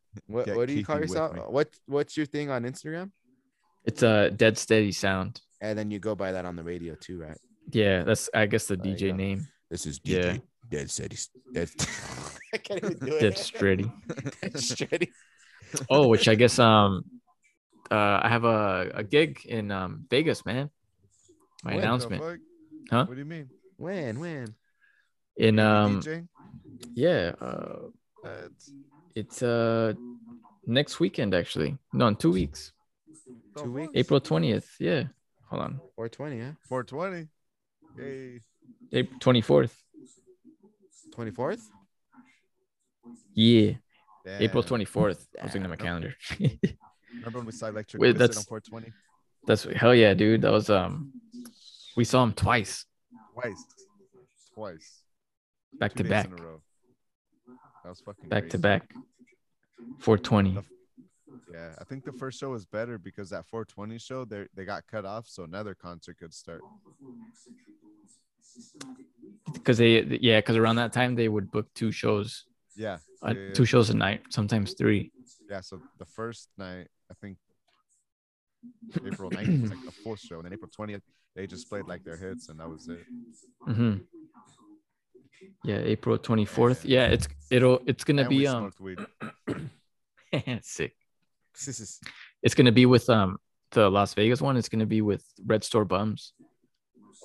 S1: what
S3: Get
S1: what do you call
S3: Keithy with
S1: yourself?
S3: me.
S1: What what's your thing on Instagram?
S2: it's a dead steady sound.
S1: And then you go by that on the radio too, right?
S2: Yeah, that's I guess the
S1: There you
S2: DJ
S1: go.
S2: name.
S1: This is DJ
S2: Yeah.
S1: Dead Steady. Dead. I can't even do it.
S2: Dead steady.
S1: Dead Steady.
S2: Oh, which I guess um uh I have a, a gig in um Vegas, man. My
S3: What the
S2: announcement.
S3: fuck?
S2: Huh?
S3: What do you mean?
S1: When when?
S2: In
S3: You're a
S2: um
S3: DJ?
S2: yeah, uh
S3: What?
S2: it's uh next weekend actually. No, in two weeks.
S3: The
S1: Two
S3: fuck?
S1: weeks?
S2: April 20th. Yeah. Hold on.
S1: Or twenty? Huh?
S3: 420. Hey,
S2: April 24th.
S1: Twenty fourth?
S2: Yeah. April
S3: damn.
S2: 24th. I was looking at my calendar.
S3: Remember when we saw Electric
S2: Wait,
S3: Wizard
S2: that's-
S3: on 420?
S2: That's hell yeah, dude. That was um we saw him twice
S3: Twice. Twice.
S2: back to
S3: Two days
S2: back.
S3: in a row. That was fucking
S2: Back to
S3: crazy.
S2: back. 420.
S3: The- Yeah, I think the first show was better because that 420 show they they got cut off, so another concert could start.
S2: because they yeah because around that time they would book two shows
S3: Yeah,
S2: uh,
S3: yeah, yeah.
S2: two shows a night sometimes three
S3: yeah. So the first night, I think April 9th was like the fourth show, and then April 20th they just played like their hits, and that was it.
S2: hmm yeah april 24th yeah it's it'll it's gonna
S3: And we
S2: be um
S3: smoked weed.
S1: Oh,
S2: sick
S1: This is
S2: it's gonna be with um the las vegas one it's gonna be with red store bums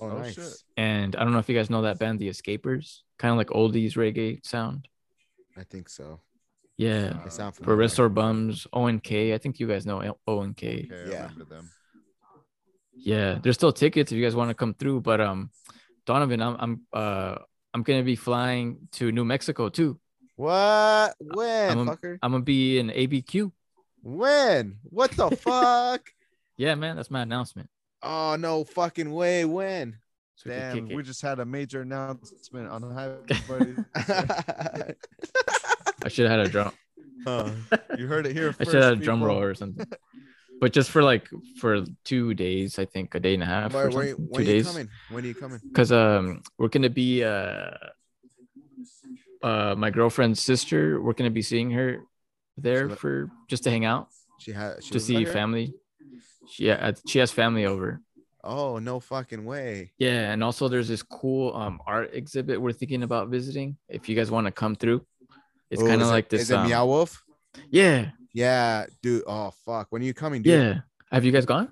S1: oh,
S3: Oh,
S1: nice.
S3: shit.
S2: and i don't know if you guys know that band the escapers kind of like oldies reggae sound
S1: I think so.
S2: yeah
S3: Uh,
S1: They sound
S2: for
S1: familiar.
S2: red store bums onk i think you guys know onk
S3: Okay, I
S1: Yeah.
S3: remember them.
S2: Yeah, there's still tickets if you guys want to come through. But um, Donovan, I'm I'm uh I'm gonna be flying to New Mexico too.
S1: What? When,
S2: I'm a-
S1: fucker?
S2: I'm gonna be in ABQ.
S1: When? What the fuck?
S2: Yeah, man, that's my announcement.
S1: Oh no fucking way. When?
S2: So we can
S3: Damn,
S2: kick
S3: we
S2: it.
S3: just had a major announcement on the Buddies.
S2: I should have had a drum.
S3: you heard it here
S2: I
S3: first.
S2: should have had a drum
S3: people.
S2: roll or something. But just for like for two days, I think a day and a half.
S1: Where-
S2: or
S1: where-
S2: something,
S1: when
S2: two
S1: are you
S2: days.
S1: coming? When are you coming?
S2: because um we're gonna be uh uh my girlfriend's sister we're gonna be seeing her there
S1: li-
S2: for just to hang out
S1: She had she
S2: to
S1: lives
S2: see
S1: out here?
S2: family she, yeah uh, she has family over
S1: Oh no fucking way.
S2: yeah and also there's this cool um art exhibit we're thinking about visiting if you guys want to come through it's
S1: Oh,
S2: kind
S1: is
S2: of
S1: it-
S2: like this
S1: Is it
S2: um,
S1: Meow Wolf?
S2: yeah
S1: Yeah, dude. Oh fuck. When are you coming, dude?
S2: yeah have you guys gone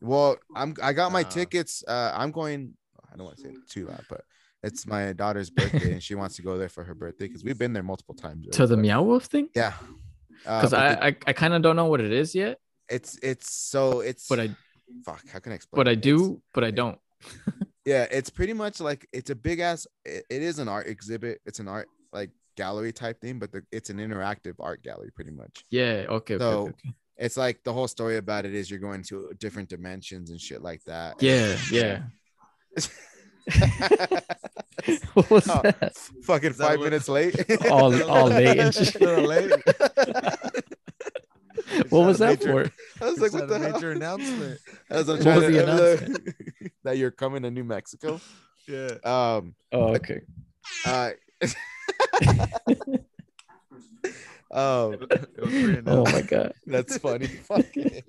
S1: Well, I'm I got my
S3: Nah.
S1: tickets. Uh I'm going I don't want to say it too loud, but it's my daughter's birthday and she wants to go there for her birthday because we've been there multiple times.
S2: to
S1: already,
S2: the
S1: but-
S2: meow wolf thing
S1: Yeah. Uh,
S2: because
S1: but
S2: I,
S1: the-
S2: I i kind of don't know what it is yet
S1: it's it's so it's
S2: but i
S1: fuck how can I explain
S2: but i
S1: it? It's-
S2: do but i don't
S1: yeah it's pretty much like it's a big ass it, it is an art exhibit it's an art like gallery type thing but the, it's an interactive art gallery pretty much
S2: yeah okay okay, okay,
S1: So,
S2: okay.
S1: it's like the whole story about it is you're going to different dimensions and shit like that
S2: yeah yeah what was
S1: Oh.
S2: that?
S1: fucking
S3: Is that
S1: five
S3: what-
S1: minutes late
S2: All, all late and
S3: Is
S2: shit.
S3: that a late?
S2: What was
S3: that
S2: that
S3: a major-
S2: for?
S1: i was like
S3: Is
S1: what
S3: that
S1: the
S3: a major
S1: hell
S3: announcement?
S1: As I'm
S2: What
S1: trying
S2: was
S1: to-
S2: the
S1: I'm like, that you're coming to new mexico
S3: Yeah.
S1: um
S2: Oh, okay.
S1: uh Oh,
S3: It was three and
S6: Oh
S3: out.
S6: my god.
S1: that's funny. Fucking-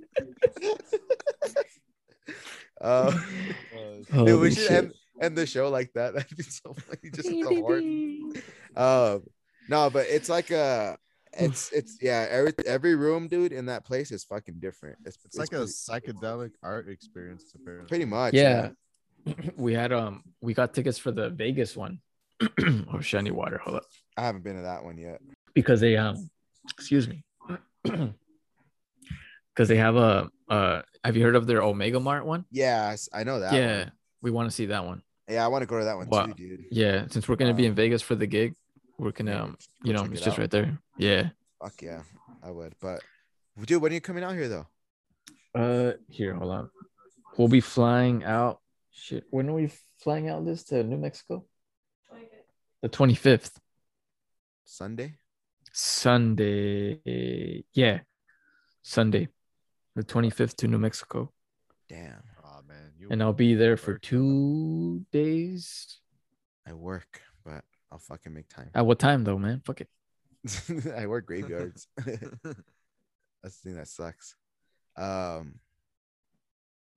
S1: Uh, dude,
S6: Holy
S1: we should
S6: shit.
S1: end, end the show like that. That'd be so funny. Just the horn. Um, no, but it's like a, it's it's yeah. Every every room, dude, in that place is fucking different. It's,
S3: It's like a psychedelic art experience,
S1: pretty,
S3: apparently.
S1: pretty much.
S2: yeah we had um we got tickets for the vegas one oh shiny water hold up
S1: I haven't been to that one yet.
S2: because they um excuse me because they have a uh have you heard of their omega mart one
S1: Yeah, I s- I know that.
S2: yeah
S1: one.
S2: we want to see that one
S1: yeah. I want to go to that one
S2: Wow.
S1: too, dude.
S2: yeah since we're gonna be in vegas for the gig we're gonna um, you know
S1: check
S2: it's
S1: it
S2: just
S1: out.
S2: right there yeah
S1: Fuck yeah, I would. But dude, when are you coming out here though?
S2: uh here hold on we'll be flying out shit when are we flying out this to new mexico the 25th
S1: Sunday.
S2: Sunday. Yeah. Sunday, the 25th to New Mexico.
S1: Damn,
S3: Oh man, you
S2: And I'll be there for two days.
S1: I work, but I'll fucking make time.
S2: At what time though, man? Fuck it.
S1: I work graveyards. That's the thing that sucks. Um,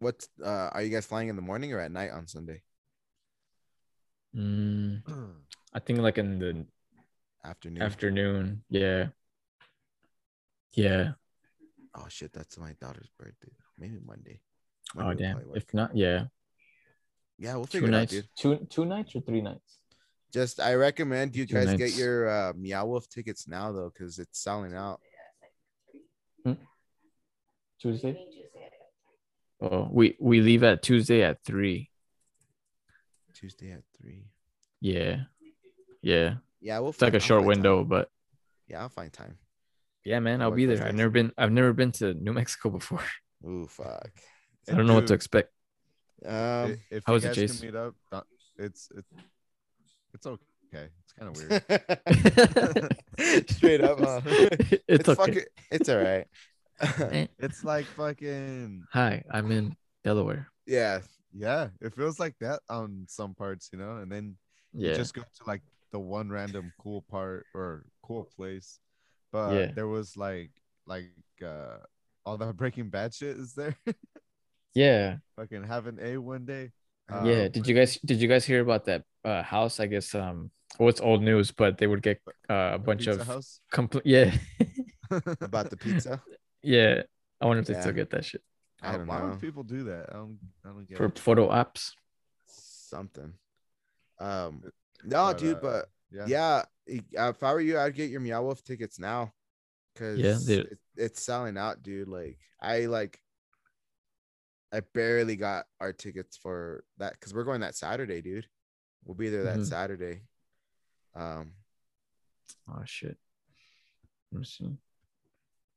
S1: what uh, are you guys flying in the morning or at night on Sunday
S2: Mm, I think like in the
S1: afternoon?
S2: afternoon. Yeah. Yeah.
S1: oh shit, that's my daughter's birthday. Maybe Monday.
S2: Oh
S1: Monday would
S2: damn.
S1: probably
S2: If
S1: work.
S2: not, yeah.
S1: yeah, we'll
S2: Two
S1: figure it out,
S2: nights.
S1: dude.
S2: Two two nights or three nights?
S1: Just I recommend you
S2: Two
S1: guys get
S2: nights.
S1: your uh, Meow Wolf tickets now though, because it's selling out.
S2: Hmm? Tuesday. Oh, we we leave at Tuesday at three.
S1: Tuesday at three.
S2: Yeah. Yeah.
S1: Yeah, we'll.
S2: It's like
S1: find-
S2: a
S1: I'll
S2: short
S1: find time.
S2: window, but
S1: Yeah, I'll find time.
S2: Yeah, man,
S1: I
S2: I'll
S1: work
S2: be
S1: those
S2: there. I've
S1: days.
S2: never been. I've never been to New Mexico before.
S1: Ooh, fuck.
S2: I don't know what to
S3: Dude.
S2: expect.
S1: Um,
S3: I- if
S2: how
S3: you
S2: was it,
S3: guys
S2: Jace?
S3: can meet up, uh, it's it's it's okay. It's kind of weird.
S1: straight up, huh?
S2: it's, okay.
S1: fucking, it's all right.
S3: it's like fucking
S2: Hi, I'm in Delaware.
S1: yeah,
S3: yeah. It feels like that on some parts, you know. And then
S2: Yeah,
S3: you just go to like the one random cool part or cool place. But
S2: Yeah.
S3: there was like like uh all that Breaking Bad shit is there.
S2: yeah,
S3: fucking have an A one day.
S1: Oh,
S3: Uh,
S2: yeah. Did you guys did you guys hear about that uh, house? I guess um, well, it's old news, but they would get uh, a bunch
S3: Pizza
S2: of
S3: house.
S2: complete. Yeah,
S1: about the pizza.
S2: Oh, yeah. I wonder if they still
S1: Yeah.
S2: get that shit
S1: I
S3: How-
S1: don't
S3: Oh, why
S1: know.
S3: would people do that? I don't. I don't get.
S2: for
S3: it.
S2: photo ops.
S1: Something. Um, no,
S3: But,
S1: dude,
S3: uh,
S1: but
S3: yeah.
S1: yeah, i- uh, if I were you, I'd get your Meow Wolf tickets now, cause
S2: Yeah, they're-
S1: it, it's selling out, dude. Like I like, I barely got our tickets for that, cause we're going that Saturday, dude. We'll be there that
S2: Mhm.
S1: Saturday. Um,
S2: Oh shit. Let me see.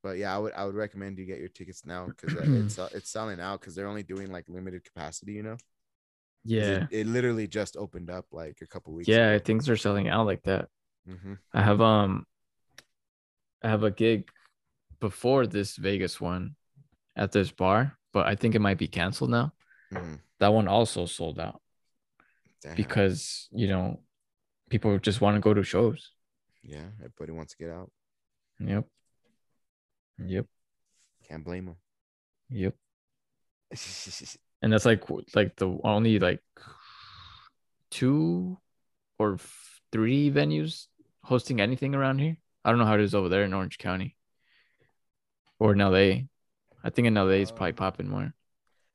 S1: but yeah, I would I would recommend you get your tickets now because it's sell- it's selling out because they're only doing like limited capacity, you know. 'Cause
S2: Yeah,
S1: It, it literally just opened up like a couple weeks.
S2: yeah. Things are selling out like that.
S1: hmm
S2: I have um I have a gig before this Vegas one at this bar, but I think it might be canceled now.
S1: hmm
S2: That one also sold out because you know people just want to go to shows.
S1: yeah, everybody wants to get out.
S2: Yep. Yep.
S1: Can't blame them.
S2: Yep. And that's like w- like the only like two or f- three venues hosting anything around here. I don't know how it is over there in Orange County or in LA. I think in LA it's probably
S3: Um,
S2: popping more.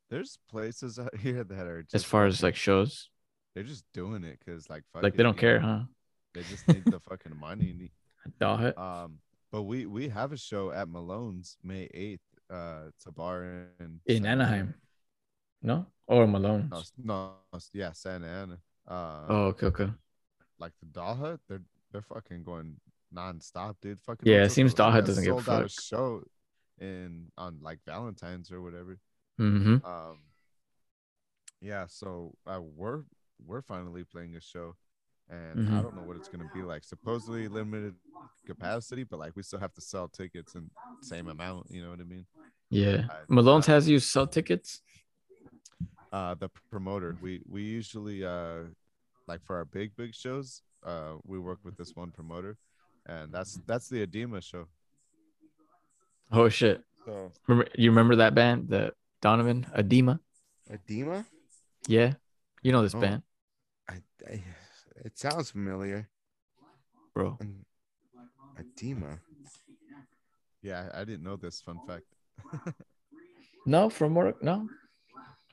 S3: There's places out here that are just
S2: as far as like shows
S3: they're just doing it because like fuck
S2: like
S3: it,
S2: they don't
S3: you
S2: care
S3: know?
S2: huh
S3: They just need the fucking money. e,
S2: Dog it.
S3: Um, but we we have a show at Malone's May eighth. Uh, it's a bar in
S2: in
S3: Santa Ana.
S2: anaheim no or malone
S3: No, s- no, s- yeah, Santa Ana. Uh,
S2: oh okay okay
S3: like the Daha, they're they're fucking going nonstop, dude. Fucking
S2: Yeah, it
S3: what's up
S2: seems
S3: with, like,
S2: Daha
S3: that
S2: doesn't give a
S3: sold out
S2: fuck.
S3: show in on like Valentine's or whatever.
S2: mm-hmm.
S3: um yeah so uh, we're we're finally playing a show and i
S2: Mhm.
S3: don't know what it's going to be like supposedly limited capacity but like we still have to sell tickets in same amount you know what i mean
S2: yeah
S3: I-
S2: malone's has you sell tickets
S3: uh the promoter we we usually uh like for our big big shows uh we work with this one promoter and that's that's the Edema show.
S2: Oh shit!
S1: So
S2: Remember, you remember that band, the Donovan Adema?
S1: edema?
S2: Yeah, you know this
S1: Oh.
S2: band,
S1: I, I, it sounds familiar.
S2: bro.
S1: Um, Edema.
S3: Yeah, I I didn't know this fun fact.
S2: No, for Mortal, no,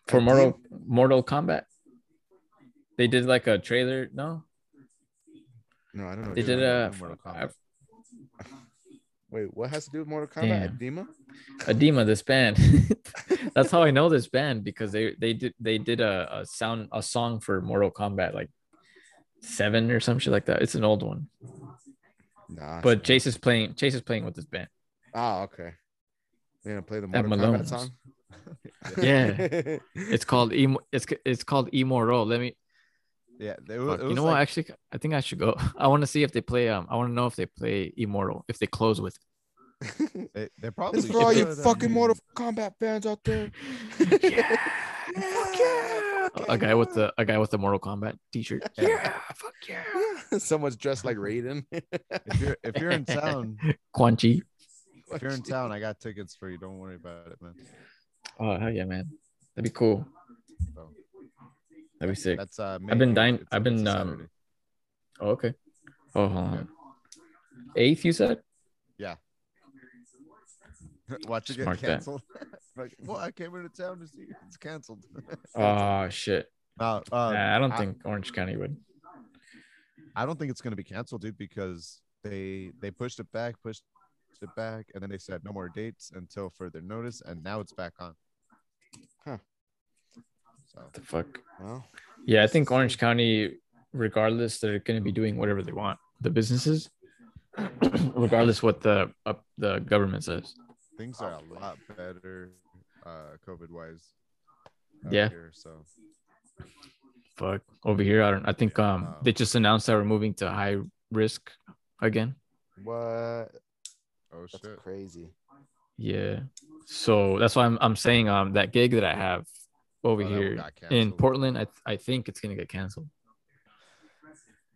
S2: for Mortal Mortal Kombat. They did like a trailer. No,
S1: No,
S3: Oh,
S1: I don't know.
S2: they
S1: what
S2: did uh,
S1: you're
S2: a
S3: no Mortal Kombat.
S1: Wait, what has to do with Mortal Kombat?
S2: Damn.
S1: Edema?
S2: Adema. This band. That's how I know this band because they they did they did a, a sound a song for Mortal Kombat like seven or some shit like that. It's an old one,
S1: Nah.
S2: but Chase is playing. Chase is playing with this band.
S1: Oh, okay. They're gonna play the
S2: At
S1: Mortal Kombat
S2: Malone's.
S1: song.
S2: Yeah. It's called emo. It's it's called Immoral. Let me
S3: Yeah, they, it
S2: Fuck,
S3: was,
S2: you know what?
S3: like,
S2: Actually, I think I should go. I want to see if they play. Um, I want to know if they play Immortal. If they close with,
S3: They, they probably
S1: it's for all you
S3: should, I
S1: fucking
S3: mean,
S1: Mortal Kombat fans out there.
S2: yeah, a guy with the a guy with the Mortal Kombat T-shirt. Yeah, fuck yeah,
S1: Someone's dressed like Raiden.
S3: If you're if you're in town,
S2: Quan Chi.
S3: if you're in town, I got tickets for you. Don't worry about it, man.
S2: Oh hell yeah, man, that'd be cool.
S3: So,
S2: That'd be sick.
S3: that's uh. May
S2: I've been
S3: 8th.
S2: dying-
S3: It's-
S2: I've
S3: it's
S2: been,
S3: a
S2: um,
S3: Saturday.
S2: Oh, okay. Oh, hold on. Eighth, you said?
S3: Watch it get
S2: um, Mark that.
S3: canceled. like, well, I came into town to see you. It's canceled.
S2: Oh shit.
S3: Uh, uh,
S2: Nah, I don't
S3: I-
S2: think Orange County would.
S3: I don't think it's gonna be canceled, dude, because they they pushed it back, pushed it back, and then they said no more dates until further notice, and now it's back on.
S1: Huh.
S3: So
S2: The fuck.
S1: Well,
S2: Yeah, I think Orange County, regardless, they're going to be doing whatever they want. The businesses, regardless what the up the government says.
S3: things are a lot better, uh, COVID wise.
S2: Yeah.
S3: Here, so
S2: Fuck over here, I don't. I think um they just announced that we're moving to high risk again.
S1: what?
S3: oh shit.
S1: That's crazy.
S2: Yeah, so that's why I'm I'm saying um that gig that I have over
S3: Oh, that one
S2: here
S3: got
S2: in
S3: canceled,
S2: Portland, I I think it's gonna get canceled,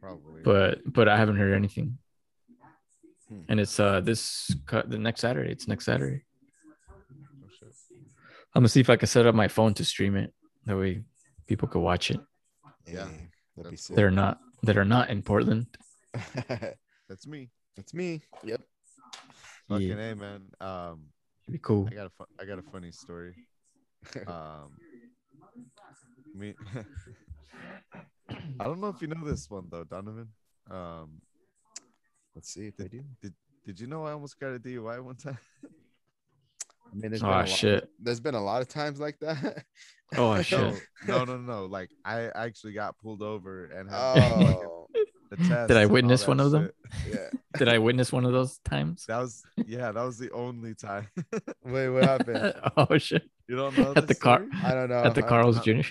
S3: Probably.
S2: but but I haven't heard anything.
S1: Hmm.
S2: And it's uh this cut the next Saturday. It's next Saturday.
S3: Oh, shit.
S2: I'm gonna see if I can set up my phone to stream it. That way, people could watch it.
S3: Yeah,
S1: Hey, that'd be
S3: that's
S1: sick.
S2: That are not that are not in Portland.
S3: That's me.
S1: That's me. Yep.
S3: Fucking
S2: Yeah.
S3: a man. Um,
S2: It'd be cool.
S3: I got a fu- I got a funny story. Um, me. I don't know if you know this one though, Donovan. Um,
S1: Let's see if they do.
S3: did you know I almost got a DUI one time?
S1: I mean, there's been,
S2: Oh
S1: a lot,
S2: shit!
S1: there's been a lot of times like that.
S2: Oh
S3: No,
S2: shit!
S3: no, no, no. Like I actually got pulled over and had to get
S1: Oh,
S3: the test.
S2: Did I
S3: and all
S2: witness
S3: that
S2: one of them?
S3: shit.
S1: yeah.
S2: Did I witness one of those times?
S3: That was yeah. That was the only time.
S1: Wait, what happened?
S2: oh shit!
S3: You don't know
S2: At the
S3: this
S2: car,
S3: story?
S1: I don't know.
S2: at the
S1: I-
S2: Carl's
S3: uh,
S2: Jr.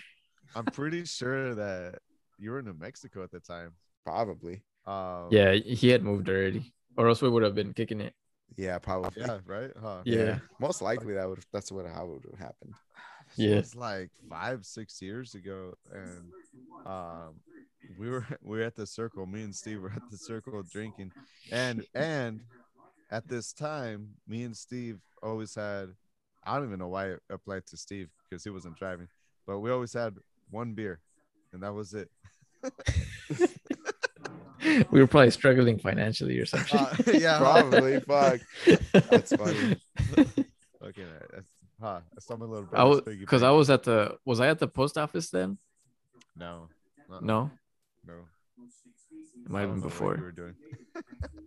S3: I'm pretty sure that you were in New Mexico at the time.
S1: Probably.
S3: Um,
S2: Yeah, he had moved already, or else we would have been kicking it.
S1: Yeah, probably.
S3: Yeah. Right. Huh.
S2: Yeah.
S1: Most likely that would that's what how it would happen.
S2: Yeah.
S3: It was like five, six years ago, and um, we were we were at the circle. Me and Steve were at the circle drinking, and and at this time, me and Steve always had. I don't even know why it applied to Steve because he wasn't driving, but we always had one beer, and that was it.
S2: We were probably struggling financially or something.
S3: Uh, yeah,
S1: Probably. fuck. that's funny.
S3: Okay, that's, huh? I saw my little brother.
S2: I was because I was at the was I at the post office then?
S3: no, uh-uh,
S2: No,
S3: no.
S2: it might
S3: I
S2: have been
S3: don't know what you
S2: before.
S3: were doing.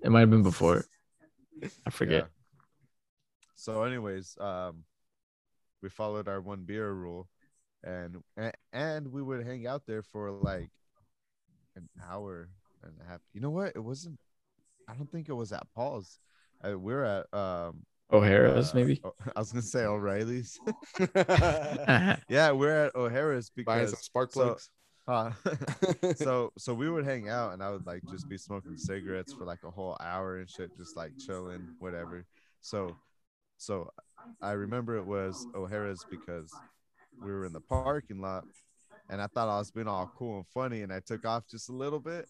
S2: It might have been before. I
S3: Yeah.
S2: forget.
S3: So, anyways, um, we followed our one beer rule, and a- and we would hang out there for like an hour and a half. You know what? It wasn't. I don't think it was at Paul's. Uh, we're at um.
S2: O'Hara's
S3: uh,
S2: maybe.
S3: O- I was gonna say O'Reilly's. yeah, we're at O'Hara's
S1: Buying
S3: because
S1: some spark
S3: so-
S1: plugs.
S3: uh, so so we would hang out and I would like just be smoking cigarettes for like a whole hour and shit, just like chilling, whatever. So so I remember it was O'Hara's because we were in the parking lot and I thought I was being all cool and funny and I took off just a little bit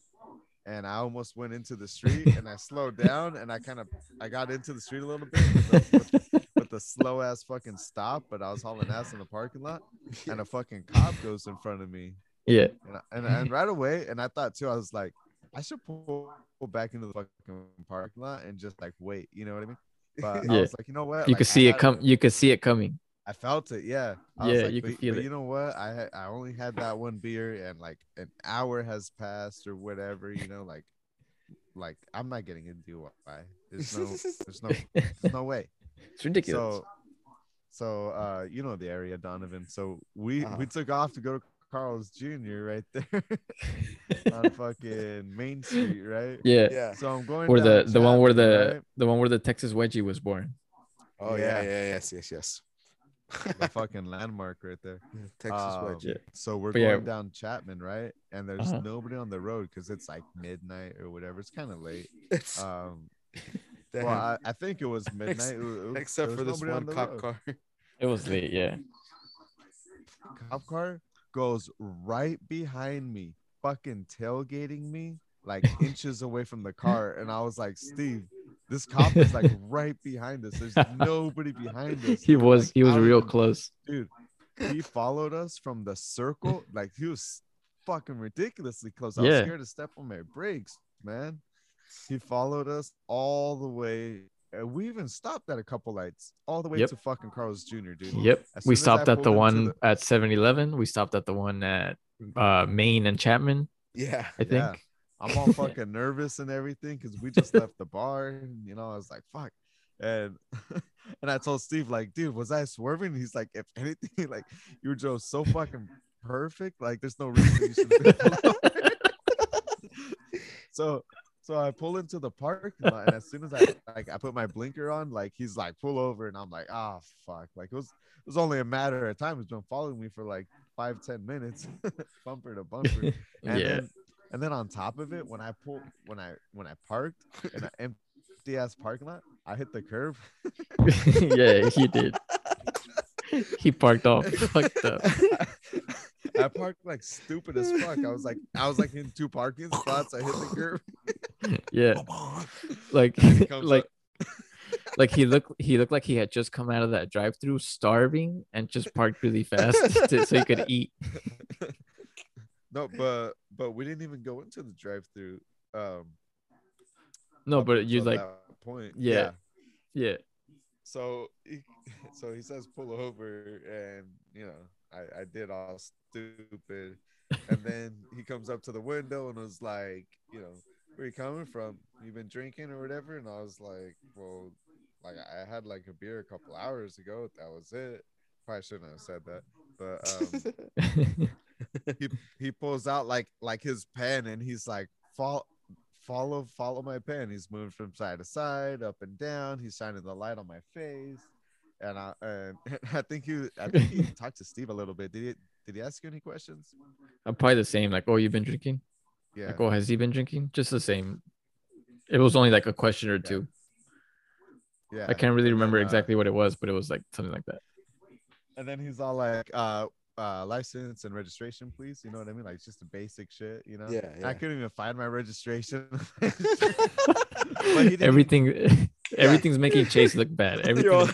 S3: and I almost went into the street and I slowed down and I kind of I got into the street a little bit with the, with, with the slow ass fucking stop, but I was hauling ass in the parking lot and a fucking cop goes in front of me
S2: yeah.
S3: and, I- and, and right away and I thought too I was like I should pull, pull back into the fucking parking lot and just like wait, you know what I mean? But I
S2: Yeah.
S3: was like, you know what?
S2: You
S3: Like,
S2: could
S3: I
S2: see it
S3: had-
S2: come. You could see it coming.
S3: I felt it. Yeah. I
S2: Yeah,
S3: was like,
S2: you
S3: but,
S2: could feel
S3: but
S2: it.
S3: You know what? I had- I only had that one beer, and like an hour has passed or whatever. You know, like like I'm not getting a DUI. There's no there's no there's no way.
S2: It's ridiculous.
S3: So so uh you know the area, Donovan. So we
S1: Uh-huh.
S3: we took off to go to Carl's Jr. right there on fucking Main Street, right?
S2: yeah.
S1: yeah.
S3: So I'm going
S2: Where the
S3: down
S2: the one where
S3: Chapman,
S2: the
S3: right?
S2: the one where the Texas wedgie was born.
S1: Oh yeah.
S3: Yeah.
S1: yeah. Yeah. Yes. Yes. Yes.
S3: the fucking landmark right there.
S1: Texas
S3: Um,
S1: wedge.
S2: yeah.
S3: So we're
S2: But yeah.
S3: going down Chapman, right? And there's
S2: Uh-huh.
S3: nobody on the road because it's like midnight or whatever. It's kind of late.
S1: It's-
S3: Um,
S1: damn.
S3: well, I, I think it was midnight. It- it-
S1: Except
S3: there
S1: for
S3: was
S1: this
S3: nobody
S1: one
S3: on the
S1: cop
S3: road.
S1: car.
S2: It was late. Yeah.
S3: Cop car goes right behind me, fucking tailgating me, like inches away from the car. And I was like, Steve, this cop is like right behind us. There's nobody behind us.
S2: He was he was
S3: I don't
S2: real
S3: even-
S2: close.
S3: dude he followed us from the circle like he was fucking ridiculously close i was
S2: Yeah.
S3: scared to step on my brakes man he followed us all the way and we even stopped at a couple lights all the way
S2: Yep.
S3: to fucking carlos jr dude
S2: Yep.
S3: As soon
S2: We
S3: as I
S2: stopped at the
S3: pulled
S2: one
S3: into the-
S2: at 7-Eleven. We stopped at the one at uh Maine and Chapman,
S1: Yeah.
S2: I think.
S3: Yeah. i'm all fucking nervous and everything because we just left the bar and you know i was like fuck and and i told steve like dude was i swerving he's like if anything like you drove so fucking perfect like there's no reason you should have been so so I pull into the parking lot, and as soon as I like I put my blinker on, like he's like pull over, and I'm like ah fuck, like it was it was only a matter of time. He's been following me for like five ten minutes, bumper to bumper, and
S2: Yeah.
S3: then and then on top of it, when I pull when I when I parked in an empty ass parking lot, I hit the curb.
S2: yeah, he did. He parked off. Fucked up.
S3: I parked like stupid as fuck. I was like I was like in two parking spots. I hit the curb.
S2: Yeah.
S3: Um,
S2: Like
S3: And he comes
S2: like like he looked he looked like he had just come out of that drive through starving and just parked really fast to, so he could eat.
S3: No, but but we didn't even go into the drive-through. Um,
S2: No,
S3: up
S2: but you
S3: until
S2: like
S3: that point.
S2: yeah. yeah.
S3: So he, so he says pull over, and you know I I did all stupid, and then he comes up to the window and was like, you know, where you coming from? You been drinking or whatever? And I was like, well, like I had like a beer a couple hours ago. That was it. Probably shouldn't have said that, but um, he he pulls out like like his pen and he's like follow follow follow my pen he's moving from side to side up and down he's shining the light on my face and i and i think you i think he talked to steve a little bit did he did he ask you any questions
S2: I'm probably the same. Like, oh, you've been drinking?
S3: yeah
S2: Like, oh, has he been drinking? Just the same. It was only like a question or two.
S3: yeah
S2: I can't really
S3: And then,
S2: remember
S3: uh,
S2: exactly what it was, but it was like something like that.
S3: and then he's all like uh uh license and registration please you know what i mean like just the basic shit you know
S1: Yeah.
S3: And I
S1: Yeah.
S3: couldn't even find my registration. didn't-
S2: Everything, everything's making Chase look bad. Everything.
S1: Yo,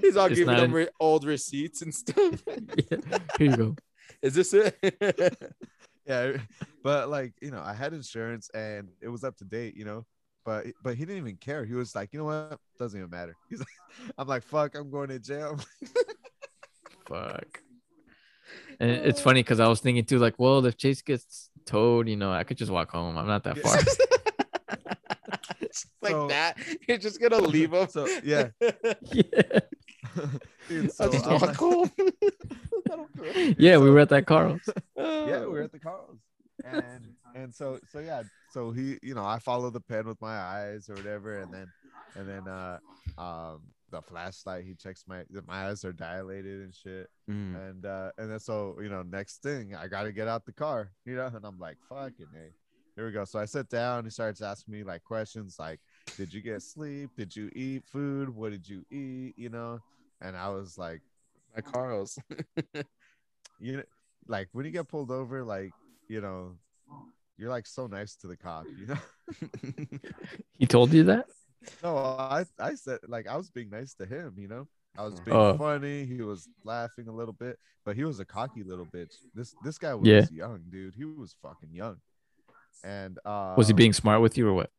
S1: he's all
S2: It's
S1: giving
S2: not
S1: them
S2: in-
S1: re- old receipts and stuff.
S2: Yeah. Here you go.
S1: Is this it?
S3: yeah but like you know i had insurance and it was up to date you know but but he didn't even care he was like you know what doesn't even matter he's like i'm like fuck i'm going to jail
S2: Fuck. And it- it's funny because I was thinking too, like, well, if Chase gets towed, you know, I could just walk home. I'm not that
S3: Yeah.
S2: far.
S1: Just like
S3: So-
S1: that. You're just gonna leave him.
S3: so yeah
S2: yeah.
S3: Dude, so
S1: I'll just
S3: I'm
S1: walk
S3: like-
S1: home.
S2: yeah, we were at that Carl's.
S3: yeah we were at the cars and and so so yeah so he you know i follow the pen with my eyes or whatever and then and then uh um the flashlight he checks my my eyes are dilated and shit
S1: Mm.
S3: and uh and then so you know next thing i gotta get out the car you know and i'm like fucking hey here we go so i sit down he starts asking me like questions like did you get sleep did you eat food what did you eat you know and i was like
S1: My Carl's.
S3: you know like when you get pulled over like you know you're like so nice to the cop, you know.
S2: He told you that?
S3: No, I I said like I was being nice to him, you know. I was being
S2: Oh.
S3: funny. He was laughing a little bit, but he was a cocky little bitch. This this guy was
S2: Yeah.
S3: young, dude. He was fucking young, and uh,
S2: Was he being smart with you or what?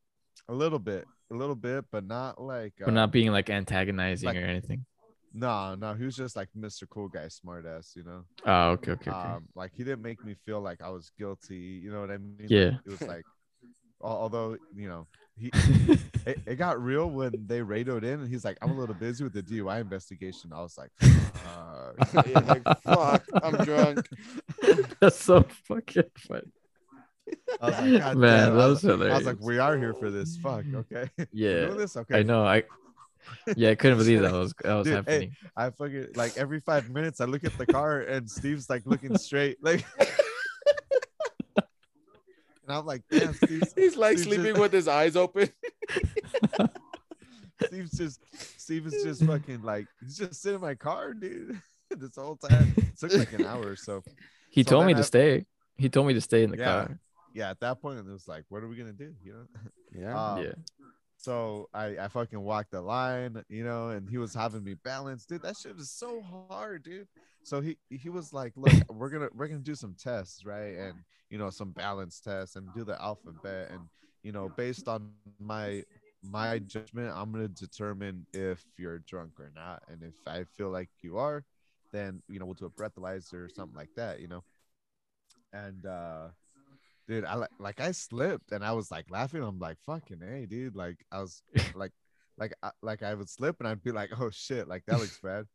S3: a little bit, a little bit, but not like
S2: Or not being like antagonizing
S3: Like-
S2: or anything?
S3: No, no, he was just like Mr. Cool Guy, smartass, you know.
S2: Oh, okay, okay, okay.
S3: Um, like he didn't make me feel like I was guilty. You know what I mean? Like,
S2: Yeah.
S3: it was like, al- although you know, he it, it got real when they radioed in, and he's like, "I'm a little busy with the DUI investigation." I was like, "Fuck."
S1: Yeah, like fuck, I'm drunk.
S2: That's so fucking funny.
S3: I was like, "God
S2: Man,
S3: damn." I was,
S2: those are
S3: I was like, "We are here for this." Fuck. Okay. We're
S2: Yeah,
S3: doing this? Okay.
S2: I know. I yeah, I couldn't believe that was that was
S3: Dude, hey,
S2: happening.
S3: I fucking like every five minutes I look at the car and Steve's like looking straight, like, and I'm like, damn, Steve's,
S1: He's like
S3: He's just-
S1: sleeping with his eyes open.
S3: Steve's just Steve is just fucking like he's just sitting in my car, dude. this whole time it took like an hour or so.
S2: He
S3: so
S2: told me
S3: then
S2: to
S3: I-
S2: stay. He told me to stay in the
S3: Yeah,
S2: car.
S3: Yeah, at that point it was like, what are we gonna do? You know.
S1: Yeah.
S3: Um,
S2: yeah.
S3: So I I fucking walked the line, you know, and he was having me balance, dude. That shit is so hard, dude. So he he was like, look, we're gonna we're gonna do some tests, right? And you know some balance tests and do the alphabet, and you know based on my my judgment, I'm gonna determine if you're drunk or not, and if I feel like you are, then you know we'll do a breathalyzer or something like that, you know. And uh dude, I like like I slipped and I was like laughing. I'm like fucking hey, dude. Like I was like like I, like I would slip and I'd be like oh shit, like that looks bad.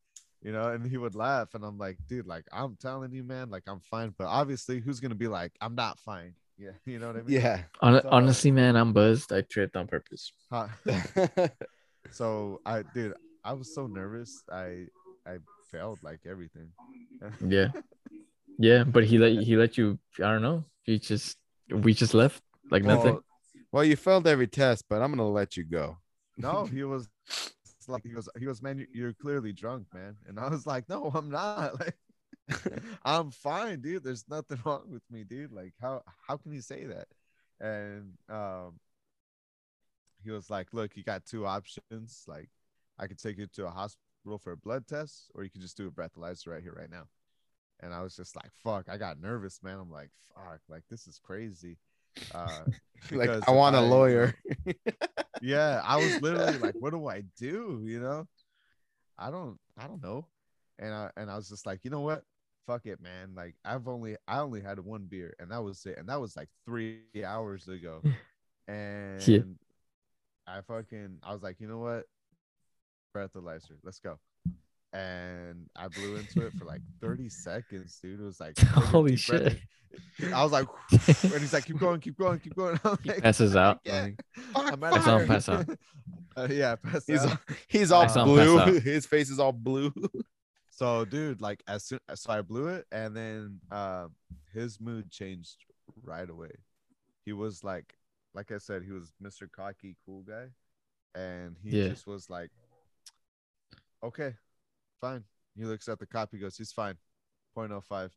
S3: You know, and he would laugh, and I'm like, dude, like I'm telling you, man, like I'm fine. But obviously, who's gonna be like, I'm not fine? Yeah, you know what I mean?
S1: yeah.
S2: Hon-
S3: so-
S2: honestly, man, I'm buzzed. I tripped on purpose.
S3: Huh.
S1: yeah.
S3: So I, dude, I was so nervous. I, I failed like everything.
S2: Yeah, yeah. But he let he let you. I don't know. He just we just left like nothing.
S3: Well,
S1: Well, you failed every test, but I'm gonna let you go.
S3: no, he was it's like, he was, he was, man, you- you're clearly drunk, man. And I was like, no, I'm not. Like, I'm fine, dude. There's nothing wrong with me, dude. Like, how, how can you say that? And um, he was like, look, you got two options. Like, I could take you to a hospital for a blood test, or you could just do a breathalyzer right here, right now. And I was just like, fuck. I got nervous, man. I'm like, fuck. Like, this is crazy. Uh,
S1: like
S3: because
S1: I want a
S3: I-
S1: lawyer.
S3: yeah i was literally like what do i do you know i don't i don't know and i and i was just like you know what fuck it man like i've only i only had one beer and that was it and that was like three hours ago and i fucking i was like you know what breathalyzer let's go and i blew into it for like 30 seconds dude it was like take a
S2: Holy
S3: deep breath.
S2: shit.
S3: i was like and he's like keep going keep going keep going I'm
S2: He
S3: like,
S2: passes out.
S3: yeah.
S2: like,
S3: I'm out
S2: Pass out,
S3: here.
S2: pass out.
S3: Uh, yeah, pass
S1: He's
S3: out.
S1: He's all
S3: Pass out,
S1: blue.
S2: pass out.
S1: His face is all blue.
S3: So, dude, like as soon so I blew it, and then um, his mood changed right away. He was like, like I said, he was Mr. Cocky, cool guy, and he
S2: Yeah.
S3: just was like, okay, fine. He looks at the cop. He goes, he's fine. 0.05.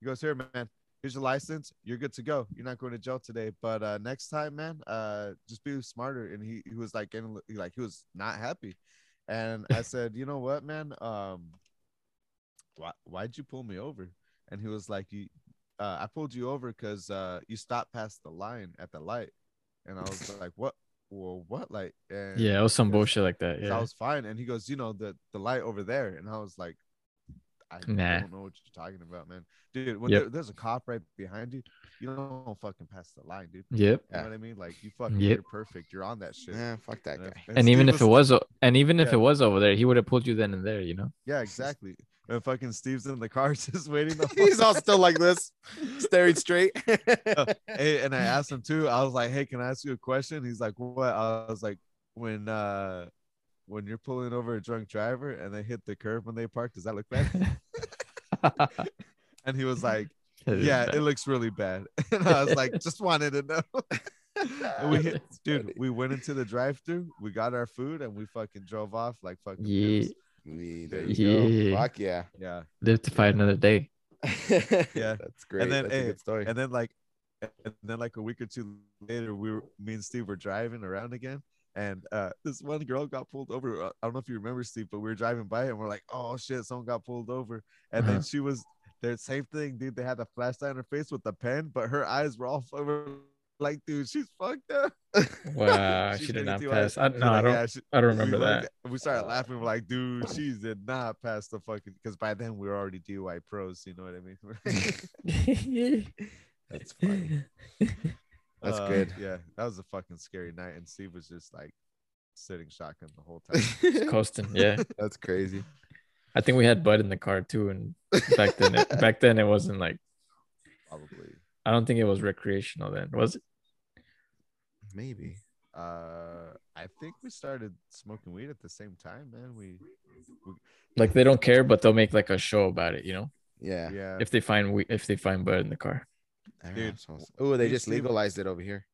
S3: He goes, here, man. Here's your license. You're good to go. You're not going to jail today. But uh, next time, man, uh, just be smarter. And he, he was like, getting, he, like he was not happy. And I said, you know what, man? Um, why why'd you pull me over? And he was like, you, uh, I pulled you over because uh, you stopped past the line at the light. And I was like, what? Well, what light? And
S2: Yeah, it was some
S3: Yes.
S2: bullshit like that.
S3: so I
S2: Yeah.
S3: was fine. And he goes, you know, the the light over there. And I was like, I
S2: Nah.
S3: don't know what you're talking about, man. Dude, when
S2: Yep.
S3: there- there's a cop right behind you, you don't fucking pass the line, dude.
S2: Yep.
S3: You know
S1: Yeah.
S3: what I mean? Like you fucking
S2: Yep.
S3: you're perfect. You're on that shit.
S1: yeah, fuck that
S3: And,
S1: guy.
S3: if-
S2: And even
S3: Steve
S2: if it was,
S3: was-
S2: o- and even if
S3: Yeah.
S2: it was over there, he would have pulled you then and there. You know.
S3: yeah, exactly. And fucking Steve's in the car just waiting. The
S1: He's all still like this, staring straight.
S3: hey, and I asked him too. I was like, "Hey, can I ask you a question?" He's like, "What?" I was like, "When uh, when you're pulling over a drunk driver and they hit the curb when they park, does that look bad?" And he was like, "Yeah, it looks really bad." And I was like, "Just wanted to know." and we hit,
S2: That's
S3: dude,
S2: funny.
S3: we went into the drive-through, we got our food, and we fucking drove off like fucking.
S2: Yeah.
S3: pimps.
S1: Me,
S3: There
S1: there
S2: you
S1: you
S2: go.
S1: go. Fuck yeah.
S3: yeah.
S2: live to fight another day.
S1: yeah. eh, That's great.
S3: then,
S1: That's
S3: hey,
S1: a good story.
S3: And then like, And then like a week or two later, we were me and Steve were driving around again. And uh, this one girl got pulled over. Uh, I don't know if you remember Steve, but we were driving by and we're like, "Oh shit, someone got pulled over." And then
S7: Uh-huh.
S3: she was the same thing, dude. They had the flashlight on her face with the pen, but her eyes were all over. Like, dude, she's fucked up.
S2: Wow,
S3: She's
S2: she did not
S3: negative eyes.
S2: pass. I,
S3: We're
S2: no, I
S3: like,
S2: don't.
S3: "Yeah, she-
S2: I don't
S3: we
S2: remember
S3: looked
S2: that.
S3: at- We started laughing. We're like, dude, she did not pass the fucking. Because by then we were already DUI pros. You know what I mean?
S2: That's
S3: funny.
S8: That's
S3: Uh,
S8: good.
S3: Yeah, that was a fucking scary night, and Steve was just like sitting shotgun the whole time.
S2: Coasting, yeah.
S8: That's crazy.
S2: I think we had Bud in the car too, and back then, it, back then it wasn't like.
S3: probably.
S2: I don't think it was recreational then, was it?
S1: Maybe.
S3: Uh, I think we started smoking weed at the same time, man. We,
S2: Like they don't care, but they'll make like a show about it, you know.
S1: Yeah.
S3: yeah,
S2: If they find we, if they find Bud in the car,
S3: Dude.
S1: Oh, they
S3: Dude,
S1: just
S3: Steve-
S1: legalized it over here.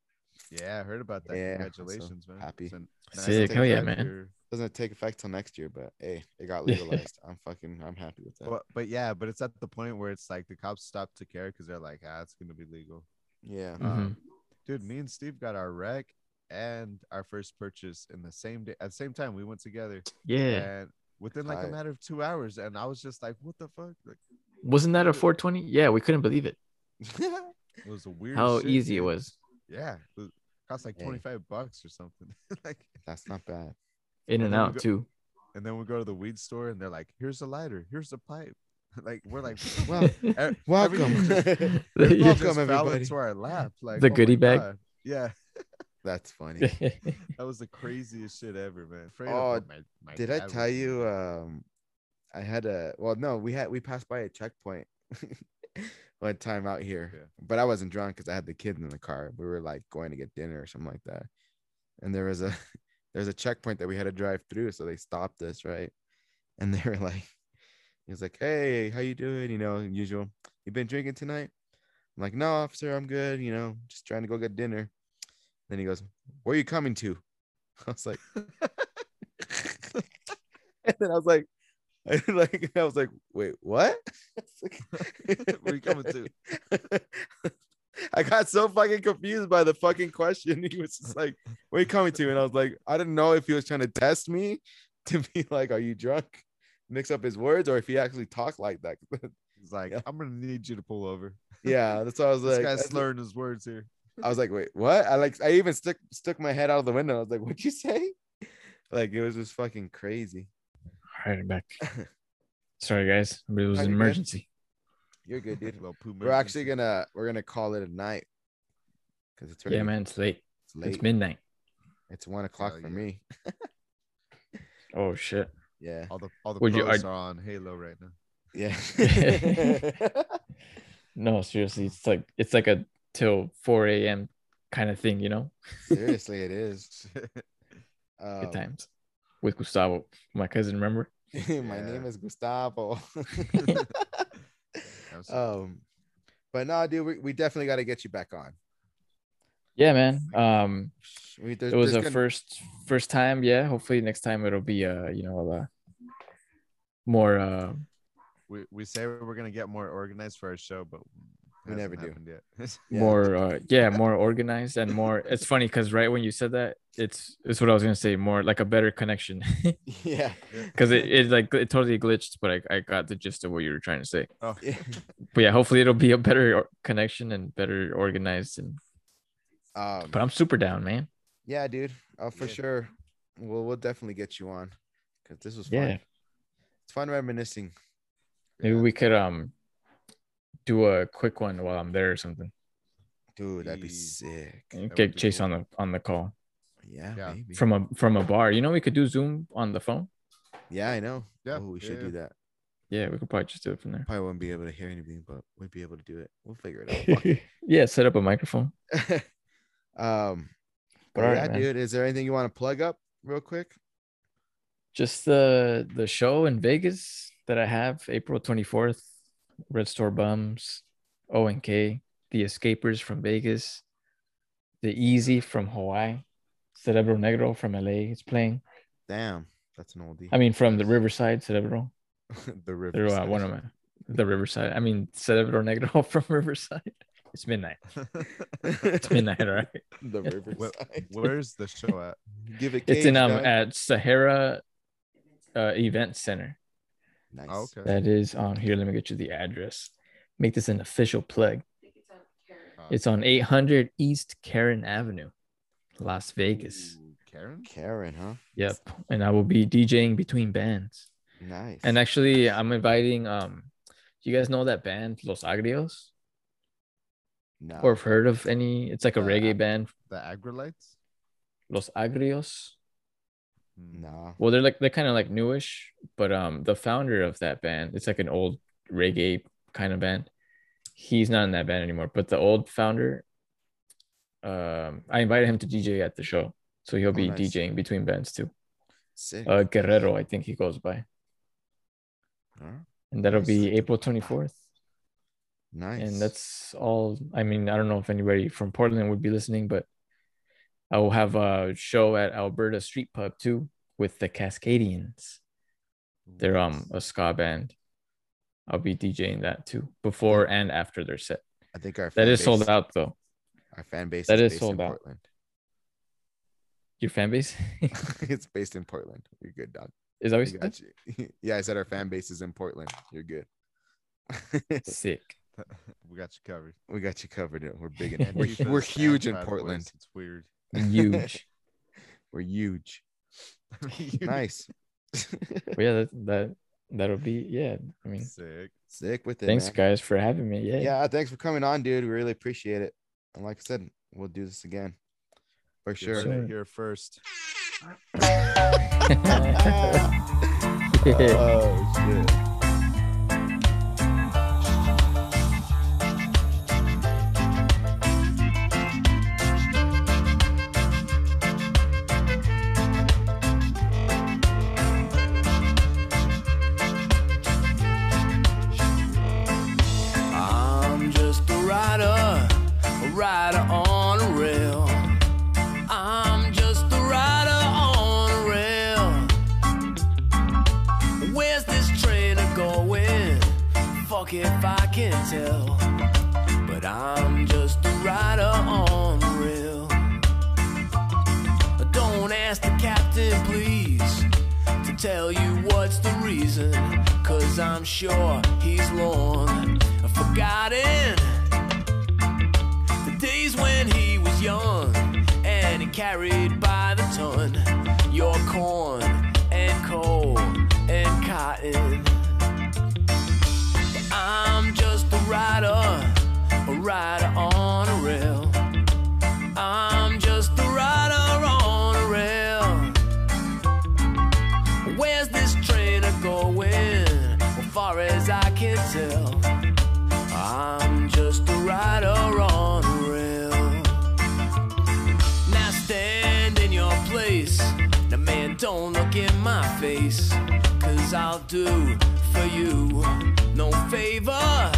S3: yeah, I heard about that.
S1: Yeah, so
S3: Congratulations, man.
S1: happy.
S3: So now it's
S2: Sick,
S3: like
S2: hell yeah,
S3: five
S2: man.
S3: year-
S1: Doesn't take effect till next year, but hey, it got legalized. I'm fucking. I'm happy with that.
S3: But, but yeah, but it's at the point where it's like the cops stop to care because they're like, ah, it's gonna be legal.
S1: yeah.
S2: Mm-hmm.
S3: Um, dude, me and Steve got our rec and our first purchase in the same day at the same time. We went together
S7: Yeah.
S3: and within like a
S1: Tight.
S3: matter of two hours, and I was just like, what the fuck? Like,
S7: Wasn't that a 420? Yeah, we couldn't believe it.
S3: it was a weird.
S7: How
S3: shit,
S7: easy it
S3: dude.
S7: was.
S3: Yeah, it was- cost like
S1: Hey.
S3: twenty five bucks or something. like,
S1: That's not bad.
S7: In and
S3: then we
S7: out
S3: go-
S7: too.
S3: and then we go to the weed store and they're like, here's a lighter, here's a pipe. like we're like, e,
S1: Well,
S3: every-
S1: welcome.
S3: it all
S1: welcome,
S3: just fell
S1: everybody.
S3: into our lap. Like oh
S7: The
S3: my
S7: goodie bag.
S3: God. Yeah,
S1: That's funny.
S3: that was the craziest shit ever, man. Afraid of
S1: Oh,
S3: what my, my
S1: Did I
S3: dad
S1: tell
S3: would do.
S1: you? Um, I had a well, no, we had we passed by a checkpoint one time out here,
S3: Yeah.
S1: but I wasn't drunk because I had the kids in the car. We were like going to get dinner or something like that, and there was a there's a checkpoint that we had to drive through, so they stopped us right, and they were like, he was like, hey, how you doing? You know, usual. You been drinking tonight? I'm like, no, officer, I'm good. You know, just trying to go get dinner. Then he goes, where you coming to? I was like, and then I was like, I like I was like, wait, what? It's like-
S3: Where you coming to?
S1: I got so fucking confused by the fucking question. He was just like, "Where you coming to?" And I was like, I didn't know if he was trying to test me to be like, "Are you drunk?" Mix up his words, or if he actually talked like that.
S3: He's like,
S1: Yeah.
S3: I'm gonna need you to pull over.
S1: yeah, that's what I was
S3: This
S1: like.
S3: guy's
S1: that's-
S3: slurring his words here.
S1: I was like, wait, what? I like, I even stuck stuck my head out of the window. I was like, what'd you say? Like, it was just fucking crazy.
S2: all right, I'm back. Sorry guys, but it was
S1: Are
S2: an
S1: you good?
S2: emergency.
S1: You're good, dude.
S3: Little poo
S1: We're actually
S3: emergency.
S1: gonna we're gonna call it a night because it's already
S2: Yeah, man, it's late.
S1: It's late.
S2: It's midnight.
S1: It's one o'clock
S3: Hell
S1: for
S3: yeah.
S1: me.
S2: Oh shit.
S1: Yeah,
S3: all the all the
S2: Would you-
S3: pros are on Halo right now.
S1: yeah.
S2: No, seriously, it's like it's like a till 4 a.m. kind of thing, you know.
S1: Seriously, it is. Um,
S2: Good times with Gustavo, my cousin. Remember?
S1: my
S3: Yeah.
S1: name is Gustavo.
S3: That was-
S1: um, but no, dude, we, we definitely got to get you back on.
S2: Yeah, man. Um,
S1: We, there's,
S2: it was
S1: there's
S2: a
S1: gonna-
S2: first first time. Yeah, hopefully next time it'll be uh, you know, a more uh,
S3: we we say we're gonna get more organized for our show, but it
S1: We never
S3: hasn't
S1: do.
S3: happened Yet.
S1: Yeah.
S2: more uh, yeah, more organized and more. It's funny because right when you said that, it's it's what I was gonna say. More like a better connection
S1: yeah.
S2: because it, it like it totally glitched, but I I got the gist of what you were trying to say.
S3: oh,
S1: yeah.
S2: But yeah, hopefully it'll be a better or- connection and better organized and
S1: Um,
S2: But I'm super down, man.
S1: yeah, dude. Uh, for
S3: Yeah.
S1: sure. We'll we'll definitely get you on because this was fun.
S2: Yeah.
S1: It's fun reminiscing.
S2: Maybe
S3: Yeah.
S2: we could um do a quick one while I'm there or something.
S1: Dude, that'd be
S3: Ye-
S1: sick.
S3: would
S2: Get
S3: be
S2: Chase
S3: cool.
S2: on the on the call
S1: Yeah,
S3: Yeah.
S1: maybe.
S2: from a from a bar. You know, we could do Zoom on the phone.
S1: yeah, I know.
S3: Yeah,
S1: oh, we should
S3: yeah,
S1: do that.
S2: Yeah, we could probably just do it from
S1: Probably wouldn't be able to hear anything, but we'd be able to do it. We'll figure it
S2: there. yeah, set up a microphone.
S1: out. um, but
S2: All right,
S1: yeah,
S2: man.
S1: dude, is there anything you want to plug up real quick?
S2: Just the the show in Vegas that I have April 24th, Red Store Bums, O and K, The Escapers from Vegas, The Easy from Hawaii, Cerebro Negro from LA is playing.
S1: Damn, that's an oldie.
S2: I mean from the Riverside Cerebro.
S1: the river.
S2: They're uh, one of my the Riverside. I mean, Cerebro Negro from Riverside. It's midnight. It's midnight, all right.
S1: the riverside.
S3: Where's the show at?
S1: Give it.
S2: It's in um
S1: guy.
S2: at Sahara uh, Event Center.
S1: nice.
S3: Oh, okay.
S2: That is on here. Let me get you the address. Make this an official plug.
S3: Uh,
S2: It's on 800 East Karen Avenue, Las Vegas.
S3: ooh, Karen?
S1: Karen, huh?
S2: Yep. And I will be DJing between bands.
S1: Nice.
S2: And actually, I'm inviting um you guys know that band Los Agrios
S1: no.
S2: or have heard of any it's like a
S3: Uh,
S2: reggae band
S3: The Agrolites?
S2: Los Agrios.
S3: Hmm.
S1: no.
S2: Well, they're like they're kind of like newish, but um the founder of that band, it's like an old reggae kind of band. He's not in that band anymore, but the old founder um I invited him to DJ at the show. So he'll be
S1: Oh, nice.
S2: DJing between bands too.
S1: Sick.
S2: Uh Guerrero, I think he goes by.
S1: Huh?
S2: And that'll
S1: Nice.
S2: be April 24th.
S1: nice.
S2: And that's all. I mean, I don't know if anybody from Portland would be listening, but I will have a show at Alberta Street Pub too with the Cascadians. They're um a ska band. I'll be DJing that too before and after their set.
S1: I think our fan
S2: That is sold
S1: base-
S2: out though.
S1: Our fan base
S2: That
S1: is
S2: is
S1: based
S2: sold
S1: in
S2: out.
S1: Portland.
S2: Your fan base
S1: it's based in Portland. You're good, dog.
S2: is always
S1: We got you. yeah, I said our fan base is in Portland. You're good.
S2: sick.
S3: We got you covered.
S1: we got you covered. We're big
S2: And
S1: in we're,
S3: Deep
S1: we're
S3: as
S1: huge in
S3: sand, by the way,
S1: Portland.
S3: so It's weird.
S2: Huge.
S1: We're huge. Nice.
S2: but yeah, that, that that'll be yeah. I mean,
S3: Sick.
S1: Sick with it.
S2: thanks
S1: man.
S2: guys for having me. Yeah.
S1: Yeah, thanks for coming on, dude. We really appreciate it. And like I said, we'll do this again for
S3: You heard
S1: sure.
S3: it
S2: Sure.
S3: Here first.
S1: oh shit.
S9: I'm just a rider, a rider on a rail. I'm just a rider on a rail. Where's this train a going? Fuck if I can tell. But I'm just a rider on a rail. Don't ask the captain, please, to tell you what's the reason. Cause I'm sure he's long forgotten the days when he was young and he carried by the ton your corn and coal and cotton. I'm just a rider, a rider on a rail. I'm just a rider on a rail. Where's this train a going? As far as I can tell, I'm just a rider on a rail. Now stand in your place. Now, man, don't look in my face. Cause I'll do for you no favor.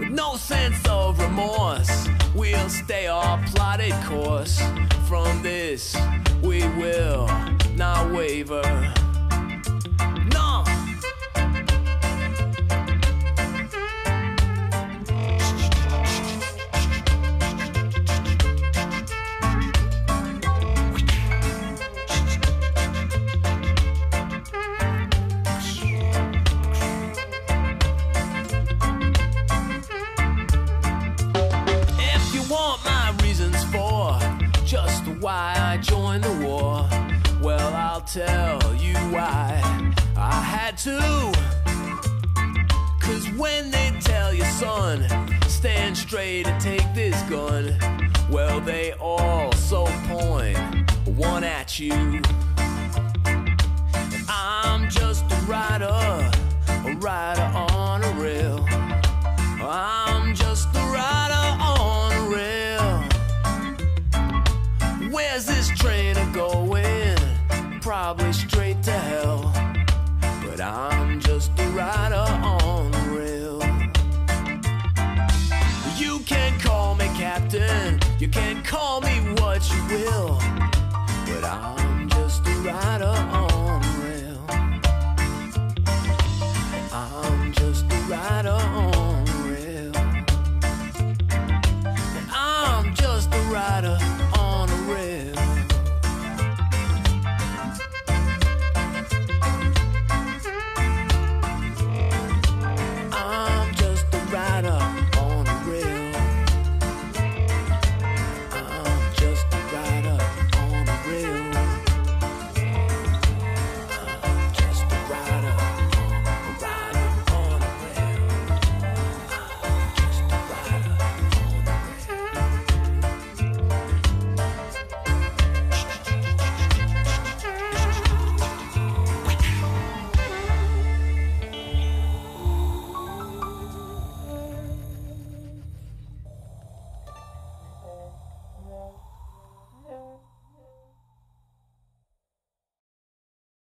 S9: With no sense of remorse, we'll stay our plotted course. From this, we will not waver. No! If you want my reasons for just why I joined the war, well, I'll tell you why I had to. Cause when they tell your son, stand straight and take this gun, well, they all so point one at you.